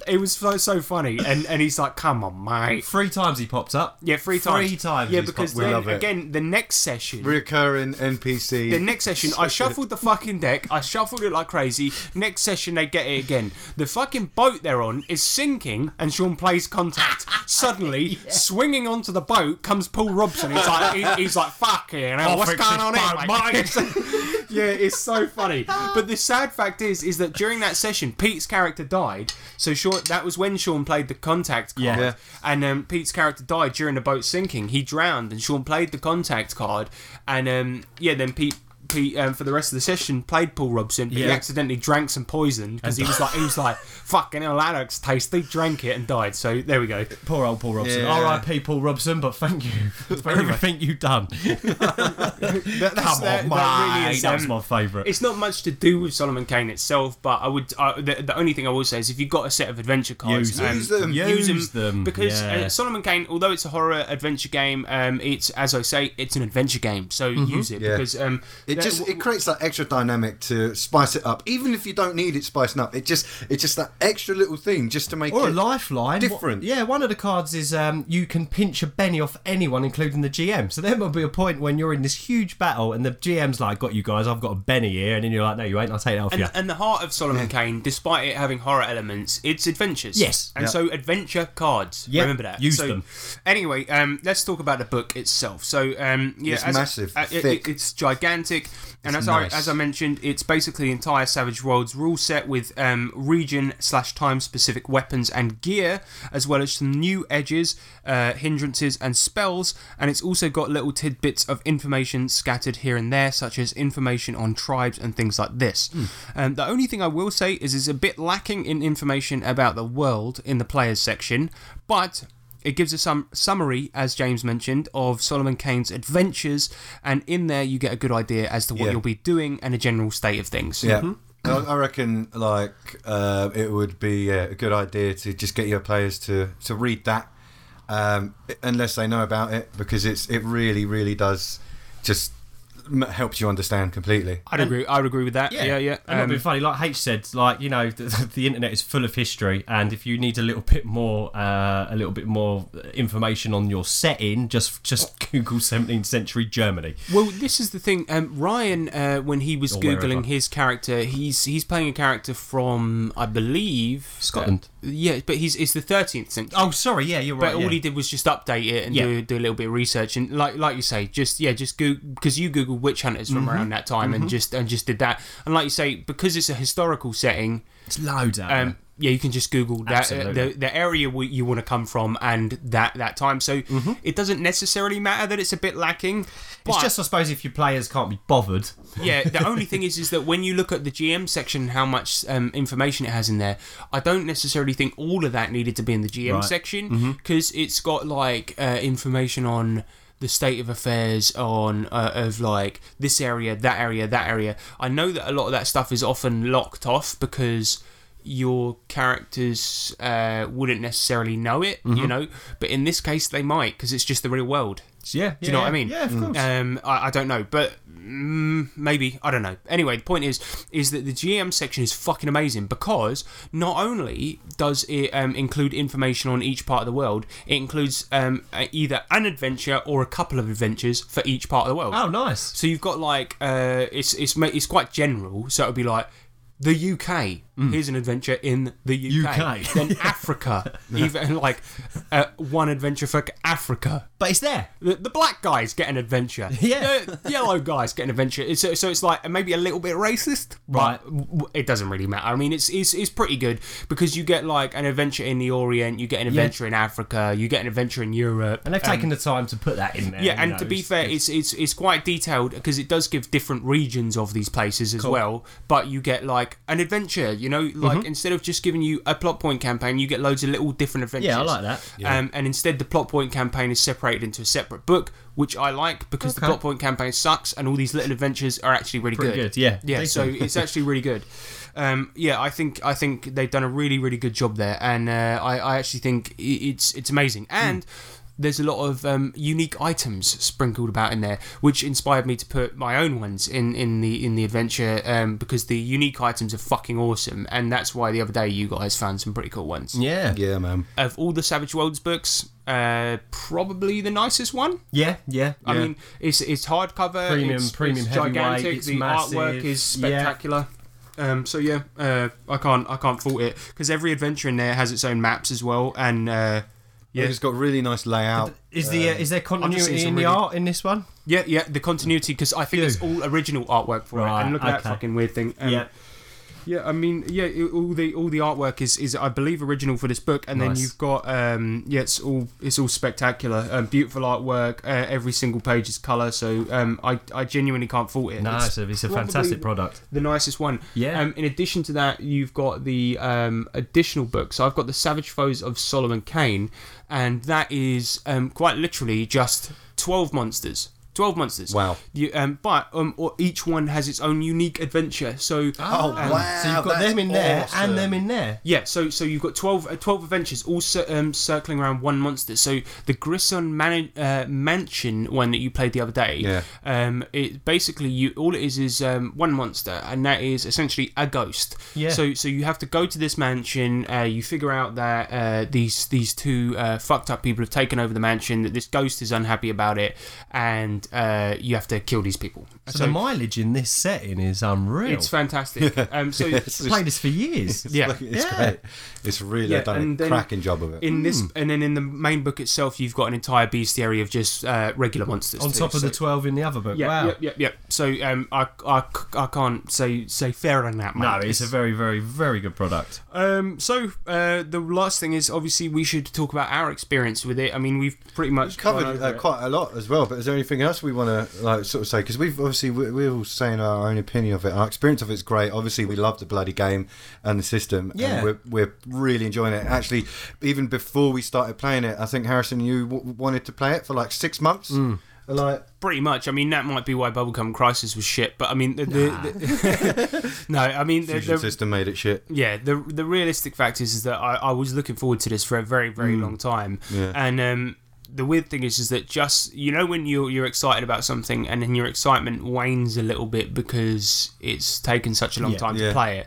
S4: it was so so funny. And and he's like, "Come on, mate."
S2: Three times he popped up.
S4: Yeah, three times.
S2: Three times.
S4: Yeah,
S2: he's
S4: because
S2: popped-
S3: We
S4: then
S3: love it.
S4: again, the next session,
S3: Reoccurring NPC.
S4: the next session, I shuffled the fucking deck. I shuffled it like crazy. Next session, they get it again. The fucking boat they're on is sinking, and Sean plays contact. Suddenly, swinging onto the boat comes Paul Robson. He's like, he, he's like, fucking, hell,
S2: I'll
S4: what's
S2: fix
S4: going
S2: this
S4: on
S2: boat,
S4: here? mate?"
S2: mate.
S4: yeah, it's so funny. But the sad fact is, is that during that session, Pete's character died. So Sean, that was when Sean played the contact card,
S2: Yeah. Yeah.
S4: and um, Pete's character died during the boat sinking. He drowned, and Sean played the contact card, and um, yeah, then Pete. Pete, um, for the rest of the session, played Paul Robson, but he
S2: Yeah.
S4: accidentally drank some poison because he was like, he was like, "Fucking hell, that looks tasty." Drank it and died. So there we go.
S2: Poor old Paul Robson.
S3: Yeah.
S2: R.I.P. Paul Robson, but thank you for everything you've done. Come
S4: that-
S2: on,
S4: that really
S2: mate.
S4: is,
S2: that was
S4: um,
S2: my favourite.
S4: It's not much to do with Solomon Kane itself, but I would. I the, the only thing I will say is if you've got a set of adventure cards,
S2: Use
S4: um,
S2: them.
S3: Use them.
S2: Use
S4: use them
S2: them,
S4: because
S2: yeah.
S4: uh, Solomon Kane, although it's a horror adventure game, um, it's as I say, it's an adventure game, so use it
S3: Mm-hmm. Yeah.
S4: because um,
S3: It
S2: Yeah,
S3: just
S2: w-
S3: it creates that extra dynamic to spice it up, even if you don't need it spicing up. It just it's just that extra little thing just to make
S2: Or a
S3: it
S2: lifeline.
S3: different.
S2: Wha- yeah, one of the cards is um, you can pinch a penny off anyone, including the GM. So there might be a point when you're in this huge battle and the GM's like, got you guys, I've got a penny here. And then you're like, no, you ain't, I'll take it off
S4: And, uh,
S2: you.
S4: and the heart of Solomon Kane, despite it having horror elements, it's adventures.
S2: Yes.
S4: And
S3: Yeah.
S4: so adventure cards.
S2: Yeah,
S4: Remember that.
S2: use
S4: So,
S2: them.
S4: Anyway, um, let's talk about the book itself. So, um, yeah,
S3: It's
S4: as-
S3: massive,
S4: uh, it-
S3: thick.
S4: it's gigantic. And
S3: It's
S4: as
S3: nice.
S4: I as I mentioned, it's basically the entire Savage Worlds rule set with um, region slash time specific weapons and gear, as well as some new edges, uh, hindrances, and spells. And it's also got little tidbits of information scattered here and there, such as information on tribes and things like this. Um, the only thing I will say is it's a bit lacking in information about the world in the players section, but it gives a sum- summary, as James mentioned, of Solomon Kane's adventures, and in there you get a good idea as to what
S3: Yeah.
S4: you'll be doing and a general state of things.
S3: Yeah. I I reckon, like, uh, it would be yeah, a good idea to just get your players to, to read that, um, unless they know about it, because it's it really, really does just m- helps you understand completely.
S4: I'd agree. I'd agree with that. Yeah, yeah.
S2: And that'd
S4: Um,
S2: be funny. Like H said, like you know, the, the internet is full of history, and if you need a little bit more, uh, a little bit more information on your setting, just just Google 17th century Germany.
S4: Well, this is the thing. Um, Ryan, uh, when he was
S2: Or wherever.
S4: googling his character, he's he's playing a character from, I believe,
S2: Scotland.
S4: Uh, yeah, but he's it's the 13th century.
S2: Oh, sorry. Yeah, you're right.
S4: But all
S2: yeah.
S4: he did was just update it and
S2: Yeah.
S4: do, do a little bit of research and like like you say, just yeah, just go because you Google witch hunters
S2: Mm-hmm.
S4: from around that time and just and just did that. And like you say, because it's a historical setting,
S2: It's loads out.
S4: um, yeah, you can just Google that uh,
S2: Absolutely.
S4: the the area w- you want to come from and that that time. So it doesn't necessarily matter that it's a bit lacking. But
S2: Mm-hmm. it's just, I suppose, if your players can't be bothered.
S4: yeah, the only thing is, is that when you look at the GM section, and how much um, information it has in there, I don't necessarily think all of that needed to be in the GM
S2: Right.
S4: section because it's got like uh, information on the state of affairs on uh, of like this area, that area, that area. I know that a lot of that stuff is often locked off because your characters uh, wouldn't necessarily know it, you know. But in this case, they might because it's just the real world.
S2: Yeah,
S4: Do you know what I mean?
S2: Yeah, of course.
S4: Um, I, I don't know, but mm, maybe I don't know. Anyway, the point is, is that the GM section is fucking amazing because not only does it um, include information on each part of the world, it includes um, a- either an adventure or a couple of adventures for each part of the world.
S2: oh, nice.
S4: So you've got like uh, it's it's ma- it's quite general. So it'll be like the UK.
S2: Mm.
S4: Here's an adventure in the UK.
S2: UK.
S4: Then Africa. Even like uh, one adventure for Africa.
S2: But it's there.
S4: The, the black guys get an adventure.
S2: Yeah.
S4: The yellow guys get an adventure. It's, so it's like maybe a little bit racist, but
S2: Right.
S4: w- w- it doesn't really matter. I mean, it's, it's it's pretty good because you get like an adventure in the Orient, you get an adventure in Africa, you get an adventure in Europe.
S2: And they've taken the time to put that in there.
S4: Um, Yeah,
S2: you
S4: and
S2: know,
S4: to be
S2: it's-
S4: fair, it's it's it's quite detailed because it does give different regions of these places as well. But you get like an adventure, you know, like
S2: Mm-hmm.
S4: instead of just giving you a plot point campaign, you get loads of little different adventures.
S2: Yeah, I like that.
S4: Um, and instead, the plot point campaign is separated into a separate book, which I like because the
S2: Okay.
S4: plot point campaign sucks, and all these little adventures are actually really
S2: Pretty
S4: good.
S2: good, yeah.
S4: yeah. So
S2: Decent.
S4: it's actually really good. Um, yeah, I think I think they've done a really really good job there, and uh, I I actually think i- it's it's amazing and. There's a lot of um, unique items sprinkled about in there, which inspired me to put my own ones in, in the in the adventure um, because the unique items are fucking awesome, and that's why the other day you guys found some pretty cool ones
S2: yeah.
S3: Yeah, man.
S4: of all the Savage Worlds books, uh, probably the nicest one.
S2: Yeah, yeah.
S4: I mean, it's it's hardcover,
S2: Premium-
S4: it's,
S2: premium
S4: it's
S2: heavyweight,
S4: gigantic.
S2: it's
S4: the
S2: massive,
S4: artwork is
S2: yeah.
S4: spectacular. Um, so yeah, uh, I can't I can't fault it because every adventure in there has its own maps as well, and uh, Yeah.
S3: It's got really nice layout.
S2: is the
S4: um,
S2: uh, is there
S4: seen
S2: continuity
S4: some
S2: in the
S4: really-
S2: art in this one?
S4: yeah, yeah, the continuity because I think
S2: Phew.
S4: it's all original artwork for
S2: Right,
S4: it. And look at that
S2: okay.
S4: fucking weird thing. Um, Yeah, I mean, yeah, it- all the all the artwork is, is I believe original for this book, and
S2: Nice.
S4: then you've got um, yeah, it's all it's all spectacular, um, beautiful artwork. Uh, every single page is color, so um, I I genuinely can't fault it.
S2: No,
S4: It's
S2: it's, a- it's a
S4: probably
S2: fantastic product.
S4: The nicest one.
S2: Yeah.
S4: Um, in addition to that, you've got the um, additional book. So I've got the Savage Foes of Solomon Kane, and that is um, quite literally just twelve monsters. Twelve monsters.
S3: Wow.
S4: You, um, but um, or each one has its own unique adventure. So
S2: Ah.
S3: Oh, wow.
S2: Um, So you've got
S3: that's
S2: them in there
S3: awesome.
S2: and them in there.
S4: Yeah, so so you've got 12, uh, 12 adventures all cir- um, circling around one monster. So the Grisson Man- uh, Mansion one that you played the other day,
S3: Yeah.
S4: um, it basically you all it is is um, one monster, and that is essentially a ghost.
S2: Yeah.
S4: So so you have to go to this mansion. Uh, you figure out that uh, these these two uh, fucked up people have taken over the mansion. That this ghost is unhappy about it, and uh, you have to kill these people.
S2: So, the mileage in this setting is unreal.
S4: it's fantastic. um, so
S2: I've played this for years.
S4: yeah.
S3: It's
S2: Yeah.
S3: great. It's really they've done
S4: and
S3: a
S4: then
S3: cracking job of it.
S2: Hmm.
S4: In this, and then in the main book itself, you've got an entire bestiary of just uh, regular monsters
S2: On
S4: too,
S2: top of
S4: so-
S2: the 12 in the other book.
S4: Yeah,
S2: wow.
S4: yep, yep, yep. So um, I, I, c- I can't say say fair on that. Mate.
S2: No, it's a very, very, very good product.
S4: Um, so uh, the last thing is obviously we should talk about our experience with it. I mean, we've pretty much
S3: covered
S4: gone over
S3: uh,
S4: it.
S3: quite a lot as well. But is there anything else we want to like sort of say? Because we've obviously we're, we're all saying our own opinion of it. Our experience of it's great. Obviously, we love the bloody game and the system.
S2: Yeah.
S3: and we're, we're really enjoying it. Actually, even before we started playing it, I think Harrison, you w- wanted to play it for like six months. Like
S4: pretty much. I mean, that might be why Bubblegum Crisis was shit. But I mean, the, the, no, I mean the,
S3: fusion
S4: the,
S3: system made it shit.
S4: yeah the the realistic fact is, is that I, I was looking forward to this for a very very
S2: Mm.
S4: long time
S3: Yeah.
S4: and um the weird thing is is that just you know when you're you're excited about something and then your excitement wanes a little bit because it's taken such a long
S2: Yeah.
S4: time
S3: Yeah.
S4: to play it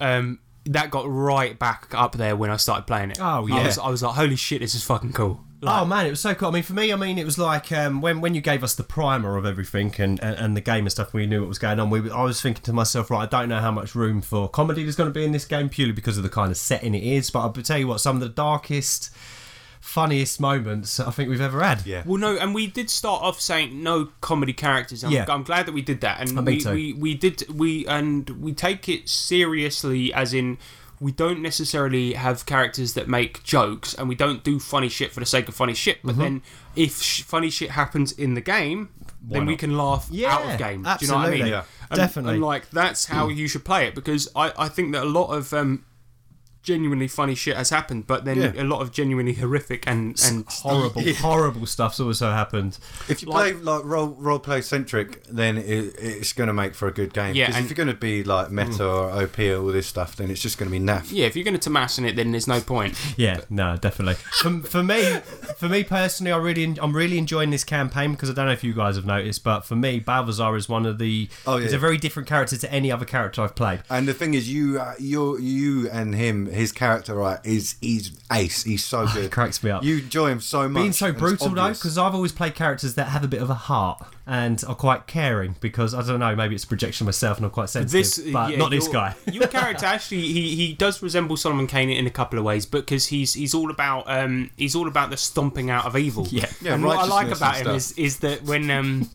S4: um that got right back up there when I started playing it
S2: Oh,
S4: I
S2: yeah.
S4: was, I was like holy shit this is fucking cool
S2: oh man, it was so cool. I mean, for me, I mean, it was like um, when when you gave us the primer of everything and, and, and the game and stuff, we knew what was going on. We, were- I was thinking to myself, right, I don't know how much room for comedy there's going to be in this game purely because of the kind of setting it is. But I'll tell you what, some of the darkest, funniest moments I think we've ever had.
S3: Yeah.
S4: Well, no, and we did start off saying no comedy characters. I'm,
S2: Yeah.
S4: I'm glad that we did that, and
S2: me
S4: we,
S2: too.
S4: we we did we and we take it seriously, as in we don't necessarily have characters that make jokes, and we don't do funny shit for the sake of funny shit.
S2: Mm-hmm.
S4: But then, if sh- funny shit happens in the game, then we
S2: not?
S4: can laugh
S2: Yeah,
S4: out of game. Do you know what I
S2: absolutely.
S4: mean?
S2: Yeah.
S4: And-
S2: Definitely. Mm.
S4: And like that's how you should play it because I I think that a lot of um. Genuinely funny shit has happened, but then
S3: Yeah.
S4: a lot of genuinely horrific and and
S2: Horrible, horrible stuff's also happened.
S3: If you
S4: Like-
S3: play like role role play centric, then it, it's going to make for a good game.
S4: Yeah,
S3: 'Cause
S4: and- Mm.
S3: if you're going to be like meta or OP or all this stuff, then it's just going to be naff.
S4: Yeah, if you're going to Tomas in it, then there's no point.
S2: Yeah, no, definitely. For, for me, for me personally, I really, en- I'm really enjoying this campaign because I don't know if you guys have noticed, but for me, Balthazar is one of the.
S3: Oh, yeah.
S2: He's a very different character to any other character I've played.
S3: And the thing is, you, uh, you, you, and him, his character, right, is he's ace. He's so good.
S2: Oh, cracks me up.
S3: You enjoy him so much.
S2: Being so
S3: and it's
S2: brutal though,
S3: obvious.
S2: because I've always played characters that have a bit of a heart and are quite caring. Because I don't know, maybe it's a projection of myself, and I'm quite sensitive.
S4: This,
S2: but
S4: yeah,
S2: not this
S4: your-
S2: guy.
S4: your character actually, he, he does resemble Solomon Kane in a couple of ways, but because he's he's all about um he's all about the stomping out of evil.
S2: Yeah.
S3: Yeah,
S4: and what I like
S3: righteousness
S4: about
S3: and
S4: him is
S3: stuff.
S4: is that when um.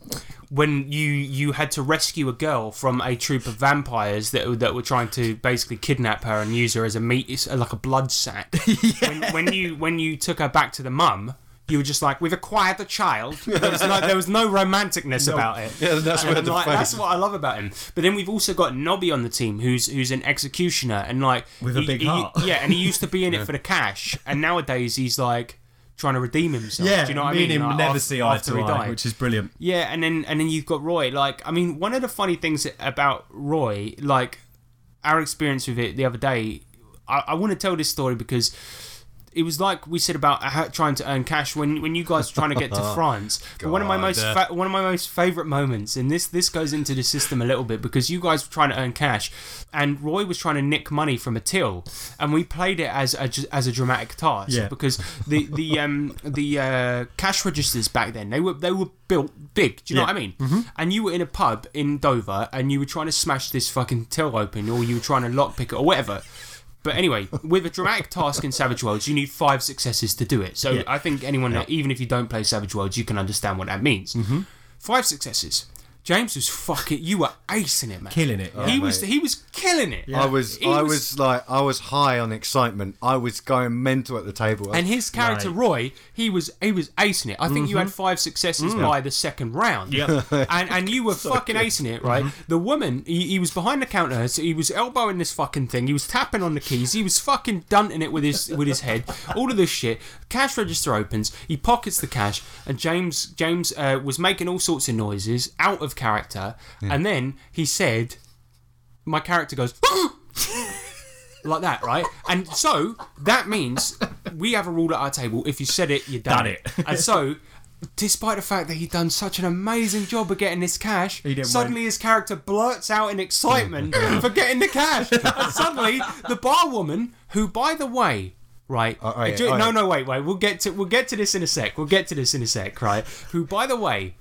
S4: When you, you had to rescue a girl from a troop of vampires that that were trying to basically kidnap her and use her as a meat it's like a blood sack. when, when you when you took her back to the mum, you were just like, "We've acquired the child." There was no, there was no romanticness about it.
S3: Yeah, that's where
S4: And,
S3: the
S4: like,
S3: phrase-
S4: that's what I love about him. But then we've also got Nobby on the team, who's who's an executioner and like
S2: With a
S4: he-
S2: big
S4: he-
S2: heart.
S4: Yeah, and he used to be in it for the cash, and nowadays he's like trying to redeem himself.
S2: yeah,
S4: do you know what
S2: me
S4: I mean?
S2: and him
S4: Like,
S2: never
S4: af-
S2: see eye to eye, which is brilliant.
S4: yeah, and then and then you've got Roy. Like, I mean, one of the funny things about Roy, like our experience with it the other day, I, I want to tell this story because it was like we said about how, trying to earn cash when when you guys were trying to get to France. But one of my most fa- one of my most favorite moments, and this this goes into the system a little bit because you guys were trying to earn cash, and Roy was trying to nick money from a till, and we played it as a, as a dramatic task
S2: Yeah.
S4: because the the um the uh, cash registers back then they were they were built big. Do you know
S2: Yeah. Mm-hmm.
S4: what I mean? And you were in a pub in Dover, and you were trying to smash this fucking till open, or you were trying to lockpick it, or whatever. But anyway, with a dramatic task in Savage Worlds, you need five successes to do it. So
S2: Yeah. Mm-hmm.
S4: I think anyone, that even if you don't play Savage Worlds, you can understand what that means. Five successes. James was fucking. You were acing it, man.
S2: Killing it.
S4: he
S3: Oh,
S4: was.
S3: mate.
S4: He was killing it.
S3: I was,
S4: He
S3: I was like, I was high on excitement. I was going mental at the table.
S4: And his character
S2: Right.
S4: Roy, he was he was acing it. I think you had five successes by the second round.
S2: Yep.
S4: and and you were fucking acing it, right? The woman, he, he was behind the counter, so he was elbowing this fucking thing. He was tapping on the keys. He was fucking dunting it with his with his head. All of this shit. Cash register opens. He pockets the cash, and James James uh, was making all sorts of noises out of character. And then he said, "My character goes." like that, right? And so that means we have a rule at our table: if you said it, you done,
S2: Done it.
S4: and so, despite the fact that he'd done such an amazing job of getting this cash,
S2: didn't
S4: suddenly his character blurts out in excitement for getting the cash, and suddenly the barwoman, who, by the way. Right.
S3: oh, yeah,
S4: Do you-
S3: oh,
S4: no,
S3: yeah.
S4: no, wait, wait. We'll get to we'll get to this in a sec. We'll get to this in a sec, right? Who, by the way,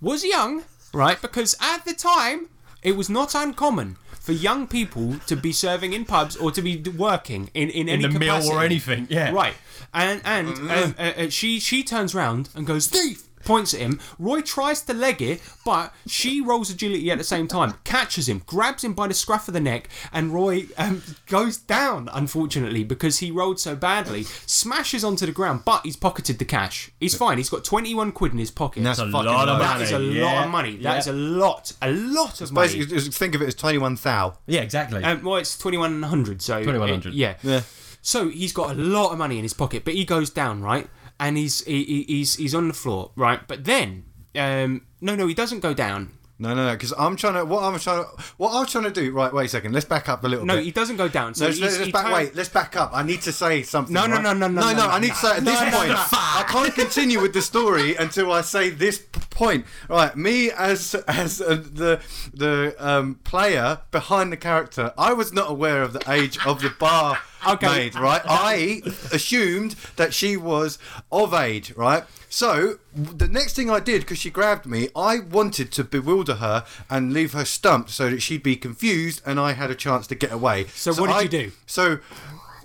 S4: was young, right? Because at the time, it was not uncommon for young people to be serving in pubs or to be d- working in in, any
S2: the mill or
S4: capacity.
S2: anything, yeah.
S4: right. And and
S2: Mm.
S4: um, uh, uh, she she turns round and goes thief. Points at him. Roy tries to leg it, but she rolls agility at the same time, catches him, grabs him by the scruff of the neck, and Roy um, goes down, unfortunately, because he rolled so badly. Smashes onto the ground, but he's pocketed the cash. He's fine. He's got 21 quid in his pocket.
S3: That's
S2: It's a
S3: fucking
S2: lot of money.
S3: low.
S4: That is a lot
S2: Yeah.
S4: of money. That
S2: Yeah.
S4: is a lot, a lot of money.
S3: Basically, just think of it as twenty-one thou.
S2: Yeah, exactly.
S4: Um, well, it's twenty one hundred. So
S2: 2100.
S4: it- yeah.
S3: Yeah.
S4: So he's got a lot of money in his pocket, but he goes down right, and he's he, he- he's he's on the floor right. But then, um, no, no, he doesn't go down.
S3: No, no, no. Because I'm trying to. What I'm trying to. What I'm trying to do. Right. Wait a second. Let's back up a little
S4: No,
S3: bit.
S4: he doesn't go down. So
S3: No, let's,
S4: he's-
S3: let's
S4: he
S3: back.
S4: turn-
S3: Wait, let's back up. I need to say something.
S4: No, no,
S3: right?
S4: no, no, no,
S3: no,
S4: no,
S3: no.
S4: no,
S3: I need to say at
S4: no,
S3: this
S4: no,
S3: point.
S4: no.
S3: I can't continue with the story until I say this p- point. Right, me as as uh, the the um, player behind the character, I was not aware of the age of the bar.
S4: Okay.
S3: Maid, right? I assumed that she was of age, right? So w- the next thing I did, because she grabbed me, I wanted to bewilder her and leave her stumped so that she'd be confused and I had a chance to get away.
S4: So what did
S3: I-
S4: you do?
S3: So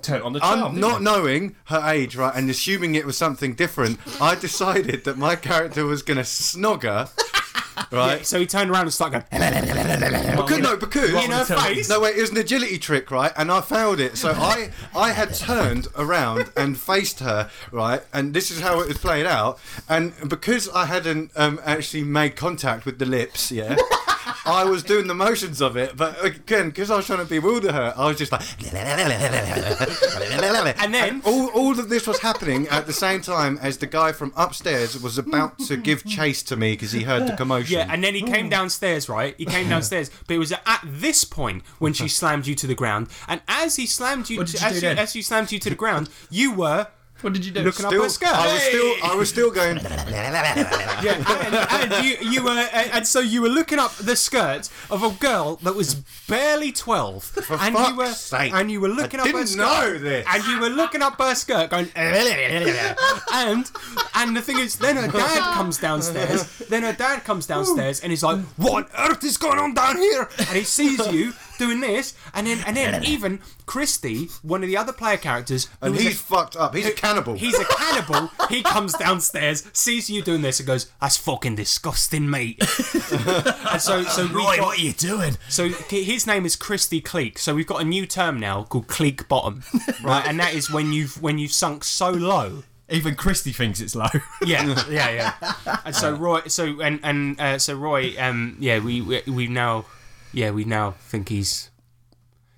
S2: Turn on the charm,
S3: I'm
S2: didn't
S3: not
S2: you?
S3: knowing her age, right, and assuming it was something different, I decided that my character was going to snog her, right?
S4: So he turned around and started going.
S3: Because, no, because
S4: In her face.
S3: No, wait, it was an agility trick, right? And I failed it, so I I had turned around and faced her, right? And this is how it was played out. And because I hadn't um, actually made contact with the lips, yeah. I was doing the motions of it, but again, because I was trying to bewilder her, I was just like, and
S4: then-
S3: all, all of this was happening at the same time as the guy from upstairs was about to give chase to me because he heard the commotion.
S4: Yeah, and then he came downstairs, right? He came downstairs, but it was at this point when she slammed you to the ground. And as he slammed you,
S2: What did
S4: to,
S2: you
S4: as,
S2: do
S4: you
S2: then?
S4: as you slammed you to the ground, you were
S2: What did you do?
S4: looking up
S3: Still-
S4: her skirt.
S3: I was still, I was still going.
S4: yeah, and, and you, you were, and, and so you were looking up the skirt of a girl that was barely twelve, and you
S3: fuck's
S4: were,
S3: sake.
S4: and you were looking
S3: I
S4: up her
S3: didn't
S4: skirt,
S3: know this.
S4: and you were looking up her skirt, going, "Eh." and and the thing is, then her dad comes downstairs, then her dad comes downstairs, and he's like, "What on earth is going on down here?" And he sees you. Doing this, and then and then even Christy, one of the other player characters, who
S3: And
S4: was a
S3: he's fucked up. He's a cannibal.
S4: He's a cannibal. he comes downstairs, sees you doing this, and goes, "That's fucking disgusting, mate." and so, so we got,
S2: you doing?
S4: so h- his name is Christy Cleek. So we've got a new term now called Cleek Bottom, right? and that is when you've when you've sunk so low.
S2: Even Christy thinks it's low.
S4: Yeah, yeah, yeah. And so Roy, so and and uh, so Roy, um, yeah, we, we we now, yeah, we now think he's.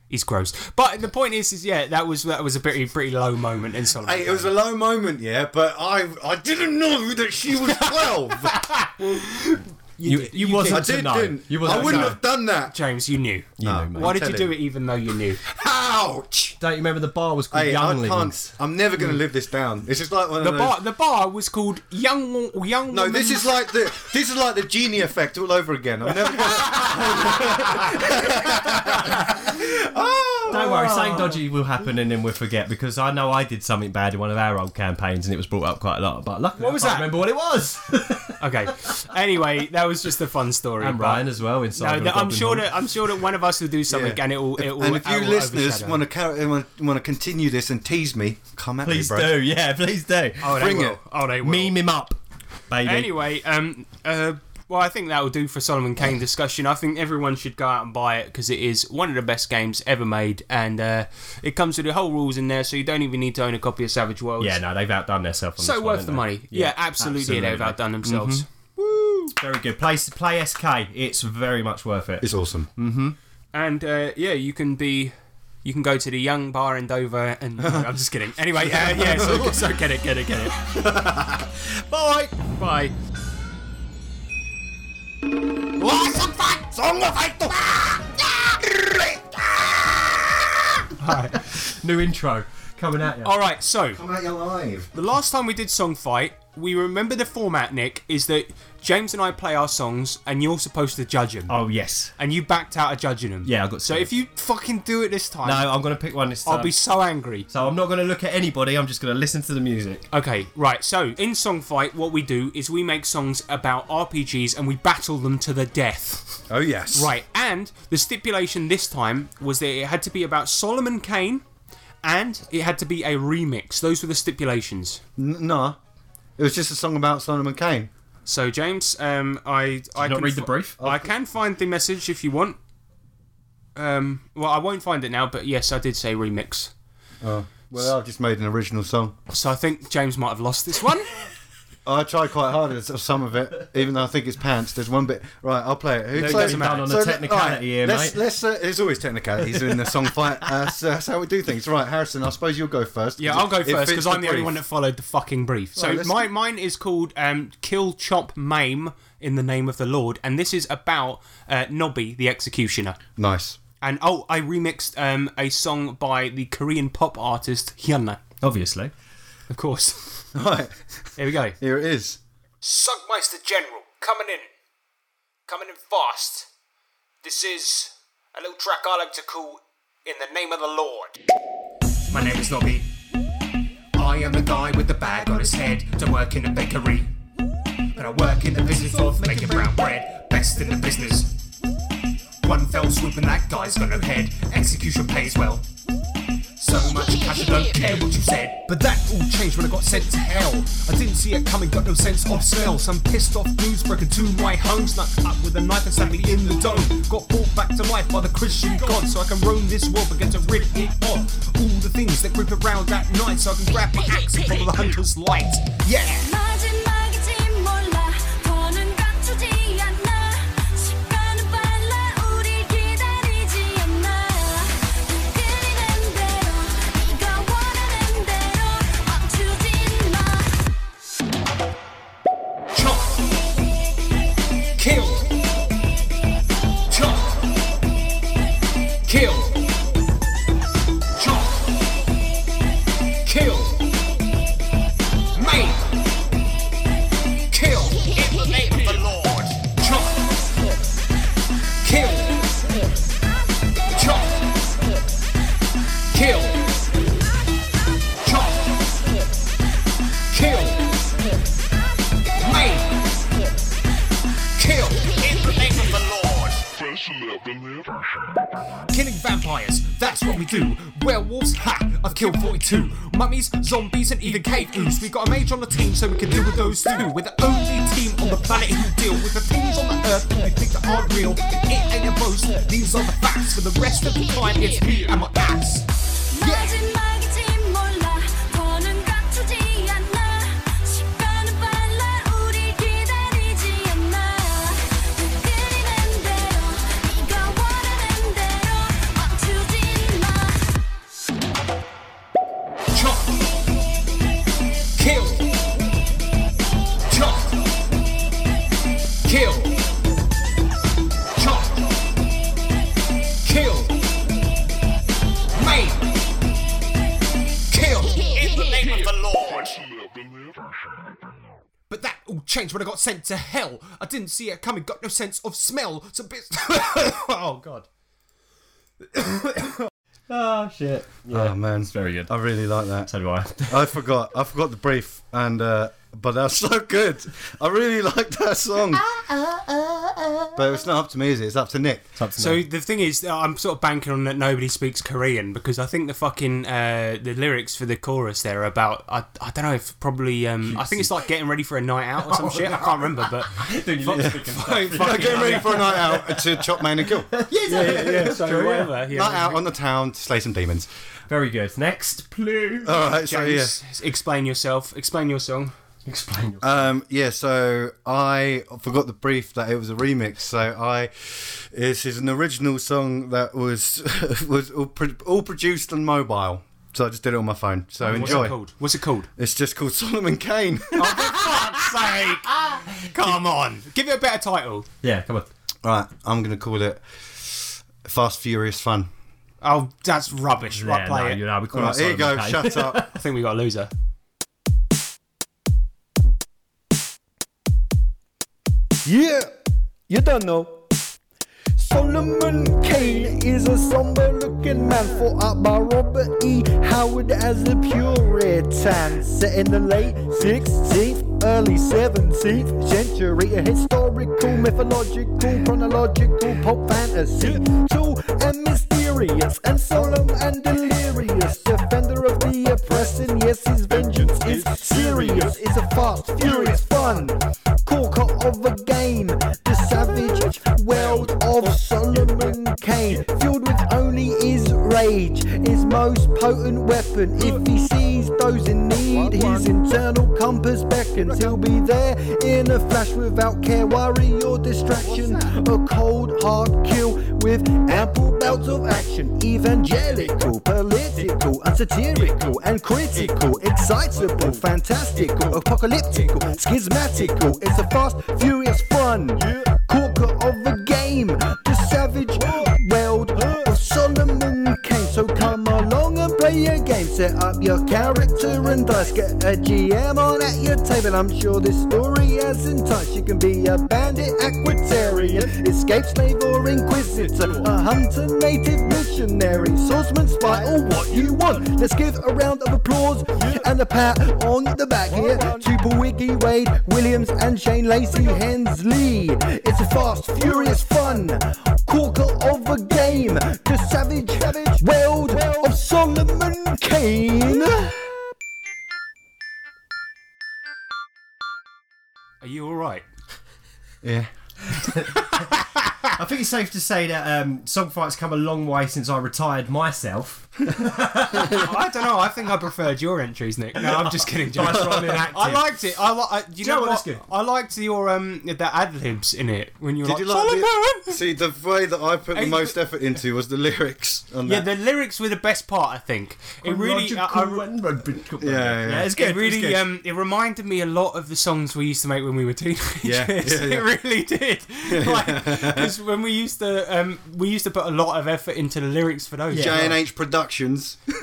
S4: He's gross, but the point is, is yeah, that was that was a pretty pretty low moment in Solomon.
S3: Hey, it was a low moment, yeah, but I I didn't know that she was twelve.
S2: you, you, wasn't
S3: I
S2: to
S3: did,
S2: know.
S3: didn't.
S2: You
S3: I
S2: wasn't.
S3: wouldn't
S2: to know.
S3: have done that.
S4: James, you knew.
S2: You know, mate.
S4: Why did you
S3: telling
S4: do it even though you knew?
S3: Ouch!
S2: Don't you remember the bar was called
S3: Hey,
S2: Young Mm.
S3: I
S2: Livings?
S3: can't. I'm never going to live this down. This is like one
S4: The
S3: of
S4: bar,
S3: those.
S4: the bar was called Young Wo- Young.
S3: No, this is like the this is like the genie effect all over again. I'm never. Gonna...
S2: Don't worry,
S4: Ah.
S2: something dodgy will happen and then we'll forget because I know I did something bad in one of our old campaigns and it was brought up quite a lot. But luckily,
S4: What was
S2: I
S4: that?
S2: can't remember what it was.
S4: okay. Anyway, that was just a fun story.
S2: and
S4: but-
S2: Ryan as well inside.
S4: No,
S2: of
S4: that-
S2: a
S4: I'm
S2: goblin hole.
S4: sure that I'm sure that one of us will do something,
S3: Yeah.
S4: and it will. It will
S3: and if you
S4: it will
S3: listeners
S4: overshadow.
S3: want to carry, want, to continue this and tease me, come at
S2: Please
S3: me, bro.
S2: do, yeah, please do.
S4: oh, they
S3: bring
S4: will.
S3: it.
S4: Oh, they will.
S2: Meme him up, baby.
S4: Anyway, um, uh, Well, I think that will do for Solomon Kane discussion. I think everyone should go out and buy it because it is one of the best games ever made, and uh, it comes with the whole rules in there, so you don't even need to own a copy of Savage Worlds.
S2: Yeah, no, they've outdone themselves. On
S4: so
S2: this one,
S4: worth
S2: haven't
S4: the
S2: they?
S4: money. Yeah, absolutely, Mm-hmm. they've outdone themselves.
S2: Very good. Play, play SK. It's very much worth it.
S3: It's awesome. Mm.
S4: And uh, yeah, you can be. You can go to the Young Bar in Dover, and no, I'm just kidding. Anyway, uh, yeah, so, so get it, get it, get it. Bye, bye.
S2: New intro coming at you.
S4: All right, so
S3: Come out your live.
S4: The last time we did Song Fight, we remember the format, Nick, is that James and I play our songs and you're supposed to judge them.
S2: Oh yes.
S4: And you backed out of judging them.
S2: Yeah, I got
S4: So
S2: scared.
S4: if you fucking do it this time,
S2: No, I'm gonna pick one this time.
S4: I'll be so angry.
S2: so I'm not gonna look at anybody. I'm just gonna listen to the music.
S4: Okay, right. So in Song Fight, what we do is we make songs about RPGs and we battle them to the death.
S3: Oh yes.
S4: Right. And the stipulation this time was that it had to be about Solomon Kane and it had to be a remix. Those were the stipulations.
S3: N- nah. It was just a song about Solomon Kane.
S4: So James, um, I I
S2: not
S4: can
S2: read the
S4: fi-
S2: brief?
S4: I can find the message if you want. Um, well, I won't find it now, but yes, I did say remix.
S3: Well, I've just made an original song.
S4: So I think James might have lost this one.
S3: I tried quite hard at some of it, even though I think it's pants. There's one bit. Right, I'll play it. Who
S2: No,
S3: so-
S2: you've done on a
S3: so-
S2: technicality
S3: right,
S2: here,
S3: let's,
S2: mate.
S3: Let's, uh, there's always technicalities in the song fight. Uh, so that's how we do things. Right, Harrison, I suppose you'll go first.
S4: yeah,
S3: It-
S4: I'll go
S3: it
S4: first
S3: fits
S4: because I'm the only
S3: brief.
S4: one that followed the fucking brief. So
S3: Right, let's-
S4: my mine is called um, "Kill, Chop, Maim" in the name of the Lord, and this is about uh, Nobby the executioner.
S3: Nice.
S4: And oh, I remixed um, a song by the Korean pop artist Hyuna,
S2: Obviously.
S4: of course.
S3: Right,
S4: Here we go.
S3: here it is.
S4: Suckmeister General coming in. Coming in fast. This is a little track I like to call In the Name of the Lord. My name is Nobby. I am the guy with the bag on his head. Don't work in a bakery. But I work in the business of making brown bread. Best in the business. One fell swoop and that guy's got no head. Execution pays well. So much cash, I don't care what you said.
S6: But that all changed when I got sent to hell. I didn't see it coming, got no sense of smell. Some pissed off dudes broke into my home, snuck up with a knife and stabbed me in the dome. Got brought back to life by the Christian God, so I can roam this world, begin to rid it of all the things that grip around at night, so I can grab my axe and follow the hunter's light. Yeah.
S7: 마지막인지 몰라 더는 감추지 않나 시간은 빨라 우릴 기다리지 않나 이끌리는 대로 네가 원하는 대로 멈추진 마
S6: Chop. Kill. Chop. Kill. Chop. Kill. Mate. Kill. In the name of the Lord. Chop. Kill. Chop. Kill. Chop. Kill. Mate. Kill in the name of the Lord. Killing vampires, that's what we do. Werewolves, ha, I've killed 42. Mummies, zombies, and even cave ooze. We've got a mage on the team, so we can deal with those too. We're the only team on the planet who deal with the things on the earth that we think that aren't real. It ain't a boast, these are the facts. For the rest of the time, it's me and my ass.
S7: 마지막인지 몰라 더는 감추지 않나 시간은 빨라 우릴 기다리지 않나 이끌리는 대로 네가 원하는 대로 멈추진 마
S6: Chop. Kill. Chop. Kill. Chop. Kill. Mate. Kill. In the name of the Lord. But that all changed when I got sent to hell. I didn't see it coming, got no sense of smell. So, bits. oh, God.
S4: Ah,
S2: Oh shit.
S3: Oh man,
S2: It's very good.
S3: I really like that.
S2: So do I.
S3: I forgot. I forgot the brief, and uh, but that's so good. I really like that song. But it's not up to me, is it? It's up to Nick.
S2: It's up to
S4: So
S2: me.
S4: the thing is, uh, I'm sort of banking on that nobody speaks Korean because I think the fucking uh, the lyrics for the chorus there are about I, I don't know if probably um, I think it's like getting ready for a night out or some shit. I can't remember, but
S2: Doing your lipstick and stuff.
S3: Like, Oh, getting ready for a night out to chop man and kill.
S4: yeah, so whatever.
S3: Night out on the town to slay some demons.
S2: Very good. Next, please.
S3: All right, so yeah.
S4: James, explain yourself. Explain your song.
S2: Explain. Your-
S3: Um, yeah, so I forgot the brief that it was a remix. So I, this is an original song that was was all, pro- all produced on mobile. So I just did it on my phone. So
S4: What's
S3: enjoy.
S4: it called? What's it called?
S3: It's just called Solomon Kane.
S4: Come on, give it a better title.
S2: yeah, come on.
S3: All right, I'm gonna call it Fast Furious Fun.
S4: Oh, that's rubbish.
S2: Yeah,
S4: right, play
S2: no,
S4: it.
S2: You know, we call
S3: All right,
S2: it
S3: here you go.
S2: Simon Cage.
S3: Shut up.
S4: I think we got a loser.
S6: Yeah, you don't know. Solomon Kane is a somber looking man fought out by Robert E. Howard as a Puritan. Set in the late 16th, early 17th century, a historical, mythological, chronological pop fantasy. True and mysterious, and solemn and delirious. Defender of the oppressing, yes, his vengeance is serious. It's a fast, furious fun. Corker of a game, the savage world of Solomon Kane, filled with only his rage, his most potent weapon. If he sees those in need, his internal compass beckons. He'll be there in a flash without care, worry or distraction. A cold hard kill with ample bouts of action, evangelical, political, and satirical, and critical, excitable, fantastical, apocalyptical, schismatical. It's a fast, furious fun. Corker of the game, the savage world of Solomon Kane. So come along and play a game. Set up your character and dice. Get a GM on at your table. I'm sure this story has enticed. You can be a bandit, aquitarian, escape slave or inquisitor, a hunter, native missionary, swordsman, spy, or what you want. Let's give a round of applause and a pat on the back here to Bawiggy, Wade, Williams, and Shane Lacey Hensley. It's a fast, furious fun, corker of a game, the savage, savage world of Solomon Kane.
S4: Are you all right?
S3: Yeah.
S2: I think it's safe to say that um, Songfight's come a long way since I retired myself.
S4: I don't know. I think I preferred your entries, Nick. No, I'm just kidding, James.
S2: Nice one, inactive.
S4: I liked it. I, li- I you,
S2: know
S4: know,
S2: what,
S4: what?
S2: that's good.
S4: I liked your um the ad libs in it when you were
S3: Did you
S4: like,
S3: like
S4: Solomon.
S3: the, See, the way that I put the
S4: Hey,
S3: most effort into was the lyrics on
S4: Yeah,
S3: that.
S4: the lyrics were the best part. I think it really. I, I,
S2: Logical and rubbish.
S3: yeah, yeah.
S2: yeah, it's good.
S4: it
S2: it's
S4: really
S2: good.
S4: um it reminded me a lot of the songs we used to make when we were teenagers.
S3: Yeah, yeah, yeah.
S4: It really did. Because when we used to um we used to put a lot of effort into the lyrics for those.
S3: J&H Productions.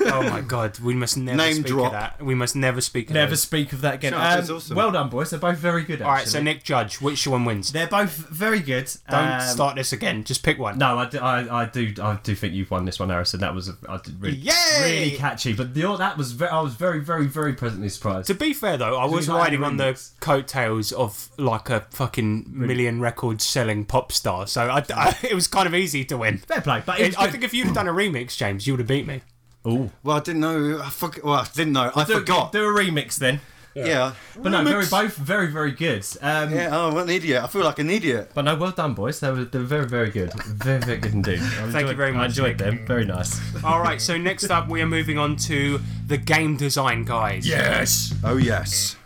S4: Oh my god, we must never
S3: Name
S4: speak
S3: drop.
S4: of that. We must never speak of
S2: Never
S4: those.
S2: speak of that again.
S3: Sure, that's
S2: Um,
S3: awesome.
S2: Well done, boys. They're both very good.
S4: All right, so
S2: actually.
S4: Nick Judge, which one wins?
S2: they're both very good.
S4: Don't
S2: Um,
S4: start this again. Just pick one.
S2: No, I do, I, I do I do think you've won this one, Harrison. That was a, I did really
S4: Yay!
S2: really catchy, but the, that was ve- I was very very very pleasantly surprised.
S4: To be fair though, I was
S2: you like
S4: riding
S2: the
S4: on the
S2: remix?
S4: coattails of like a fucking million record selling pop star, so I, I- it was kind of easy to win.
S2: Fair play, but
S4: It-
S2: it's
S4: I think if you'd have done a remix, James, you would have beat me.
S2: oh,
S3: Well, I didn't know. I forgot. Well, I didn't know. I
S2: do,
S3: forgot.
S2: do a remix then.
S3: yeah.
S2: But no, very both very very good. Um,
S3: Yeah, oh, what an idiot. I feel like an idiot.
S2: But no, well done, boys. They were, they were very, very good. Very, very good indeed. Thank
S4: you very
S2: I
S4: much,
S2: enjoyed them. Very nice.
S4: All right, so next up we are moving on to the game design guys.
S2: Yes.
S3: Oh, yes.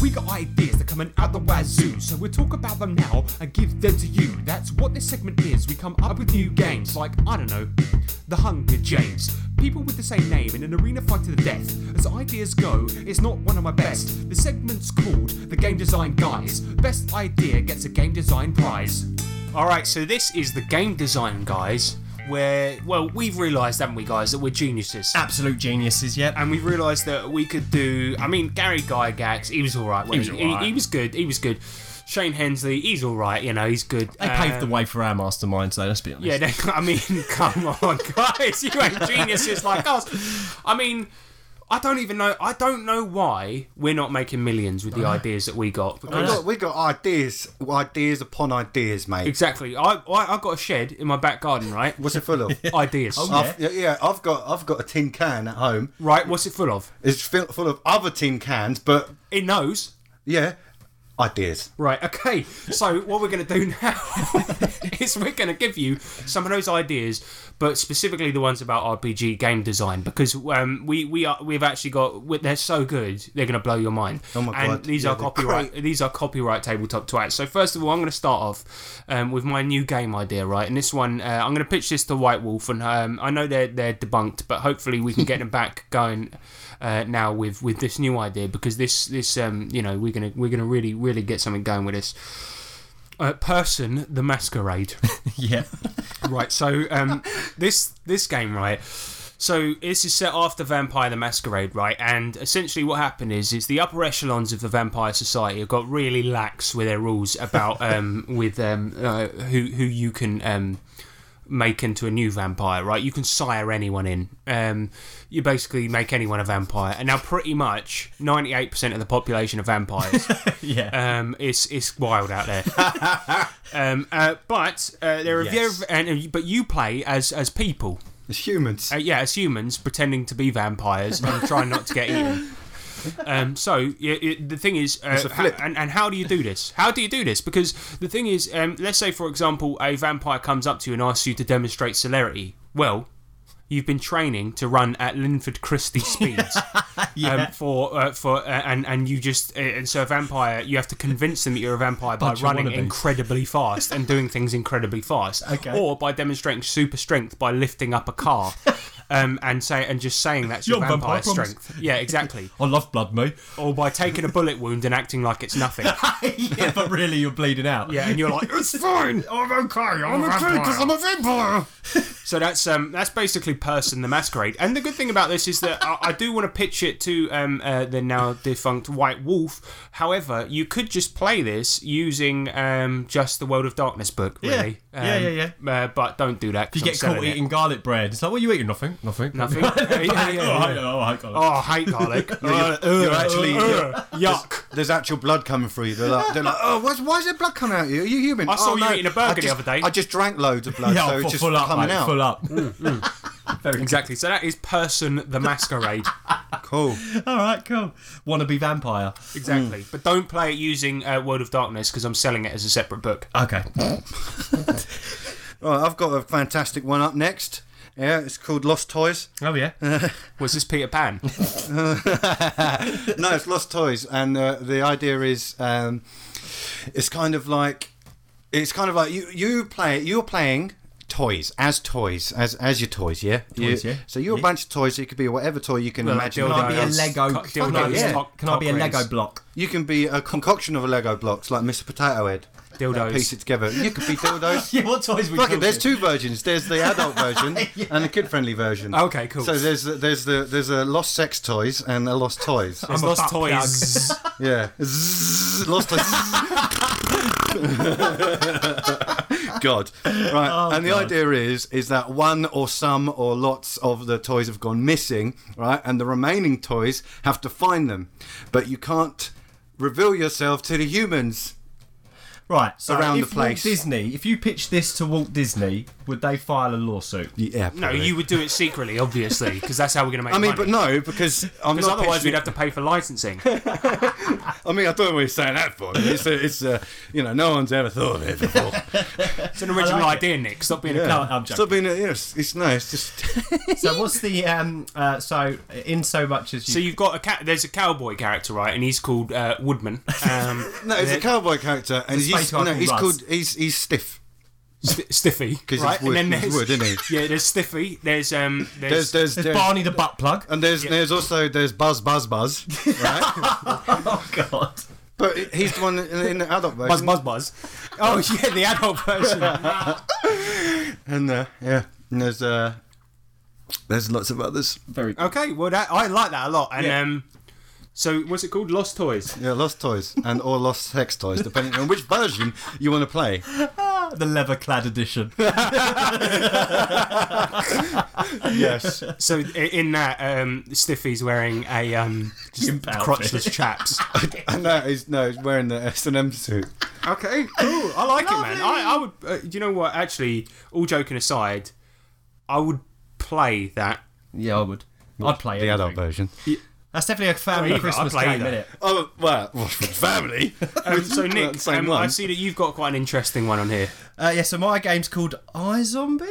S8: We got ideas that come in out the wazoo, so we'll talk about them now and give them to you. That's what this segment is. We come up with new games like, I don't know, The Hunger James. People with the same name in an arena fight to the death. As ideas go, it's not one of my best. The segment's called The Game Design Guys. Best idea gets a game design prize.
S4: All right, so this is the game design guys, where well we've realised, haven't we, guys, that we're geniuses.
S2: Absolute geniuses, yep.
S4: and we realised that we could do. I mean, Gary Gygax, he was all right. He
S2: was all right.
S4: He, was good. He was good. Shane Hensley, he's all right. You know, he's good.
S2: They
S4: Um,
S2: paved the way for our mastermind, so let's be honest.
S4: Yeah, they, I mean, come on, guys, you ain't geniuses like us. I mean. I don't even know. I don't know why we're not making millions with the ideas that we got.
S3: We
S4: Because
S3: got, we got ideas, ideas upon ideas, mate.
S4: exactly, I, I I got a shed in my back garden, right?
S3: What's it full of?
S4: ideas.
S2: Oh,
S3: I've, yeah, yeah, I've got I've got a tin can at home.
S4: Right, what's it full of?
S3: It's fill, full of other tin cans, but
S4: It knows.
S3: yeah, ideas.
S4: Right, okay. So what we're going to do now is we're going to give you some of those ideas, but specifically the ones about RPG game design because um, we we are we've actually got we- they're so good they're going to blow your mind.
S3: Oh my
S4: and
S3: God,
S4: these
S3: yeah,
S4: are
S3: they're
S4: copyright these are copyright tabletop twats. So first of all, I'm going to start off um, with my new game idea, right? And this one uh, I'm going to pitch this to White Wolf, and um, I know they're they're debunked, but hopefully we can get them back going uh, now with with this new idea because this this um you know we're gonna we're gonna really really get something going with this. Uh, person the masquerade
S2: Yeah.
S4: right so um this this game right so this is set after vampire the masquerade right and essentially what happened is is the upper echelons of the vampire society have got really lax with their rules about um with um uh, who who you can um make into a new vampire, right? You can sire anyone in. Um, you basically make anyone a vampire, and now pretty much ninety-eight percent of the population are vampires. yeah, um, it's it's wild out there. um, uh, but uh, there are
S2: Yes.
S4: and and- but you play as as people,
S3: It's humans.
S4: uh, yeah, as humans pretending to be vampires and trying not to get eaten. Um, so yeah, it, the thing is, uh,
S3: It's a flip.
S4: h- and and how do you do this? How do you do this? Because the thing is, um, let's say for example, a vampire comes up to you and asks you to demonstrate celerity. Well, you've been training to run at Linford Christie speeds um, for uh, for uh, and and you just uh, and so a vampire you have to convince them that you're a vampire by
S2: Bunch of
S4: running
S2: wannabes.
S4: incredibly fast and doing things incredibly fast,
S2: Okay.
S4: or by demonstrating super strength by lifting up a car. Um, and say and just saying that's your
S2: You're
S4: vampire,
S2: vampire, I promise.
S4: strength. Yeah, exactly.
S2: I love blood, mate.
S4: or by taking a bullet wound and acting like it's nothing.
S2: yeah, but really, you're bleeding out.
S4: Yeah, and you're like, it's fine. I'm okay. I'm, okay because I'm a vampire. so that's um that's basically person the masquerade. And the good thing about this is that I, I do want to pitch it to um uh, the now defunct White Wolf. However, you could just play this using um just the World of Darkness book,
S2: Yeah.
S4: really.
S2: Yeah,
S4: Um,
S2: yeah,
S4: Uh, but don't do that. 'cause
S2: You
S4: I'm
S2: get caught
S4: selling it.
S2: eating garlic bread. It's like, what are you eating? Nothing. Nothing.
S4: Nothing.
S2: oh,
S4: Yeah, yeah, yeah,
S2: I,
S4: yeah.
S2: oh, I got it.
S4: Oh, I hate garlic. uh,
S3: You're actually
S4: yuck.
S3: there's actual blood coming through you. They're like, they're like oh, why's, why is there blood coming out of you? Are you human?
S4: I saw
S3: "Oh,
S4: you
S3: no,
S4: eating a burger
S3: I
S4: the
S3: just-
S4: other day."
S3: I just drank loads of blood,
S2: yeah,
S3: Oh, so
S2: full,
S3: it's just
S2: full up,
S3: coming
S2: mate,
S3: out.
S2: Full up.
S4: Mm. Exactly. So that is person the masquerade.
S3: Cool.
S2: All right, cool. Wannabe vampire.
S4: Exactly. But don't play it using uh, World of Darkness because I'm selling it as a separate book.
S2: Okay.
S3: Right, I've got a fantastic one up next. Yeah, it's called Lost Toys.
S2: Oh yeah.
S4: Was this Peter Pan?
S3: no, it's Lost Toys, and uh, the idea is um, it's kind of like it's kind of like you you play you're playing toys as toys as as your toys, yeah.
S2: Toys,
S3: You-
S2: yeah.
S3: So you're a bunch of toys. It could be whatever toy you can imagine.
S2: Can I be a
S4: Dildos.
S2: Lego?
S4: Cock-
S2: Can I,
S4: dildos,
S2: yeah.
S4: cock-
S2: Can I be a
S4: cock
S2: Lego
S4: rings.
S2: block?
S3: You can be a concoction of a Lego blocks, like Mr. Potato Head.
S4: Dildos.
S3: Piece it together. You could be dildos.
S2: Yeah. What toys we?
S3: Fuck it.
S2: talking?
S3: There's two versions. There's the adult version and the kid-friendly version.
S4: Okay, cool.
S3: So there's there's the there's a lost sex toys and a lost toys.
S4: There's
S2: I'm a butt
S4: lost
S2: plug.
S4: toys.
S3: Yeah. Zzzz, lost a zzz. God. Right.
S4: Oh,
S3: and the idea is is that one or some or lots of the toys have gone missing, right? And the remaining toys have to find them. But you can't reveal yourself to the humans.
S2: Right. So
S3: around
S2: if
S3: the place.
S2: Walt Disney. If you pitch this to Walt Disney, would they file a lawsuit?
S3: Yeah.
S4: no, you would do it secretly, obviously, because that's how we're going to make
S3: I mean,
S4: money.
S3: but no, because I'm
S4: Because
S3: not
S4: otherwise,
S3: pitching
S4: we'd
S3: it-
S4: have to pay for licensing.
S3: I mean, I don't know what you're saying that for. It's, a, it's a, you know, no one's ever thought of it before.
S4: It's an original idea, Nick. Stop being a
S2: No,
S4: cunt.
S2: I'm joking.
S3: Stop being, a- yes, it's no, it's just
S2: So what's the um? Uh, so in so much as you.
S4: So you've got a cat. There's a cowboy character, right? And he's called uh, Woodman. Um,
S3: No, it's a cowboy character, and
S2: space
S3: he's,
S2: guy
S3: no,
S2: called
S3: he's
S2: Russ.
S3: called he's he's stiff
S4: St- Stiffy,
S3: because
S4: right?
S3: he's wood,
S4: and then
S3: he's
S4: there's
S3: wood, isn't he?
S4: yeah, there's Stiffy. There's um,
S3: There's
S4: there's,
S3: there's,
S2: there's
S3: there's
S2: Barney the butt plug.
S3: and there's there's also there's Buzz Buzz Buzz, right?
S2: Oh God.
S3: but he's the one in, in the adult version.
S4: Buzz Buzz Buzz. Oh yeah, the adult version.
S3: And uh, yeah, and there's uh, there's lots of others.
S2: Very.
S4: okay, well that I like that a lot. And um, so what's it called? Lost Toys.
S3: Yeah, lost toys and or lost sex toys, depending on which version you want to play.
S2: the leather clad edition.
S3: yes.
S4: So i- in that, um, Stiffy's wearing a um, just
S2: Gimp outfit.
S4: crotchless chaps.
S3: And that is no, he's wearing the S and M suit.
S4: okay, cool. I like it, man. I, I would. Uh, you know what? Actually, all joking aside, I would play that.
S2: yeah, I would. I'd play
S3: The
S2: anything.
S3: adult version.
S2: That's definitely a family
S4: Either,
S2: Christmas
S4: I'd play
S2: game,
S4: either.
S2: isn't it?
S3: Oh well, well, family.
S4: Um, so
S3: the
S4: Nick,
S3: same
S4: um,
S3: one.
S4: I see that you've got quite an interesting one on here.
S2: Uh, yeah, so my game's called I Zombie.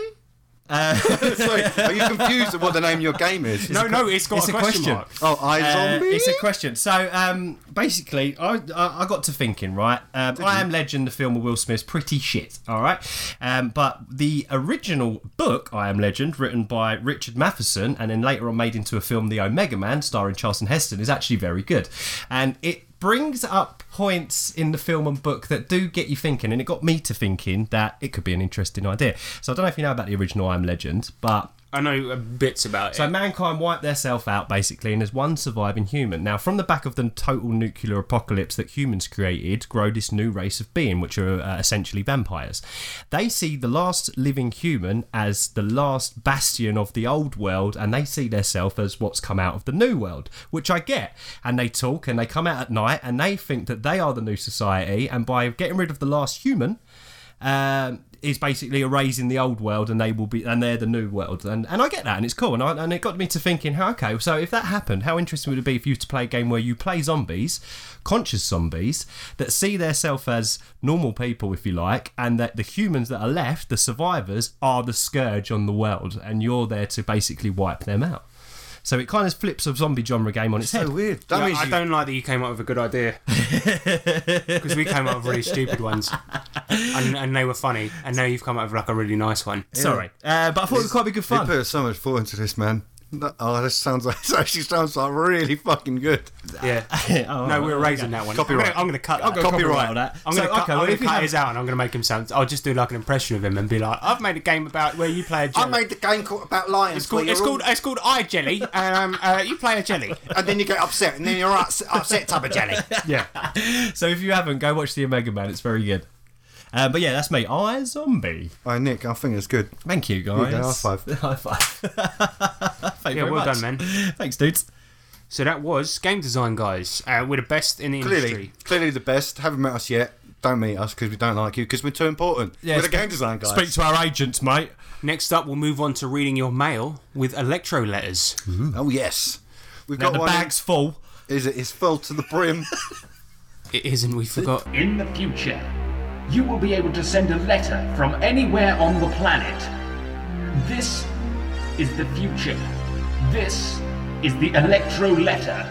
S3: Sorry, are you confused at what the name of your game is?
S4: No, no, it's got
S2: it's
S4: a
S2: a
S4: question,
S2: question.
S4: mark.
S3: Oh, I
S2: Uh,
S3: zombie.
S2: it's a question. So um, basically, I, I I got to thinking. Right, um, I Am Legend, the film with Will Smith, pretty shit. All right, um, but the original book, I Am Legend, written by Richard Matheson, and then later on made into a film, The Omega Man, starring Charlton Heston, is actually very good, and it brings up points in the film and book that do get you thinking and it got me to thinking that it could be an interesting idea so i don't know if you know about the original i am legend but
S4: I know uh, bits about
S2: so
S4: it.
S2: mankind wiped themselves out basically, and there's one surviving human. Now, from the back of the total nuclear apocalypse that humans created, grow this new race of being, which are uh, essentially vampires. They see the last living human as the last bastion of the old world, and they see themselves as what's come out of the new world, which I get. And they talk, and they come out at night, and they think that they are the new society, and by getting rid of the last human um, is basically erasing the old world, and they will be, and they're the new world, and and I get that, and it's cool, and I, and it got me to thinking, how okay, so if that happened, how interesting would it be if you to play a game where you play zombies, conscious zombies that see themselves as normal people, if you like, and that the humans that are left, the survivors, are the scourge on the world, and you're there to basically wipe them out. So it kind of flips a zombie genre game on its head.
S3: so weird. That
S4: Yeah,
S3: means
S4: I
S3: you-
S4: don't like that you came up with a good idea because we came up with really stupid ones, and, and they were funny. And now you've come up with like a really nice one.
S2: Sorry, uh, but I thought it would quite be good
S3: They
S2: fun.
S3: put so much thought into this, man. That- oh, this sounds like this actually sounds like really fucking good.
S4: Yeah.
S2: Oh,
S4: no, we're raising that one.
S3: Copyright.
S4: I'm going to cut. That.
S2: I'll go copyright on that.
S4: I'm
S2: So,
S4: going to cut,
S2: okay,
S4: I'm
S2: well,
S4: gonna
S2: if you
S4: cut
S2: have-
S4: his out, and I'm going to make him sound. I'll just do like an impression of him and be like, "I've made a game about where you play a jelly.
S3: the game called about lions.
S4: it's called. It's called. It's called Eye Jelly. and, Um, uh, you play a jelly.
S3: and then you get upset, and then you're upset tub of jelly.
S4: Yeah.
S2: So if you haven't, go watch the Omega Man. It's very good. Uh, but yeah, that's me. I zombie.
S3: Oh, Nick, I think it's good.
S2: Thank you guys.
S3: Here you go, high five.
S2: high five. Thank you
S4: Yeah.
S2: very
S4: Well
S2: much.
S4: done, man.
S2: Thanks, dudes.
S4: So that was game design, guys. Uh, we're the best in the
S3: Clearly,
S4: industry.
S3: clearly the best. Haven't met us yet. Don't meet us because we don't like you because we're too important.
S2: Yeah,
S3: we're the
S2: speak-
S3: game design guys.
S2: Speak to our agents, mate.
S4: Next up, we'll move on to reading your mail with electro letters.
S3: Oh yes, we've
S2: Now
S3: got
S2: the
S3: one. in-
S2: bag's full.
S3: Is it? It's full to the brim.
S4: It isn't. We forgot.
S5: In the future, you will be able to send a letter from anywhere on the planet. This is the future. This is the electro letter.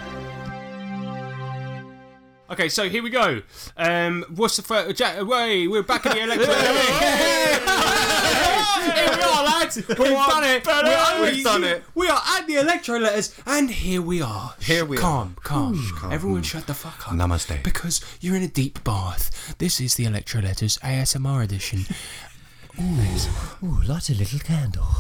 S4: Okay, so here we go. Um, what's the first? Jack, away! We're back in the electro. here we are, lads. We've done it. We're
S3: We've done it.
S4: We are at the electro letters, and here we are.
S3: Here we are.
S4: calm, are. Calm, calm. Everyone, shut the fuck up.
S3: Namaste.
S4: Because you're in a deep bath. This is the electro letters ASMR edition.
S2: Ooh, light a little candle.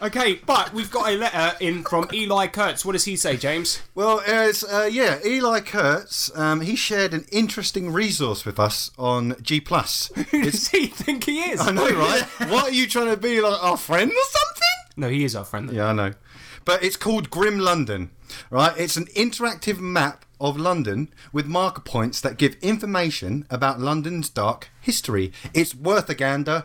S4: okay, but we've got a letter in from Eli Kurtz. What does he say, James?
S3: Well, uh, it's, uh, yeah, Eli Kurtz. Um, he shared an interesting resource with us on G Plus.
S4: Who does he think he is?
S3: I know, right? what are you trying to be like our friend or something?
S4: No, he is our friend.
S3: Yeah, I know. But it's called Grim London, right? It's an interactive map of London with marker points that give information about London's dark history. It's worth a gander.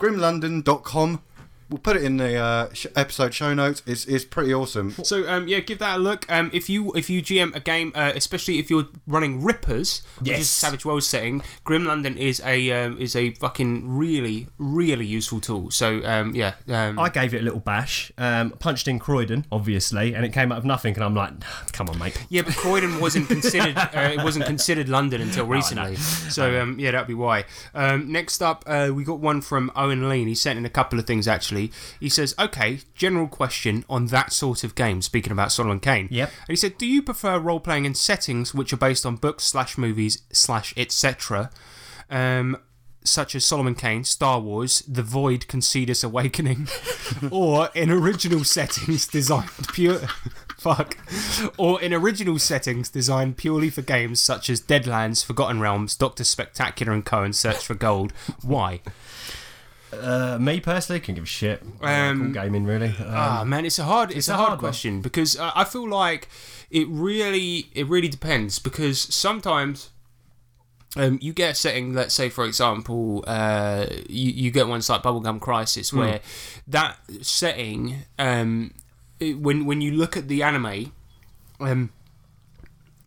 S3: Grimlondon.com. We'll put it in the uh, sh- episode show notes. It's, it's pretty awesome.
S4: So um, yeah, give that a look. Um, if you if you GM a game, uh, especially if you're running Rippers, which
S2: Yes.
S4: is Savage Worlds setting, Grim London is a um, is a fucking really really useful tool. So um, yeah, um,
S2: I gave it a little bash. Um, punched in Croydon, obviously, and it came out of nothing. And I'm like, "Nah, come on, mate.
S4: yeah, but Croydon wasn't considered uh, it wasn't considered London
S2: Oh,
S4: until recently. So um, yeah, that'd be why. Um, next up, uh, we got one from Owen Lean. He sent in a couple of things actually. He says, "Okay, general question on that sort of game." Speaking about Solomon Kane.
S2: Yep.
S4: And he said, "Do you prefer role playing in settings which are based on books slash movies slash etc." Um, such as Solomon Kane, Star Wars, The Void, Concedus Awakening, or in original settings designed pure Fuck. Or in original settings designed purely for games such as Deadlands, Forgotten Realms, Doctor Spectacular and Co. and Search for Gold. Why?
S2: Uh, me personally, can give a shit. I like
S4: Um,
S2: all gaming really. Uh,
S4: Ah man, it's a hard it's, a,
S2: a
S4: hard,
S2: hard one.
S4: question because uh, I feel like it really it really depends because sometimes um, you get a setting, let's say for example, uh, you, you get ones like Bubblegum Crisis where that setting um, it- when when you look at the anime um,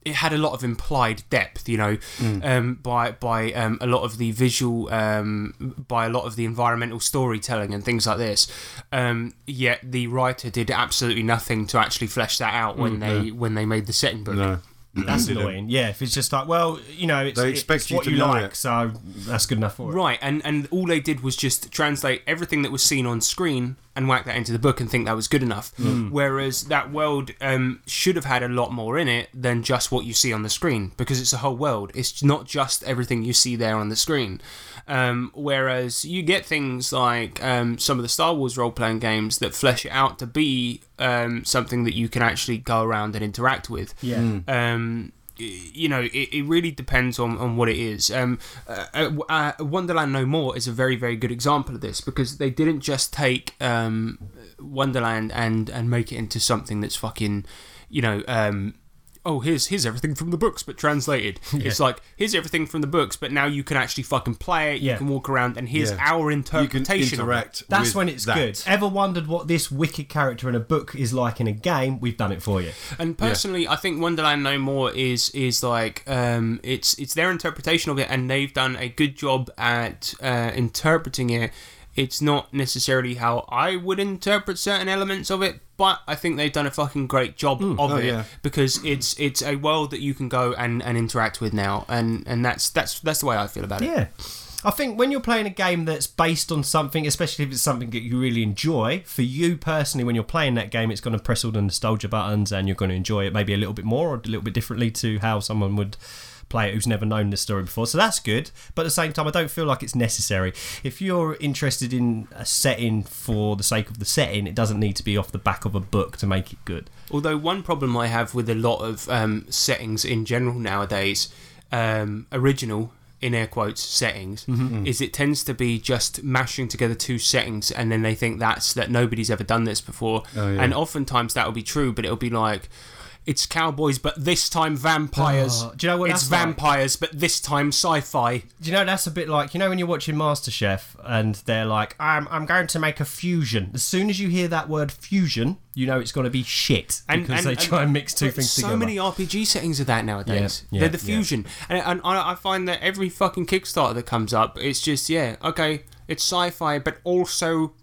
S4: it had a lot of implied depth, you know, um, by by um, a lot of the visual, um, by a lot of the environmental storytelling and things like this. Um, yet the writer did absolutely nothing to actually flesh that out when they when they made the setting book.
S3: No.
S2: that's annoying. Yeah, if it's just like, well, you know, it's,
S3: They
S2: it's
S3: expect you
S2: what
S3: to
S2: you
S3: know
S2: like,
S3: it.
S2: so that's good enough for it.
S4: Right, and and all they did was just translate everything that was seen on screen and whack that into the book and think that was good enough. Whereas that world um, should have had a lot more in it than just what you see on the screen because it's a whole world. It's not just everything you see there on the screen. Um, whereas you get things like um, some of the Star Wars role playing games that flesh it out to be um, something that you can actually go around and interact with
S2: Yeah.
S4: um, y- you know, it, it really depends on, on what it is. Um, uh, uh, uh, Wonderland No More is a very, very good example of this because they didn't just take um, Wonderland and, and make it into something that's fucking, you know, um, oh, here's, here's everything from the books but translated. It's like, here's everything from the books, but now you can actually fucking play it,
S2: Yeah.
S4: you can walk around, and here's
S3: Yeah.
S4: our
S3: You can
S4: interpretation. of it.
S3: interact.
S2: That's
S3: with
S2: when it's
S3: that.
S2: good. Ever wondered what this wicked character in a book is like in a game? We've done it for you.
S4: And personally, I think Wonderland No More is is like um, it's it's their interpretation of it, and they've done a good job at uh, interpreting it. It's not necessarily how I would interpret certain elements of it, but I think they've done a fucking great job of it
S3: yeah.
S4: because it's it's a world that you can go and, and interact with now, and, and that's that's that's the way I feel about it.
S2: Yeah. I think when you're playing a game that's based on something, especially if it's something that you really enjoy, for you personally, when you're playing that game, it's going to press all the nostalgia buttons and you're going to enjoy it maybe a little bit more or a little bit differently to how someone would play it who's never known this story before. So that's good. But at the same time, I don't feel like it's necessary. If you're interested in a setting for the sake of the setting, it doesn't need to be off the back of a book to make it good.
S4: Although one problem I have with a lot of um, settings in general nowadays, um, original in air quotes settings,
S2: Mm-hmm,
S4: is it tends to be just mashing together two settings, and then they think that's that nobody's ever done this before,
S2: Oh,
S3: yeah.
S4: and oftentimes that will be true, but it'll be like. It's cowboys, but this time vampires.
S2: Oh, do you know what
S4: It's
S2: that's like?
S4: vampires, but this time sci-fi.
S2: Do you know that's a bit like you know when you're watching MasterChef and they're like, I'm I'm going to make a fusion. As soon as you hear that word fusion, you know it's going to be shit
S4: And-
S2: because
S4: and-
S2: they
S4: and-
S2: try and mix two
S4: but
S2: things
S4: so
S2: together.
S4: many RPG settings of that nowadays.
S2: Yeah,
S4: They're
S2: yeah,
S4: the fusion, and, and I, I find that every fucking Kickstarter that comes up, it's just yeah, okay, it's sci-fi, but also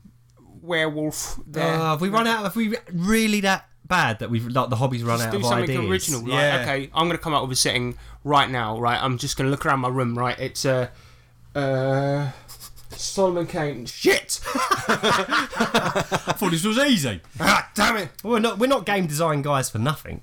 S4: werewolf. There,
S2: Uh, have we run out? Have we really that bad that we've like the hobbies run out
S4: do
S2: of
S4: something
S2: ideas?
S4: original. Like,
S2: yeah.
S4: okay, I'm gonna come up with a setting right now. Right, I'm just gonna look around my room. Right, it's a. Uh, uh, Solomon Kane. Shit!
S2: I thought this was easy.
S4: ah, damn it!
S2: We're not we're not game design guys for nothing.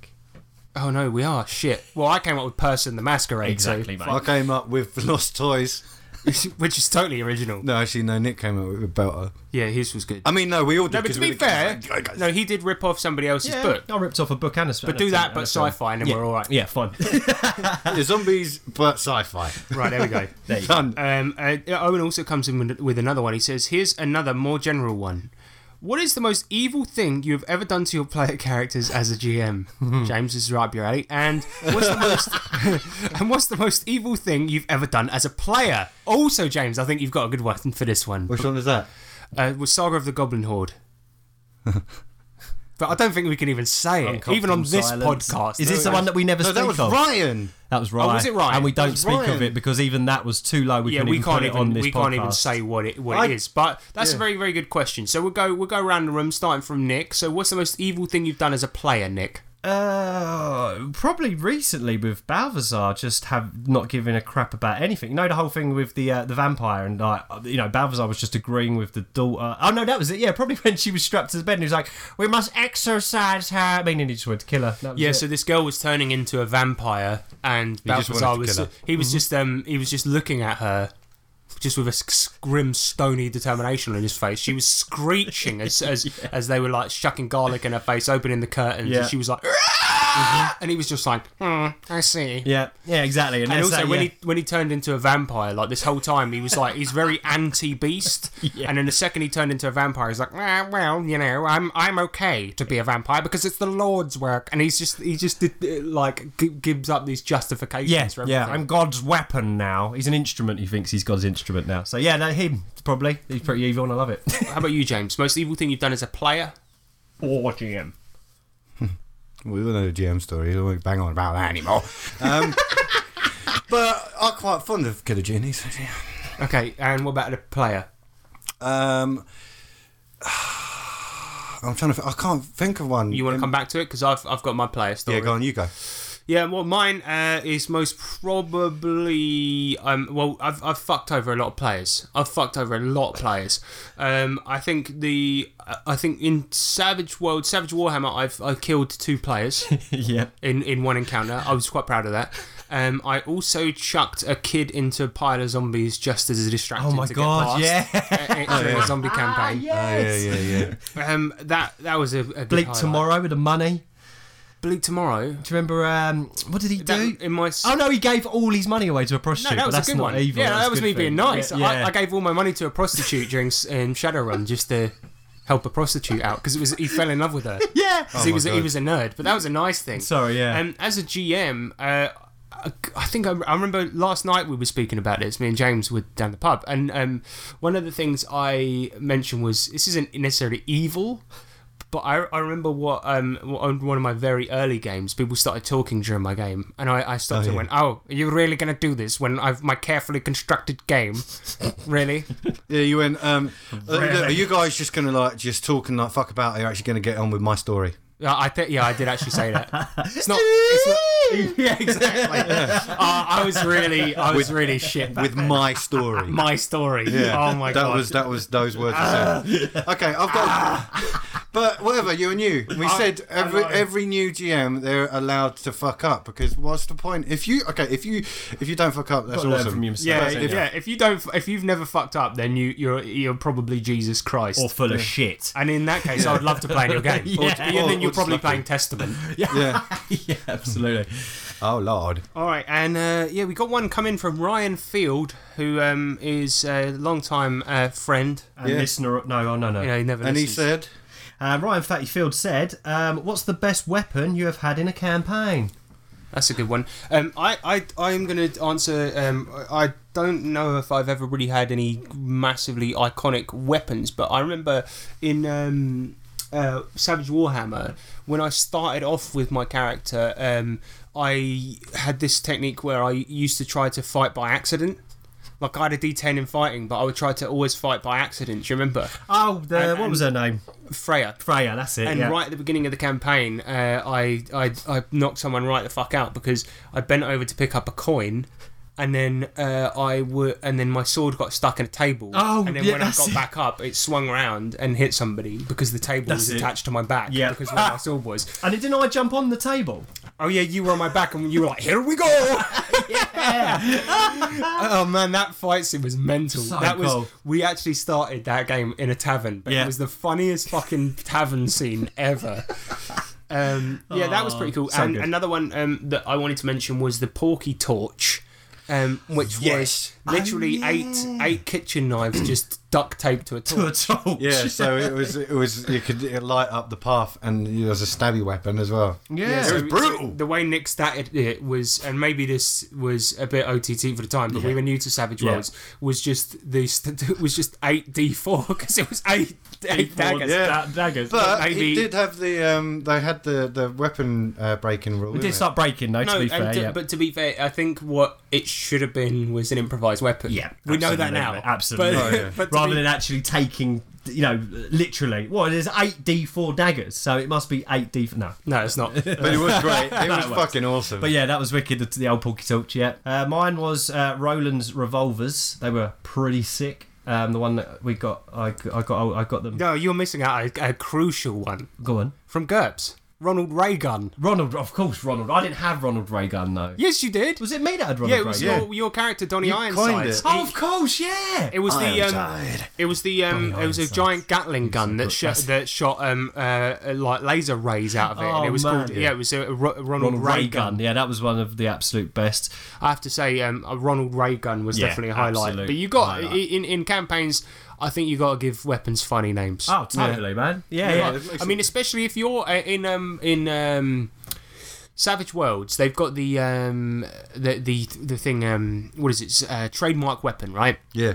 S4: Oh no, we are shit. Well, I came up with Person the Masquerade, so-
S2: Exactly, mate.
S3: I came up with Lost Toys.
S4: which is totally original.
S3: No, actually, no. Nick came up with Belter.
S4: Yeah, his was good.
S3: I mean, no, we all did.
S4: No, but
S3: 'cause
S4: to
S3: we
S4: be
S3: were the
S4: fair,
S3: kids, like, "Guys,
S4: no, he did rip off somebody else's
S2: Yeah,
S4: book.
S2: I ripped off a book and a But
S4: Do that, but sci-fi, and then
S2: Yeah.
S4: we're all right.
S2: Yeah, fine.
S3: guys, zombies, but sci-fi.
S4: Right there we go.
S2: there you go.
S3: Done.
S4: um, uh, Owen also comes in with, with another one. He says, "Here's another more general one. What is the most evil thing you have ever done to your player characters as a GM? James this is right up your alley. And what's the most? and what's the most evil thing you've ever done as a player? Also, James, I think you've got a good one for this one.
S3: Which one is that?
S4: Uh, was Saga of the Goblin Horde." But I don't think we can even say it, even on this
S2: Uncomfortable
S4: podcast.
S2: Is this the one that we never
S3: No,
S2: speak
S3: that was
S2: of?
S3: Ryan.
S2: That was Ryan.
S4: Oh, was it Ryan?
S2: And we
S4: That
S2: don't
S4: was
S2: speak of
S3: Ryan.
S2: it because even that was too low. We
S4: yeah,
S2: couldn't
S4: we
S2: even
S4: can't
S2: put
S4: even
S2: it on this
S4: we
S2: podcast.
S4: can't even say what it what
S3: I-
S4: it is. But that's a
S3: Yeah.
S4: very very good question. So we'll go we'll go around the room, starting from Nick. So what's the most evil thing you've done as a player, Nick?
S2: Uh, probably recently with Balthazar, just have not given a crap about anything. You know the whole thing with the uh, the vampire and like uh, you know Balthazar was just agreeing with the daughter. Oh no, that was it. Yeah, probably when she was strapped to the bed and he was like, "We must exercise her." I mean, he just wanted to kill her. That was
S4: Yeah,
S2: it.
S4: so this girl was turning into a vampire, and
S3: just
S4: Balthazar
S3: wanted to
S4: was
S2: Mm-hmm.
S3: kill her.
S4: he was just um he was just looking at her, just with a s- grim, stony determination on his face. She was screeching as as, as they were like shucking garlic in her face, opening the curtains,
S2: Yeah.
S4: and she was like,
S3: Mm-hmm.
S4: and he was just like, hmm, I see.
S2: Yeah, yeah, exactly.
S4: And
S2: that's
S4: also,
S2: that,
S4: when
S2: yeah.
S4: he when he turned into a vampire, like this whole time, he was like he's very anti beast. And then the second he turned into a vampire, he's like, ah, well, you know, I'm I'm okay to be a vampire because it's the Lord's work. And he's just he just did, uh, like gi- gives up these justifications.
S2: Yeah,
S4: for
S2: yeah.
S4: everything.
S2: I'm God's weapon now. He's an instrument. He thinks he's God's instrument now. So yeah, no, him probably. He's pretty evil, and I love it.
S4: How about you, James? Most evil thing you've done as a player?
S2: or GM.
S3: We all know the GM story. I won't bang on about that anymore. Um, but I'm quite fond of Killer Genie. So yeah.
S4: Okay, and what about a player?
S3: Um, I'm trying to. Th- I can't think of one.
S4: You want to
S2: Um,
S4: come back to it because I've I've got my player story.
S3: Yeah, go on. You go.
S4: Yeah, well, mine uh, is most probably um. Well, I've I've fucked over a lot of players. I've fucked over a lot of players. Um, I think the I think in Savage World, Savage Warhammer, I've I killed two players
S2: yeah.
S4: in in one encounter. I was quite proud of that. Um, I also chucked a kid into a pile of zombies just as a distraction.
S2: Oh my
S4: to
S2: God, Ah,
S4: Get past, yeah! a zombie campaign.
S3: Oh, Yeah, yeah, yeah.
S4: Um, that that was a, a good
S2: Bleak
S4: highlight.
S2: tomorrow with the money.
S4: Bleak tomorrow.
S2: Do you remember? Um, what did he do?
S4: That, in my
S2: Oh no, he gave all his money away to a
S4: No,
S2: prostitute.
S4: that
S2: but
S4: was
S2: that's
S4: a good
S2: not
S4: one.
S2: evil.
S4: Yeah,
S2: that's
S4: that was
S2: good
S4: me
S2: thing.
S4: being nice.
S2: Yeah.
S4: I, I gave all my money to a prostitute during s- in Shadowrun just to help a prostitute out because it was he fell in love with her.
S2: yeah.
S4: 'Cause he
S3: my
S4: was he
S3: God.
S4: was a nerd, but that was a nice thing.
S2: Sorry, yeah.
S4: Um, as a GM, uh, I, I think I, I remember last night we were speaking about this. Me and James were down the pub, and um, one of the things I mentioned was this isn't necessarily evil. But I, I remember what um what- on one of my very early games, people started talking during my game, and I, I stopped and went, "Oh, are you really gonna do this when I've my carefully constructed game? really?
S3: Yeah, you went. Um, uh, look, are you guys just gonna like just talking like fuck about? Are you actually gonna get on with my story?
S4: Uh, I think yeah, I did actually say that. It's not. It's not yeah, exactly. Uh, I was really, I was really shit. With
S3: With my story.
S4: my story. Oh my
S3: that
S4: god.
S3: was that was those words. I said. okay, I've got. but whatever, you're new. We said every every new GM they're allowed to fuck up because what's the point? If you okay, if you if you don't fuck up, that's
S2: Gotta learn
S3: awesome.
S2: from your mistakes,
S4: yeah,
S2: haven't you?
S4: yeah. If you don't, if you've never fucked up, then you you're you're probably Jesus Christ.
S2: Or full of shit.
S4: and in that case, I would love to play in your game. Or-
S2: Yeah.
S4: and then
S3: Or-
S4: you're
S3: or
S4: probably
S3: just
S4: playing Testament.
S3: yeah.
S2: yeah, absolutely.
S3: Oh lord.
S4: All right, and uh, yeah, we got one coming from Ryan Field, who um, is a longtime uh, friend.
S2: And
S3: Yeah.
S2: listener, no, oh no, no.
S4: You know, he never
S3: And he
S4: listens.
S3: said,
S2: Uh, Ryan Fatty Field said, um, "What's the best weapon you have had in a campaign?"
S4: That's a good one. Um, I, I, I'm going to answer. Um, I I don't know if I've ever really had any massively iconic weapons, but I remember in um, uh, Savage Warhammer when I started off with my character, um, I had this technique where I used to try to fight by accident. Like I had a D10 in fighting, but I would try to always fight by accident. Do you remember
S2: Oh, the,
S4: And-
S2: what was her name?
S4: Freya?
S2: Freya. That's it.
S4: And
S2: yeah.
S4: right at the beginning of the campaign, uh, I, I I knocked someone right the fuck out because I bent over to pick up a coin, and then uh, I would, and then my sword got stuck in a table.
S2: Oh,
S4: and then
S2: yeah,
S4: when I
S2: that's
S4: got
S2: it.
S4: back up, it swung around and hit somebody because the table
S2: That's
S4: was
S2: it.
S4: attached to my back.
S2: Yeah.
S4: because where my sword was.
S2: And didn't I jump on the table?
S4: Oh yeah, you were on my back, and you were like, "Here we go!" oh man, that fight scene was mental.
S2: So
S4: that was
S2: cool.
S4: we actually started that game in a tavern, but
S2: Yeah.
S4: it was the funniest fucking tavern scene ever. Um, yeah, that was pretty cool.
S2: so
S4: and
S2: good.
S4: another one um, that I wanted to mention was the Porky Torch. Um, which
S3: Yes.
S4: was literally eight eight kitchen knives just duct taped to a torch.
S2: Oh, To a torch.
S3: yeah. So it was it was you could light up the path and it was a stabby weapon as well.
S2: Yeah.
S3: It was brutal.
S4: The way Nick started it was, and maybe this was a bit OTT for the time, but we were new to Savage
S2: Yeah.
S4: Worlds. Was just these was just eight D four because it was eight eight daggers.
S3: yeah.
S2: Da- daggers.
S3: But
S4: maybe-
S3: it did have the um, they had the the weapon uh, breaking rule.
S2: we
S3: didn't
S2: did
S3: it?
S2: start breaking, though.
S4: No,
S2: to be
S4: and
S2: fair,
S4: to-
S2: yeah.
S4: but to be fair, I think what it should have been was an improvised weapon.
S2: Yeah,
S4: we know that
S2: absolutely,
S4: now.
S2: Absolutely.
S4: But,
S3: Oh, yeah.
S4: but to
S2: Rather
S4: be-
S2: than actually taking, you know, literally, well, there's eight D4 daggers, so it must be eight D. No,
S4: no, it's not.
S3: But it was great. It was
S2: works.
S3: fucking awesome.
S2: but yeah, that was wicked. The, the old Porky Torch. Yeah, uh, mine was uh, Roland's revolvers. They were pretty sick. Um, the one that we got, I, I got, I got them.
S4: no, you're missing out a, a crucial one
S2: Go on.
S4: from GURPS. Ronald Reagan.
S2: Ronald, of course, Ronald. I didn't have Ronald Reagan though.
S4: Yes, you did.
S2: Was it me that had Ronald
S4: yeah, it was
S2: Reagan?
S4: Your, your character Donny
S3: You coined
S4: Ironside.
S3: it.
S2: Oh, of course, yeah.
S4: It was the um,
S3: Ironside.
S4: it was the um,
S2: Bloody
S4: it was a
S2: Ironside.
S4: giant Gatling gun that shot
S2: That's-
S4: that shot um uh, like laser rays out of it, and
S2: Oh,
S4: it was
S2: man.
S4: called yeah, it was a, Ro- Ronald,
S2: Ronald
S4: Reagan.
S2: Reagan. Yeah, that was one of the absolute best.
S4: I have to say, um, a Ronald Ray gun was
S2: Yeah,
S4: definitely a highlight.
S2: absolute
S4: But you got
S2: highlight.
S4: i in in campaigns. I think you got to give weapons funny names.
S2: Oh, totally, man. Yeah, yeah.
S4: Yeah. I mean, especially if you're uh, in um in um Savage Worlds, they've got the um the the the thing um what is it S- uh, trademark weapon right?
S3: Yeah.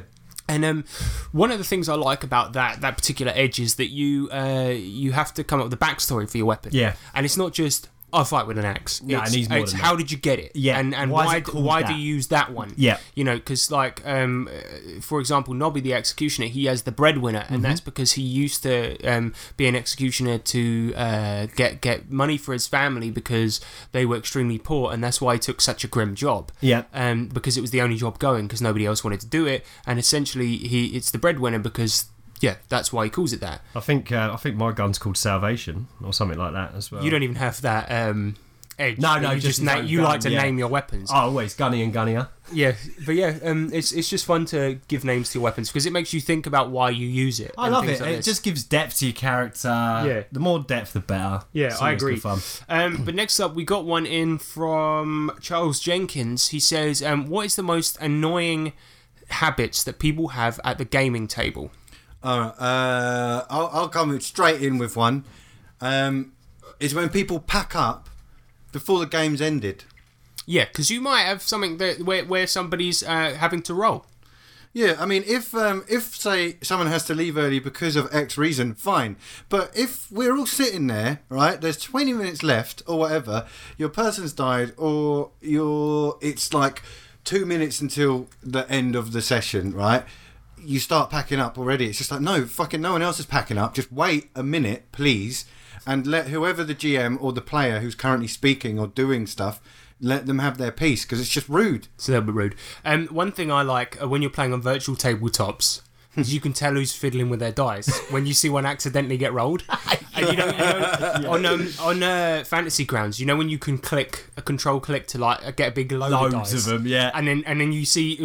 S4: And um, one of the things I like about that that particular edge is that you uh, you have to come up with a backstory for your weapon.
S2: Yeah.
S4: and it's not just I fight with an axe.
S2: No, it
S4: it's,
S2: needs more
S4: it's
S2: than
S4: how
S2: that.
S4: did you get it?
S2: Yeah,
S4: and and
S2: why
S4: why
S2: is
S4: why,
S2: it called
S4: do
S2: that?
S4: you use that one?
S2: Yeah.
S4: you know, because like um, uh, for example, Nobby the executioner, he has the breadwinner, and
S2: Mm-hmm.
S4: that's because he used to um, be an executioner to uh, get get money for his family because they were extremely poor, and that's why he took such a grim job
S2: Yeah.
S4: um, because it was the only job going because nobody else wanted to do it, and essentially he it's the breadwinner because yeah, that's why he calls it that.
S2: I think uh, I think my gun's called Salvation or something like that as well.
S4: You don't even have that um, edge.
S2: No,
S4: that
S2: no,
S4: you
S2: just
S4: just
S2: his
S4: na-
S2: own
S4: you
S2: gun,
S4: like to
S2: yeah.
S4: name your weapons.
S2: Oh, always Gunny and Gunnier.
S4: Yeah, but yeah, um, it's it's just fun to give names to your weapons because it makes you think about why you use it.
S2: I
S4: and
S2: love
S4: things
S2: it.
S4: like
S2: it
S4: this.
S2: just gives depth to your character. Yeah. The more depth, the better.
S4: Yeah,
S2: It's
S4: I
S2: always good
S4: agree.
S2: Fun.
S4: Um, but next up, we got one in from Charles Jenkins. He says, um, "What is the most annoying habits that people have at the gaming table?"
S3: All right. Uh, I'll, I'll come straight in with one. Um, is when people pack up before the game's ended.
S4: Yeah, because you might have something that where, where somebody's uh, having to roll.
S3: Yeah, I mean, if um, if say someone has to leave early because of X reason, fine. But if we're all sitting there, right? There's 20 minutes left or whatever. Your person's died, or your it's like two minutes until the end of the session, right? You start packing up already. It's just like no, fucking no one else is packing up. Just wait a minute, please, and let whoever the GM or the player who's currently speaking or doing stuff, let them have their piece because it's just rude.
S4: So that'll be rude. Um, one thing I like uh, when you're playing on virtual tabletops is you can tell who's fiddling with their dice when you see one accidentally get rolled. And you know, you know on um, on uh, fantasy grounds, you know when you can click a control click to like uh, get a big load
S2: Loads
S4: of dice.
S2: of 'em, yeah.
S4: And then and then you see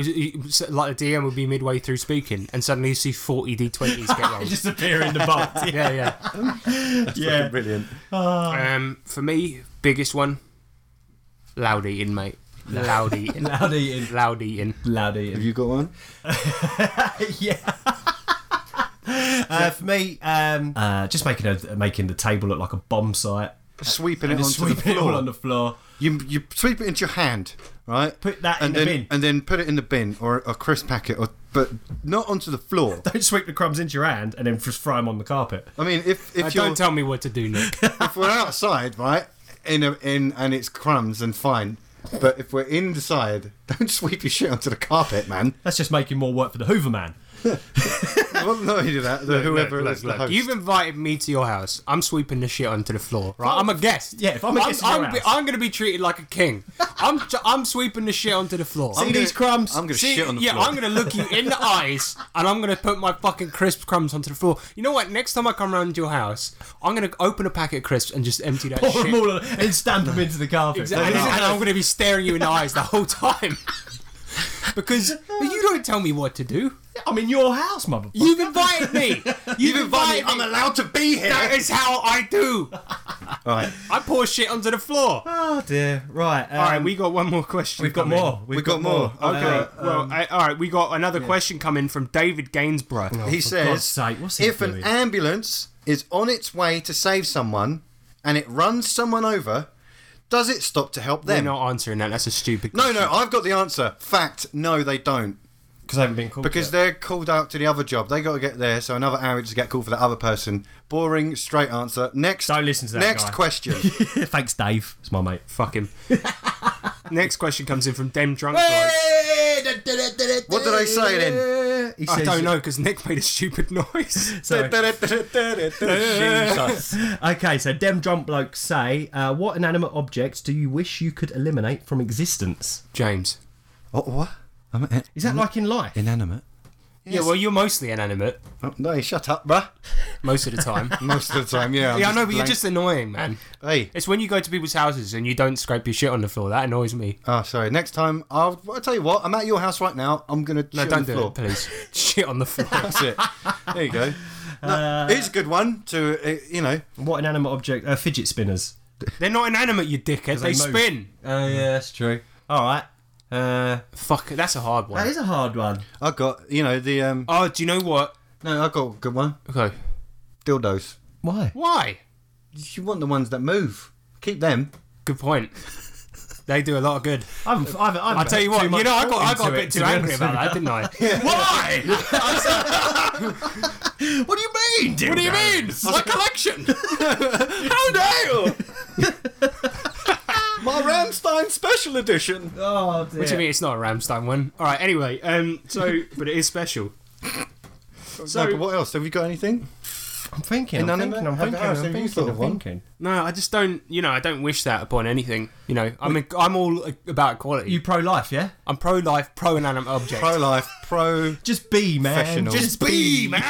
S4: like the DM will be midway through speaking, and suddenly you see forty d20s get
S2: It
S4: rolled.
S2: just appear in the box.
S4: yeah, yeah.
S2: yeah.
S3: Brilliant.
S4: Um, for me, biggest one, loud eating, mate. Loud eating.
S2: Loud eating.
S4: loud eating.
S2: Loud eating.
S3: Have you got one?
S2: yeah. Uh, for me, um, uh, just making a, making the table look like a bomb site,
S3: sweeping it
S2: and
S3: onto
S2: just sweeping
S3: the
S2: it
S3: floor.
S2: all on the floor.
S3: you you sweep it into your hand, right?
S2: Put that in
S3: and
S2: the
S3: then,
S2: bin.
S3: and then put it in the bin or a crisp packet, or but not onto the floor.
S2: Don't sweep the crumbs into your hand and then just throw them on the carpet.
S3: I mean, if
S4: Uh,
S3: if you're
S4: don't tell me what to do, Nick.
S3: if we're outside, right, in a, in and it's crumbs, then fine. But if we're inside, don't sweep your shit onto the carpet, man.
S2: That's just making more work for the Hoover man.
S3: well, no, you do that. The, whoever it is, the host.
S4: You've invited me to your house. I'm sweeping the shit onto the floor, right? I'm a guest.
S2: Yeah, if I'm a guest in
S4: I'm,
S2: your
S4: be-
S2: house.
S4: I'm going to be treated like a king. I'm ju- I'm sweeping the shit onto the floor.
S2: See these crumbs?
S3: I'm gonna
S4: See-
S3: shit on the
S4: yeah,
S3: floor.
S4: I'm going to look you in the eyes and I'm going to put my fucking crisp crumbs onto the floor. You know what? Next time I come around your house, I'm going to open a packet of crisps and just empty that
S2: pour
S4: shit.
S2: them all on, and stamp them into the carpet. uh,
S4: Exactly. And, and I'm going to be staring you in the eyes the whole time. because you don't tell me what to do.
S2: I'm in your house, motherfucker.
S4: You've invited me. You've, invited me.
S3: I'm allowed to be here.
S4: That is how I do.
S3: All right,
S4: I pour shit onto the floor.
S2: Oh dear. Right. Um,
S4: all right, we got one more question.
S2: have got
S4: coming.
S2: more. Um, We've,
S3: we got more.
S2: Okay.
S4: Okay. well, I, all right, we got another question coming from David Gainsborough.
S3: He says,
S2: God's sake, what's he
S3: if an
S2: doing?
S3: ambulance is on its way to save someone and it runs someone over, does it stop to help
S4: They're
S3: them?
S4: not answering that. That's a stupid.
S3: No,
S4: question.
S3: no, I've got the answer. Fact, no, they don't.
S2: because I haven't been called.
S3: Because
S2: yet.
S3: they're called out to the other job. They got to get there, so another hour to get called for the other person. Boring, straight answer. Next.
S2: Don't listen to that
S3: Next
S2: guy.
S3: question.
S2: thanks, Dave. It's my mate.
S4: Fuck him. Next question comes in from Dem Drunk Bloke.
S2: what
S3: what did I say then?
S2: He
S4: I
S2: says-
S4: don't know because Nick made a stupid noise.
S2: Sorry.
S3: Jesus.
S2: Okay, so dem drunk blokes say, uh, what inanimate objects do you wish you could eliminate from existence?
S4: James.
S3: What? what? I'm
S2: Is that like Mm. in life?
S3: inanimate.
S4: Yeah, well, you're mostly inanimate
S3: Oh, no, shut up, bruh.
S4: most of the time.
S3: Most of the time, yeah. I'm
S4: yeah, I know, but you're
S3: blank-
S4: just annoying, man.
S3: Hey.
S4: It's when you go to people's houses and you don't scrape your shit on the floor. That annoys me.
S3: Oh, sorry. Next time, I'll, I'll tell you what. I'm at your house right now. I'm gonna
S4: No,
S3: shit
S4: don't
S3: on the
S4: do
S3: floor.
S4: it, please. shit on the floor.
S3: That's it. There you go. No, it's a good one to uh, you know.
S2: What inanimate object? Uh, fidget spinners.
S4: They're not inanimate, you dickhead.
S2: they
S4: They,
S2: move.
S4: spin.
S2: Oh yeah, that's true. All right. Uh,
S4: Fuck, that's a hard one.
S2: that is a hard one.
S3: I got you know the um.
S4: oh, do you know what?
S3: No, I got a good one.
S4: Okay.
S3: Dildos.
S2: Why?
S4: Why?
S3: You want the ones that move. Keep them.
S4: Good point. They do a lot of good.
S2: I've, I've, I've
S4: I'll tell you what,
S2: too much
S4: you know, I got,
S2: thought
S4: I got a
S2: into it, to
S4: bit too
S2: be
S4: angry
S2: honest
S4: about
S2: with
S4: that, didn't I? Why?
S2: What do you mean?
S4: What do you mean? It's My collection. How dare you?
S3: My Ramstein Special Edition.
S4: Uh,
S2: Oh dear.
S4: What do you mean it's not a Ramstein one? All right. Anyway, um, so but it is special.
S3: So but what else? Have you got anything?
S2: I'm thinking. I'm
S3: Inanimate?
S2: thinking. I'm thinking.
S3: Have you-
S2: I'm
S3: have you
S2: thinking.
S3: thought of
S2: I'm
S3: one?
S2: thinking.
S4: No, I just don't. You know, I don't wish that upon anything. You know, I'm a, I'm all about equality.
S2: You pro life, yeah?
S4: I'm pro life, pro inanimate object.
S3: Pro life. Pro.
S2: Just be man.
S3: Professional.
S2: Just be man.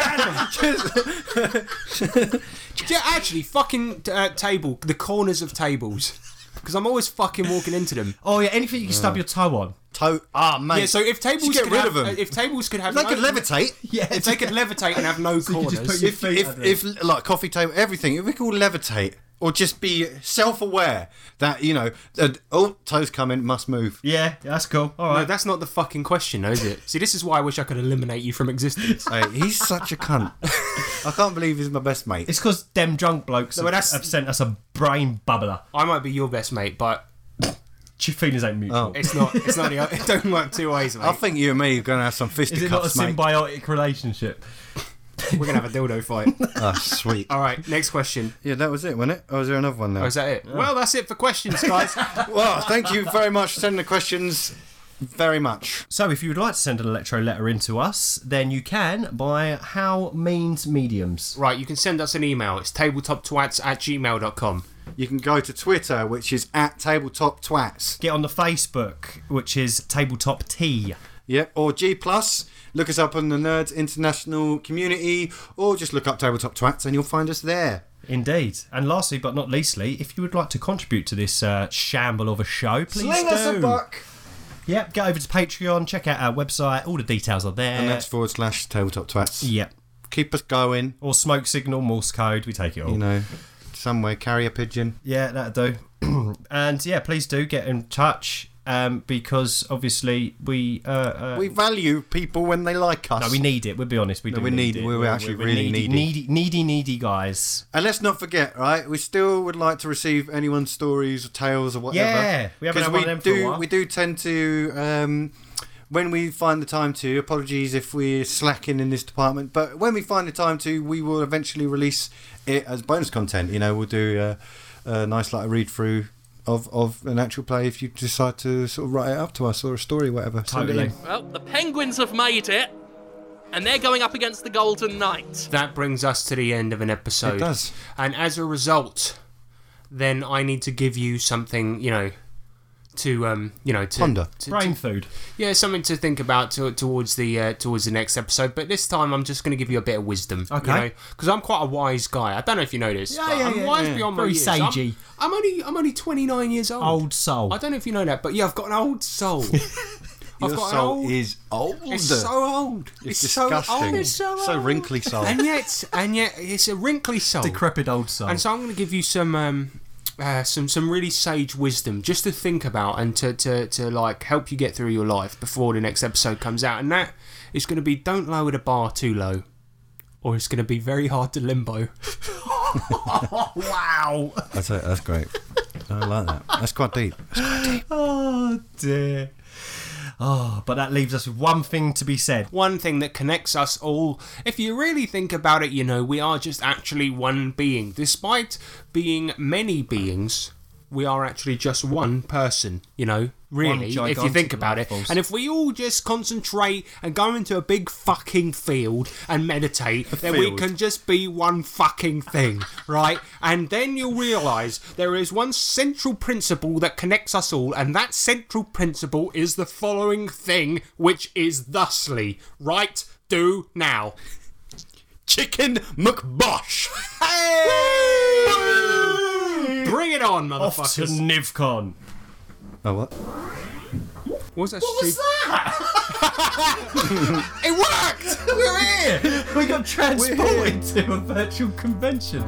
S4: yeah, actually, fucking uh, table, the corners of tables, because I'm always fucking walking into them.
S2: oh yeah, anything you can stub your toe on.
S3: Toe. Ah, mate.
S4: Yeah, so if tables
S3: Just get
S4: could
S3: rid
S4: have,
S3: of 'em.
S4: uh, if tables could have,
S3: they
S4: no-
S3: could levitate.
S2: Yeah.
S4: if they could levitate and have no
S2: you
S4: corners.
S2: just put your
S3: if,
S2: feet
S3: if,
S2: under
S3: if like coffee table everything if we could all levitate or just be self-aware that you know that oh toes coming must move
S2: yeah, that's cool. All
S4: no,
S2: right.
S4: that's not the fucking question, though, is it? See, this is why I wish I could eliminate you from existence.
S3: hey, he's such a cunt i can't believe he's my best mate
S2: it's because them drunk blokes
S4: but
S2: have,
S4: that's-
S2: have sent us a brain bubbler.
S4: I might be your best mate, but
S2: Your feelings ain't mutual.
S3: Oh.
S4: it's not. It's not. The, it don't work two ways, mate.
S3: i think you and me are gonna have some
S2: Is it not a
S3: fisticuffs mate
S2: symbiotic relationship?
S4: We're gonna have a dildo fight.
S3: oh sweet
S4: All right, next question.
S3: yeah that was it wasn't it or was there another one now
S4: Oh, is that it? Well, that's it for questions, guys.
S3: well thank you very much for sending the questions very much
S2: So, if you would like to send an electro letter in to us, then you can by How Means Mediums.
S4: right, you can send us an email. It's tabletoptwats at gmail.com.
S3: you can go to twitter which is at tabletop twats
S2: Get on the Facebook, which is Tabletop Tea.
S3: Yep, or G plus. Look us up on the Nerds International community, or just look up Tabletop Twats and you'll find us there.
S2: Indeed. And lastly, but not leastly, if you would like to contribute to this uh, shamble of a show, please
S3: Sling
S2: do.
S3: us a buck.
S2: Yep, go over to Patreon, check out our website. All the details are there.
S3: And that's forward slash Tabletop Twats.
S2: Yep.
S3: Keep us going.
S2: Or smoke signal, Morse code. We take it all.
S3: You know, somewhere carrier pigeon.
S2: Yeah, that'll do. and yeah, please do get in touch um, because obviously we uh, uh,
S3: We value people when they like us.
S2: no, we need it. We'll be honest. We do
S3: we need-
S2: it.
S3: we're actually really
S2: needy,
S3: needy.
S2: needy, needy, needy guys.
S3: and let's not forget, right? We still would like to receive anyone's stories or tales or whatever.
S2: Yeah, we haven't
S3: 'Cause
S2: had one of them for
S3: do,
S2: a while.
S3: We do tend to. Um, when we find the time to, apologies if we're slacking in this department, but when we find the time to, we will eventually release it as bonus content. You know, we'll do uh, a nice like read through of, of an actual play if you decide to sort of write it up to us or a story, whatever. Send it
S2: Totally.
S3: in.
S9: Well, the Penguins have made it, and they're going up against the Golden Knights.
S4: That brings us to the end of an episode.
S3: It does.
S4: And as a result, then I need to give you something, you know, to um, you know, to
S3: Ponder.
S4: to-
S2: Brain food.
S4: yeah, something to think about to, towards the uh, towards the next episode. But this time, I'm just going to give you a bit of wisdom,
S2: Okay.
S4: Because I'm quite a wise guy. I don't know if you know this. but
S2: yeah,
S4: I'm
S2: yeah,
S4: wise
S2: yeah.
S4: beyond my
S2: Very
S4: years. I'm-
S2: sagey.
S4: I'm, only I'm only 29 years old.
S2: Old soul.
S4: Oh. I don't know if you know that, but yeah, I've got an old soul. I've
S3: Your
S4: got
S3: soul
S4: an old.
S3: is old.
S4: it's so old. It's, so old. It's so old.
S3: wrinkly soul.
S4: and yet, and yet, it's a wrinkly soul.
S2: Oh. Decrepit old soul.
S4: And so I'm going to give you some um, uh, some some really sage wisdom just to think about and to, to to like help you get through your life before the next episode comes out. And that is going to be don't lower the bar too low, or it's going to be very hard to limbo.
S2: wow.
S3: That's, it, that's great. I like that. That's quite deep.
S2: Oh dear. Oh, but that leaves us with one thing to be said.
S4: One thing that connects us all, if you really think about it, you know, we are just actually one being. Despite being many beings, we are actually just one person, you know, really, if you
S2: gigantic
S4: think about it.
S2: mouthful.
S4: And if we all just concentrate and go into a big fucking field and meditate, then we
S3: field.
S4: can just be one fucking thing, right? And then you'll realize there is one central principle that connects us all, and that central principle is the following thing, which is thusly, right? do now.
S3: Chicken McBosh.
S4: Bring it on,
S2: Off to
S4: motherfuckers.
S2: NivCon.
S3: Oh what?
S4: What was that? What was that?
S3: It worked. We're here.
S2: We got
S3: We're
S2: transported to a virtual convention.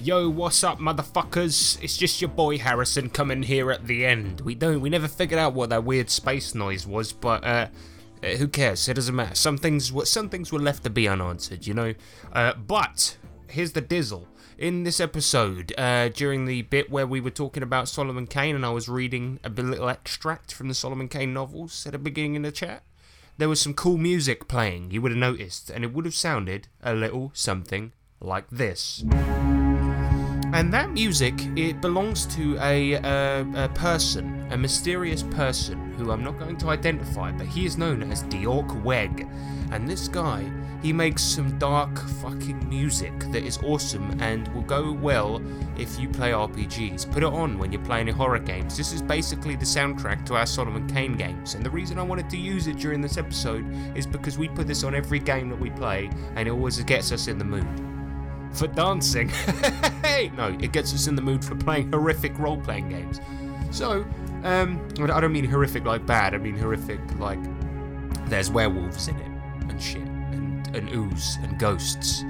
S4: Yo, what's up, motherfuckers? It's just your boy Harrison coming here at the end. We don't, we never figured out what that weird space noise was, but uh, uh, who cares? It doesn't matter. Some things, were- some things were left to be unanswered, you know. Uh, but here's the dizzle. In this episode, uh, during the bit where we were talking about Solomon Kane, and I was reading a bit- little extract from the Solomon Kane novels at the beginning in the chat, there was some cool music playing. You would have noticed, and it would have sounded a little something like this. And that music, it belongs to a, uh, a person, a mysterious person who I'm not going to identify, but he is known as Diork Weg. And this guy, he makes some dark fucking music that is awesome and will go well if you play RPGs. Put it on when you're playing your horror games. This is basically the soundtrack to our Solomon Kane games. And the reason I wanted to use it during this episode is because we put this on every game that we play and it always gets us in the mood for dancing. Hey, no, it gets us in the mood for playing horrific role playing games. So, um, I I don't mean horrific like bad, I mean horrific like there's werewolves in it and shit and, and ooze and ghosts.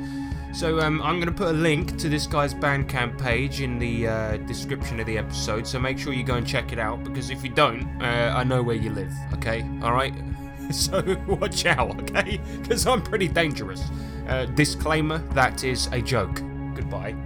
S4: So um, I'm going to put a link to this guy's Bandcamp page in the uh, description of the episode. So make sure you go and check it out because if you don't, uh, I know where you live. Okay, all right. So watch out, okay? Because I'm pretty dangerous. Uh, disclaimer: that is a joke. Goodbye.